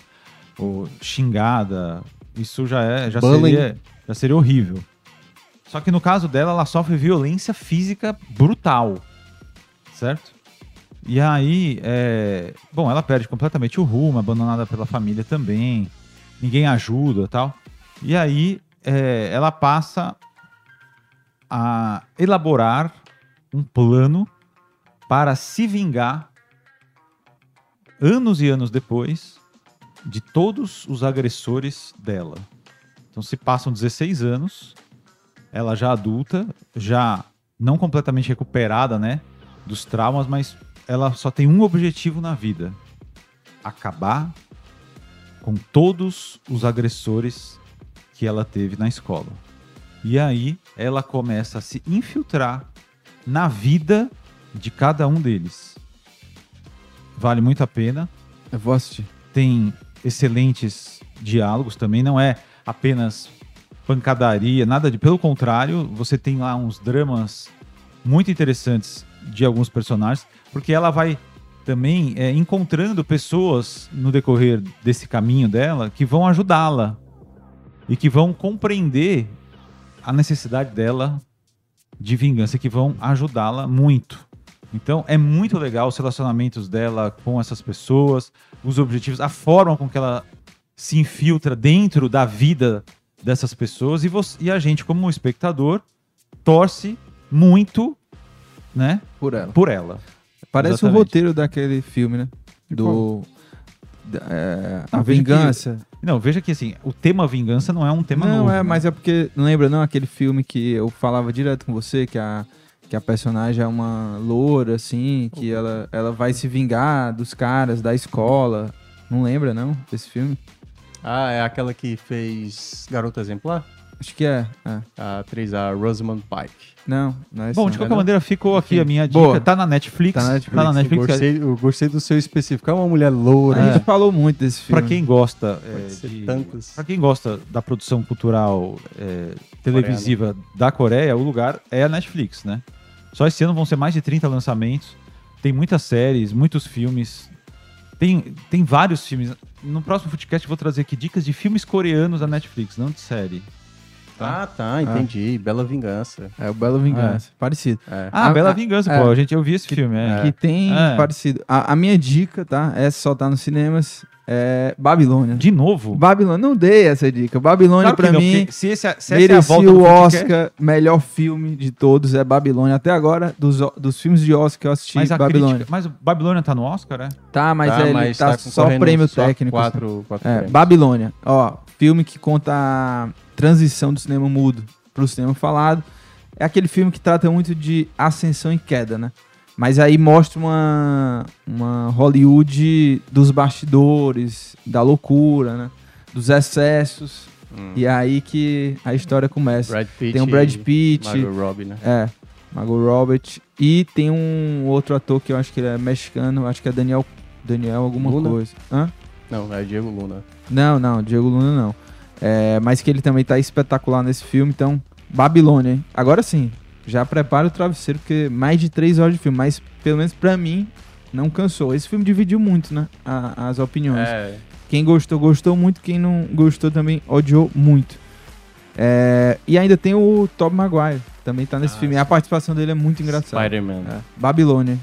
Speaker 4: ou xingada. Isso já é. Já,
Speaker 3: Bullying.
Speaker 4: seria, já seria horrível. Só que no caso dela, ela sofre violência física brutal. Certo? E aí, é, bom, ela perde completamente o rumo, abandonada pela família também, ninguém ajuda tal. E aí, é, ela passa a elaborar um plano para se vingar anos e anos depois de todos os agressores dela. Então se passam 16 anos, ela já adulta, já não completamente recuperada, né, dos traumas, mas ela só tem um objetivo na vida: acabar com todos os agressores que ela teve na escola. E aí ela começa a se infiltrar na vida de cada um deles. Vale muito a pena
Speaker 1: Eu vou assistir.
Speaker 4: tem excelentes diálogos também, não é apenas pancadaria, nada de. Pelo contrário, você tem lá uns dramas muito interessantes de alguns personagens, porque ela vai também é, encontrando pessoas no decorrer desse caminho dela que vão ajudá-la e que vão compreender a necessidade dela de vingança, que vão ajudá-la muito. Então é muito legal os relacionamentos dela com essas pessoas, os objetivos, a forma com que ela se infiltra dentro da vida dessas pessoas e, você, e a gente, como espectador, torce muito, né,
Speaker 1: por ela.
Speaker 4: por ela.
Speaker 1: Parece
Speaker 4: Exatamente.
Speaker 1: o roteiro daquele filme, né? Do. da- é, a
Speaker 4: Não, veja que-
Speaker 1: Vingança.
Speaker 4: Não, veja que assim, o tema vingança não é um tema
Speaker 1: não,
Speaker 4: novo.
Speaker 1: é,
Speaker 4: né?
Speaker 1: mas é porque. Não lembra, não? Aquele filme que eu falava direto com você, que a, que a personagem é uma loura, assim, que
Speaker 4: Oh,
Speaker 1: ela, ela vai se vingar dos caras da escola. Não lembra, não? Desse filme?
Speaker 3: Ah, é aquela que fez Garota Exemplar?
Speaker 1: Acho que é. é.
Speaker 3: A atriz, a Rosamund Pike.
Speaker 1: Não, não é esse
Speaker 4: Bom,
Speaker 1: não.
Speaker 4: de qualquer maneira, ficou aqui
Speaker 1: Enfim,
Speaker 4: a minha dica.
Speaker 1: boa.
Speaker 4: Tá na Netflix.
Speaker 1: Tá na Netflix.
Speaker 4: tá na Netflix.
Speaker 3: eu, gostei, eu gostei do seu específico. É uma mulher loura.
Speaker 1: A gente falou muito desse filme.
Speaker 4: Pra quem gosta é,
Speaker 3: Pode ser
Speaker 4: de-
Speaker 3: tantas.
Speaker 4: pra quem gosta da produção cultural é, televisiva da Coreia, o lugar é a Netflix, né? Só esse ano vão ser mais de 30 lançamentos. Tem muitas séries, muitos filmes. Tem, tem vários filmes. No próximo Foodcast eu vou trazer aqui dicas de filmes coreanos da Netflix, não de série.
Speaker 3: Ah, tá, entendi. Bela Vingança.
Speaker 1: É o Bela Vingança. Parecido.
Speaker 3: É.
Speaker 4: Ah,
Speaker 1: Ah,
Speaker 4: Bela
Speaker 1: ah,
Speaker 4: Vingança,
Speaker 1: é.
Speaker 4: pô. A gente, eu vi esse filme. É.
Speaker 1: Que tem
Speaker 4: É.
Speaker 1: parecido. A, a minha dica, tá? Essa só tá nos cinemas. É Babilônia.
Speaker 4: De novo?
Speaker 1: Babilônia, não dei essa dica. Babilônia,
Speaker 4: Tipo, Claro que
Speaker 1: pra
Speaker 4: não,
Speaker 1: mim,
Speaker 4: porque se, esse, se essa é a
Speaker 1: merecia
Speaker 4: volta do
Speaker 1: o
Speaker 4: Foodcast-
Speaker 1: Oscar, melhor filme de todos é Babilônia. Até agora, dos, o- dos filmes de Oscar que eu assisti,
Speaker 4: Mas a
Speaker 1: Babilônia.
Speaker 4: crítica- mas o Babilônia tá no Oscar, é?
Speaker 1: Tá, mas ele tá, só
Speaker 3: concorrendo
Speaker 1: prêmio
Speaker 3: só
Speaker 1: técnico.
Speaker 3: Quatro, quatro
Speaker 1: É,
Speaker 3: prêmios.
Speaker 1: Babilônia. Ó, filme que conta a transição do cinema mudo pro cinema falado. É aquele filme que trata muito de ascensão e queda, né? Mas aí mostra uma, uma Hollywood dos bastidores, da loucura, né? Dos excessos.
Speaker 3: Hum.
Speaker 1: E é aí que a história começa.
Speaker 3: Brad Pitt
Speaker 1: tem o Brad
Speaker 3: e
Speaker 1: Pitt,
Speaker 3: Margot Robbie, né?
Speaker 1: é, Margot Robert. E tem um outro ator que eu acho que ele é mexicano, acho que é Daniel, Daniel alguma
Speaker 3: Luna?
Speaker 1: coisa. Hã?
Speaker 3: Não, é Diego Luna.
Speaker 1: Não, não, Diego Luna não. É, mas que ele também tá espetacular nesse filme, então, Babilônia, hein? Agora sim, já prepara o travesseiro, porque mais de três horas de filme, mas pelo menos pra mim, não cansou. Esse filme dividiu muito, né? a- as opiniões.
Speaker 3: É,
Speaker 1: Quem gostou, gostou muito, quem não gostou também odiou muito. É, e ainda tem o Tobey Maguire, também tá nesse
Speaker 3: Ah,
Speaker 1: filme. A participação dele é muito engraçada.
Speaker 3: Spider-Man.
Speaker 1: É, Babilônia.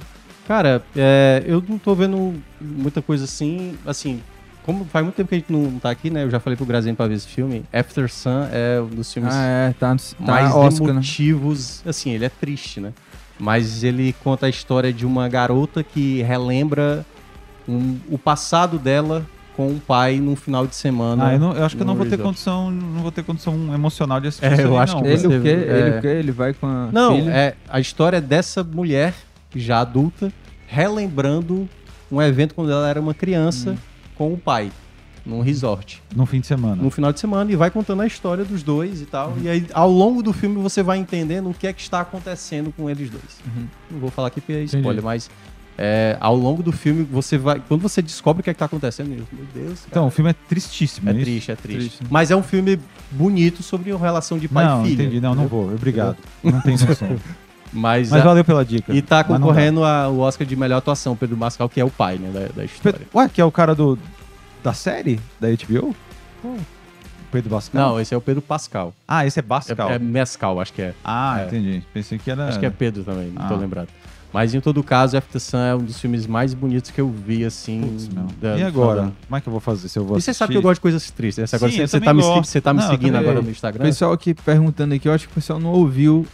Speaker 3: Cara, é, eu não tô vendo muita coisa assim. Assim, como faz muito tempo que a gente não tá aqui, né? Eu já falei pro Grazinho pra ver esse filme. After Sun é um dos filmes
Speaker 1: Ah, é, tá, no- tá
Speaker 3: mais
Speaker 1: Oscar, né?
Speaker 3: emotivos. Assim, ele é triste, né? Mas ele conta a história de uma garota que relembra um- o passado dela com o pai num final de semana.
Speaker 4: Ah, eu, não- eu acho que eu não
Speaker 3: no
Speaker 4: vou ter
Speaker 3: resort.
Speaker 4: condição, não vou ter condição emocional de assistir.
Speaker 3: É,
Speaker 4: isso
Speaker 3: eu
Speaker 4: aí,
Speaker 3: acho
Speaker 4: não,
Speaker 3: que
Speaker 4: cara.
Speaker 1: Ele
Speaker 3: você-
Speaker 1: o quê? Ele
Speaker 3: é.
Speaker 1: o quê? Ele vai com a
Speaker 3: Não,
Speaker 1: filha?
Speaker 3: é a história dessa mulher, já adulta, relembrando um evento quando ela era uma criança com o pai, num resort,
Speaker 4: num fim de semana.
Speaker 3: num final de semana, e vai contando a história dos dois e tal. E aí, ao longo do filme, você vai entendendo o que é que está acontecendo com eles dois. Não vou falar aqui porque é spoiler, mas é, ao longo do filme, você vai. Quando você descobre o que é que está acontecendo, meu Deus, cara.
Speaker 4: Então, o filme é tristíssimo.
Speaker 3: é
Speaker 4: isso?
Speaker 3: triste, é triste,
Speaker 1: Triste, né?
Speaker 3: Mas é um filme bonito sobre uma relação de pai
Speaker 4: Não,
Speaker 3: e filho.
Speaker 4: entendi. Não, não vou. Obrigado. Não tem
Speaker 3: <laughs>
Speaker 4: condição.
Speaker 3: Mas,
Speaker 4: Mas é
Speaker 3: a-
Speaker 4: valeu pela dica.
Speaker 3: E tá
Speaker 4: Mas não
Speaker 3: concorrendo ao Oscar de melhor atuação, Pedro Pascal, que é o pai, né, da, da
Speaker 4: dá.
Speaker 3: história.
Speaker 4: Pedro- Ué, que é o cara do da série da HBO? Pedro Bascal?
Speaker 3: Não, esse é o Pedro Pascal.
Speaker 4: Ah, esse
Speaker 3: É,
Speaker 4: é Bascal.
Speaker 3: é Mescal, acho que é.
Speaker 4: Ah,
Speaker 3: é.
Speaker 4: entendi. Pensei que era.
Speaker 3: Acho que é Pedro também, não tô
Speaker 4: Ah.
Speaker 3: lembrado. Mas em todo caso, After Sun é um dos filmes mais bonitos que eu vi, assim.
Speaker 4: Putz, meu.
Speaker 3: da-
Speaker 4: E agora?
Speaker 3: falando.
Speaker 4: Como é que eu vou fazer? Se eu vou
Speaker 3: E você sabe que
Speaker 4: assistir?
Speaker 3: eu gosto de coisas tristes. Essa agora
Speaker 4: Sim,
Speaker 3: você,
Speaker 4: eu
Speaker 3: você tá
Speaker 4: também
Speaker 3: me,
Speaker 4: gosto.
Speaker 3: se- você tá me
Speaker 4: Não, eu
Speaker 3: seguindo
Speaker 4: também-
Speaker 3: agora no
Speaker 1: O
Speaker 3: Instagram?
Speaker 1: pessoal aqui perguntando aqui, eu acho que o pessoal não ouviu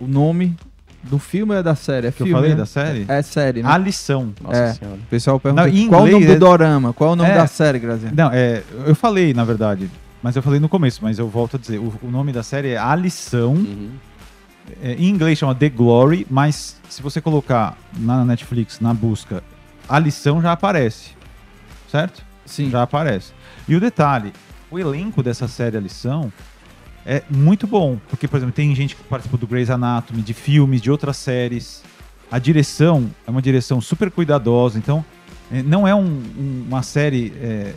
Speaker 1: o nome do filme ou é da série? É
Speaker 4: que eu
Speaker 1: filme,
Speaker 4: falei
Speaker 1: né?
Speaker 4: da série?
Speaker 1: É série, né?
Speaker 4: A lição.
Speaker 3: Nossa
Speaker 1: É.
Speaker 3: senhora.
Speaker 1: O pessoal pergunta
Speaker 4: Não, em
Speaker 1: qual o
Speaker 4: inglês
Speaker 1: nome do
Speaker 4: é-
Speaker 1: dorama, qual o nome
Speaker 4: É.
Speaker 1: da série, Grazinha?
Speaker 4: Não, é, eu falei, na verdade, mas eu falei no começo, mas eu volto a dizer, o, o nome da série é A Lição,
Speaker 3: Uhum.
Speaker 4: é, em inglês chama The Glory, mas se você colocar na Netflix, na busca, A Lição já aparece, certo?
Speaker 1: Sim.
Speaker 4: Já aparece. E o detalhe, o elenco dessa série A Lição é muito bom, porque, por exemplo, tem gente que participou do Grey's Anatomy, de filmes, de outras séries. A direção é uma direção super cuidadosa, então eh, não é um- um- uma série eh,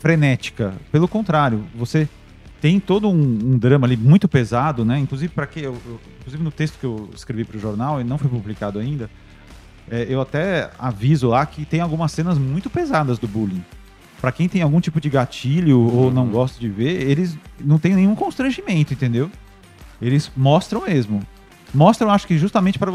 Speaker 4: frenética. Pelo é, contrário, você tem todo um, um drama ali muito pesado, né? Inclusive para que eu, eu- inclusive no texto que eu escrevi para o jornal e não foi publicado ainda, é, eu até aviso lá que tem algumas cenas muito pesadas do bullying. Para quem tem algum tipo de gatilho ou não gosta de ver, eles não tem nenhum constrangimento, entendeu? Eles mostram mesmo. Mostram, acho que justamente para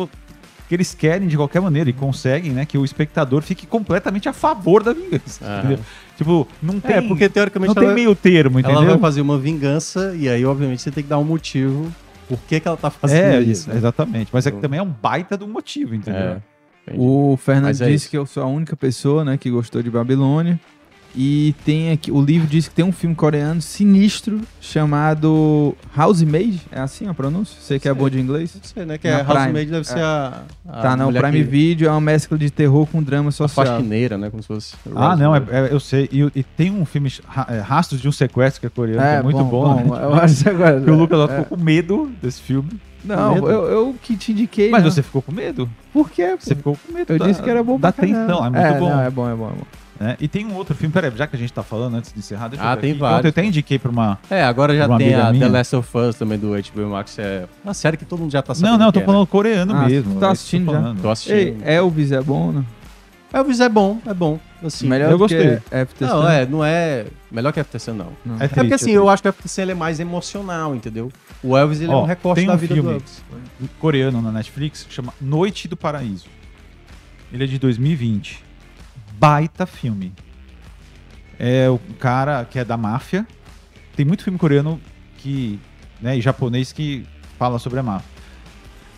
Speaker 4: que eles querem de qualquer maneira e conseguem, né, que o espectador fique completamente a favor da vingança.
Speaker 3: Aham.
Speaker 4: entendeu? Tipo, não tem
Speaker 3: É, porque teoricamente
Speaker 4: não tem
Speaker 3: ela,
Speaker 4: meio termo,
Speaker 3: ela
Speaker 4: entendeu?
Speaker 3: vai fazer uma vingança e aí, obviamente, você tem que dar um motivo por que, que ela tá fazendo
Speaker 4: É,
Speaker 3: isso. né?
Speaker 4: exatamente. Mas é que
Speaker 3: Eu-
Speaker 4: também é um baita do motivo, entendeu?
Speaker 3: É. Entendi.
Speaker 1: O Fernando
Speaker 3: Mas é
Speaker 1: disse
Speaker 3: isso.
Speaker 1: que eu sou a única pessoa, né, que gostou de Babilônia. E tem aqui, o livro diz que tem um filme coreano sinistro chamado Housemaid, é assim a pronúncia? Você que é
Speaker 3: Sei.
Speaker 1: bom de inglês?
Speaker 3: Não sei, né? Que
Speaker 1: Na
Speaker 3: a
Speaker 1: Prime. É.
Speaker 3: Housemaid deve ser a,
Speaker 4: Ah,
Speaker 3: a.
Speaker 1: tá, não, o
Speaker 3: mulher
Speaker 1: Prime
Speaker 3: que-
Speaker 1: Video é uma mescla de terror com drama
Speaker 3: A
Speaker 1: social.
Speaker 3: faxineira, né? Como se fosse.
Speaker 4: Ah, não, é-
Speaker 3: Rosemary.
Speaker 4: é- eu sei. E, e tem um filme, Ra- é, Rastros de um Sequestro, que é coreano, que é muito bom, né?
Speaker 1: <laughs> eu acho agora. é,
Speaker 4: Porque o Lucas lá ficou com medo desse filme.
Speaker 1: Não,
Speaker 4: medo.
Speaker 1: eu, eu que te indiquei.
Speaker 4: Mas
Speaker 1: né?
Speaker 4: você ficou com medo?
Speaker 1: Por quê?
Speaker 4: Você
Speaker 1: pô?
Speaker 4: ficou com medo.
Speaker 1: Eu
Speaker 4: da-
Speaker 1: disse que era bom
Speaker 4: Da
Speaker 1: pra caramba.
Speaker 4: tensão, é muito bom.
Speaker 1: não, é bom, é bom, é bom.
Speaker 4: né? E tem um outro filme, peraí, já que a gente tá falando antes de encerrar, deixa eu
Speaker 3: Ah,
Speaker 4: ver
Speaker 3: tem
Speaker 4: aqui.
Speaker 3: vários.
Speaker 4: Ontem Eu até indiquei pra uma...
Speaker 3: É, agora já
Speaker 4: Uma
Speaker 3: tem
Speaker 4: amiga
Speaker 3: a
Speaker 4: minha.
Speaker 3: The Last of Us também do HBO Max. É uma série que todo mundo já tá sabendo.
Speaker 4: Não, não, eu
Speaker 3: que
Speaker 4: tô
Speaker 3: é,
Speaker 4: falando coreano
Speaker 1: Ah,
Speaker 4: mesmo.
Speaker 1: tu tá
Speaker 4: é isso que eu
Speaker 1: assistindo
Speaker 4: tô
Speaker 1: já?
Speaker 4: falando.
Speaker 3: Né? Tô assistindo.
Speaker 1: Ei, Elvis é bom, né?
Speaker 3: Elvis é bom, é bom. Assim,
Speaker 1: Melhor
Speaker 4: eu
Speaker 1: do que
Speaker 4: gostei.
Speaker 1: FTC.
Speaker 3: Não, é, não é. Melhor que FTC, não.
Speaker 1: Não.
Speaker 4: É
Speaker 3: É porque
Speaker 4: triste,
Speaker 3: assim,
Speaker 4: é
Speaker 3: eu acho que o FTC ele é mais emocional, entendeu? O Elvis ele é
Speaker 4: Ó,
Speaker 3: um recorte
Speaker 4: tem
Speaker 3: da
Speaker 4: um
Speaker 3: vida do
Speaker 4: filme.
Speaker 3: Elvis.
Speaker 4: coreano na Netflix que chama Noite do Paraíso. Ele é de 2020. Baita filme. É o cara que é da máfia. Tem muito filme coreano que, né, e japonês que fala sobre a máfia.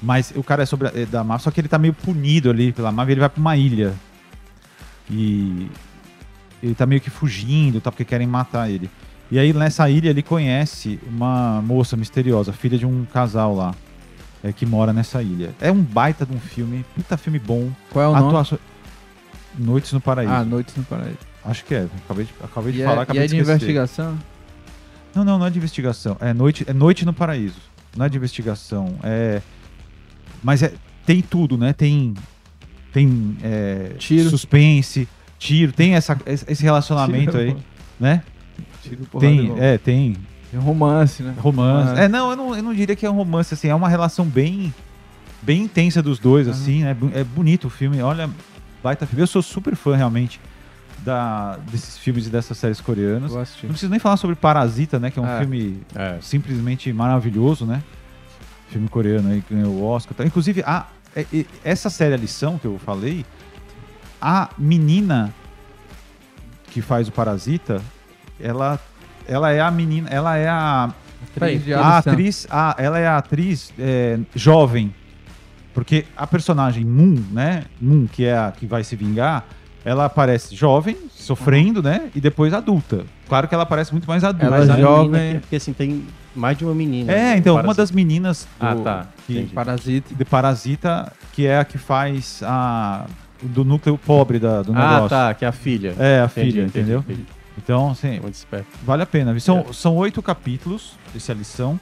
Speaker 4: Mas o cara é sobre a- é da máfia, só que ele tá meio punido ali pela máfia, ele vai pra uma ilha. E ele tá meio que fugindo, tá porque querem matar ele. E aí nessa ilha ele conhece uma moça misteriosa, filha de um casal lá é, que mora nessa ilha. É um baita de um filme, puta filme bom.
Speaker 1: Qual é o nome?
Speaker 4: Atuação... Noites no Paraíso.
Speaker 1: Ah, Noites no Paraíso.
Speaker 4: Acho que é. Acabei de, acabei de
Speaker 1: E é,
Speaker 4: falar,
Speaker 1: e
Speaker 4: acabei
Speaker 1: é
Speaker 4: de
Speaker 1: de
Speaker 4: esquecer.
Speaker 1: investigação?
Speaker 4: Não, não, não é de investigação. É noite, é noite no Paraíso. Não é de investigação. É, mas é, tem tudo, né? Tem tem é,
Speaker 1: Tiro.
Speaker 4: suspense, tiro, tem essa, esse esse relacionamento
Speaker 1: Tiro,
Speaker 4: aí,
Speaker 1: porra.
Speaker 4: né?
Speaker 1: Tiro, porrada e
Speaker 4: Tem,
Speaker 1: bomba.
Speaker 4: é, tem
Speaker 1: Tem romance, né?
Speaker 4: Romance.
Speaker 1: Ah.
Speaker 4: É, não eu, não, eu não diria que é um romance, assim, é uma relação bem bem intensa dos dois, assim, né? Bu- É bonito o filme, olha, baita filme. Eu sou super fã, realmente, da, desses filmes e dessas séries coreanas.
Speaker 1: Vou
Speaker 4: Não
Speaker 1: assistir.
Speaker 4: preciso nem falar sobre Parasita, né? Que é um
Speaker 1: É.
Speaker 4: filme
Speaker 3: É.
Speaker 4: simplesmente maravilhoso, né? Filme coreano aí que ganhou o Oscar. e tal. Inclusive, a, é- é- essa série A Lição que eu falei, a menina que faz o Parasita, ela, ela é a menina, ela é a,
Speaker 1: Três de
Speaker 4: a
Speaker 1: Alisson.
Speaker 4: atriz, a, ela é a atriz é, jovem. Porque a personagem Moon, né? Moon, que é a que vai se vingar, ela aparece jovem, sofrendo, né? E depois adulta. Claro que ela aparece muito mais adulta.
Speaker 1: Ela é
Speaker 3: Mas a menina
Speaker 1: jovem-
Speaker 3: que- Porque assim, tem mais de uma menina.
Speaker 4: É,
Speaker 3: né,
Speaker 4: então,
Speaker 3: no
Speaker 4: uma das meninas do,
Speaker 3: Ah, tá,
Speaker 4: que,
Speaker 3: entendi.
Speaker 1: Parasita.
Speaker 4: de Parasita, que é a que faz a do núcleo pobre da, do
Speaker 3: Ah,
Speaker 4: negócio.
Speaker 3: tá, que é a filha.
Speaker 4: É, a
Speaker 3: Entendi,
Speaker 4: filha,
Speaker 3: entendi,
Speaker 4: entendeu?
Speaker 3: entendi.
Speaker 4: Então, assim,
Speaker 3: Muito esperto.
Speaker 4: vale a pena. viu? São, são oito capítulos dessa lição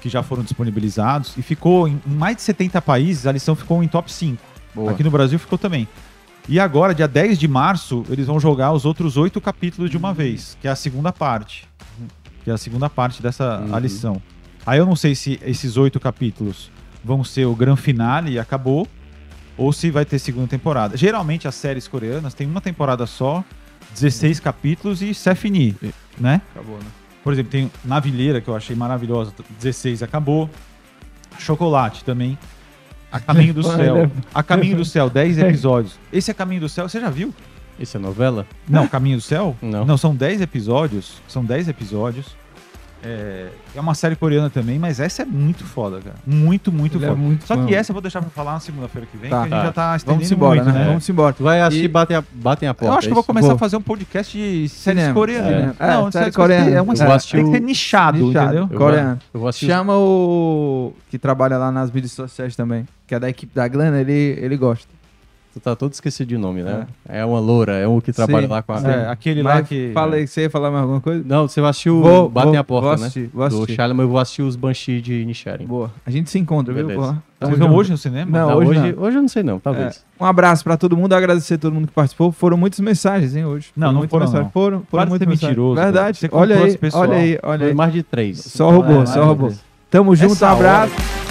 Speaker 4: que já foram disponibilizados e ficou em em mais de 70 países, a lição ficou em top 5.
Speaker 1: Boa.
Speaker 4: Aqui no Brasil ficou também. E agora, dia 10 de março, eles vão jogar os outros oito capítulos de uma vez, que é a segunda parte. Que é a segunda parte dessa a
Speaker 3: Uhum.
Speaker 4: lição. Aí eu não sei se esses oito capítulos vão ser o grande finale e acabou, ou se vai ter segunda temporada. Geralmente as séries coreanas têm uma temporada só, 16 capítulos e se fini, né?
Speaker 1: Acabou, né?
Speaker 4: Por exemplo, tem Navilheira, que eu achei maravilhosa, 16 acabou. Chocolate também. A
Speaker 1: <laughs>
Speaker 4: Caminho do Céu. A Caminho do Céu, 10 episódios. Esse é Caminho do Céu, você já viu?
Speaker 3: Isso é novela?
Speaker 4: Não, Caminho do Céu?
Speaker 3: Não.
Speaker 4: Não, são 10 episódios. São 10 episódios. É, é uma série coreana também, mas essa é muito foda, cara. Muito, muito
Speaker 1: Ele é
Speaker 4: foda.
Speaker 1: muito
Speaker 4: Só que
Speaker 1: bom.
Speaker 4: essa eu vou deixar pra falar na segunda-feira que vem,
Speaker 1: Tá.
Speaker 4: que a gente
Speaker 3: Tá.
Speaker 4: já tá estendendo
Speaker 1: Vamos embora,
Speaker 4: muito,
Speaker 1: né? Vamos embora.
Speaker 3: Tu vai assistir
Speaker 1: E-
Speaker 3: e batem a, batem a porta.
Speaker 4: Eu acho que
Speaker 3: é
Speaker 4: eu vou
Speaker 3: isso?
Speaker 4: começar
Speaker 1: Vou.
Speaker 4: a fazer um podcast de séries
Speaker 1: Cinema.
Speaker 4: coreanas.
Speaker 1: É. É,
Speaker 4: Não,
Speaker 1: série
Speaker 4: séries coreanas.
Speaker 1: coreana.
Speaker 4: É uma
Speaker 1: Eu
Speaker 4: série
Speaker 3: assisti
Speaker 4: tem que
Speaker 3: o-
Speaker 4: ser nichado,
Speaker 1: Nichado.
Speaker 4: entendeu?
Speaker 3: Eu vou-
Speaker 1: Coreano.
Speaker 3: Eu vou assistir.
Speaker 1: Chama o que trabalha lá nas mídias sociais também, que é da equipe da Glana, ele, ele gosta.
Speaker 3: Tu tá todo esquecido de nome, né? É, uma loura, é o que trabalha
Speaker 1: Sim,
Speaker 3: lá com a.
Speaker 4: É, aquele lá
Speaker 1: Mas
Speaker 4: que.
Speaker 1: Fala aí, você ia falar mais alguma coisa?
Speaker 3: Não, você vai assistir o
Speaker 1: Vou-
Speaker 3: Batem
Speaker 1: vou-
Speaker 3: a Porta,
Speaker 1: vou
Speaker 3: né?
Speaker 1: assistir, vou
Speaker 3: Do
Speaker 1: assistir.
Speaker 3: Shyamalan, eu vou assistir os Banshee de Nisharin.
Speaker 1: Boa. A gente se encontra, viu?
Speaker 3: Beleza.
Speaker 1: Por lá.
Speaker 4: Vocês vão hoje no cinema?
Speaker 1: Não,
Speaker 3: Tá,
Speaker 1: hoje
Speaker 3: hoje, hoje eu não sei não, talvez.
Speaker 1: É, um abraço pra todo mundo, agradecer a todo mundo que participou. Foram muitas mensagens, hein, hoje.
Speaker 4: Não, não
Speaker 1: muitas
Speaker 4: foram,
Speaker 1: mensagens.
Speaker 4: não.
Speaker 1: Foram, foram
Speaker 4: Para de
Speaker 1: muitas
Speaker 4: ser
Speaker 1: mensagens.
Speaker 4: é mentiroso,
Speaker 1: Verdade.
Speaker 4: você comprou
Speaker 1: Olha aí,
Speaker 4: esse pessoal.
Speaker 1: olha aí, olha
Speaker 3: Foi
Speaker 1: aí.
Speaker 3: mais de três.
Speaker 1: Só roubou, só roubou. Tamo junto,
Speaker 3: Essa
Speaker 1: um abraço.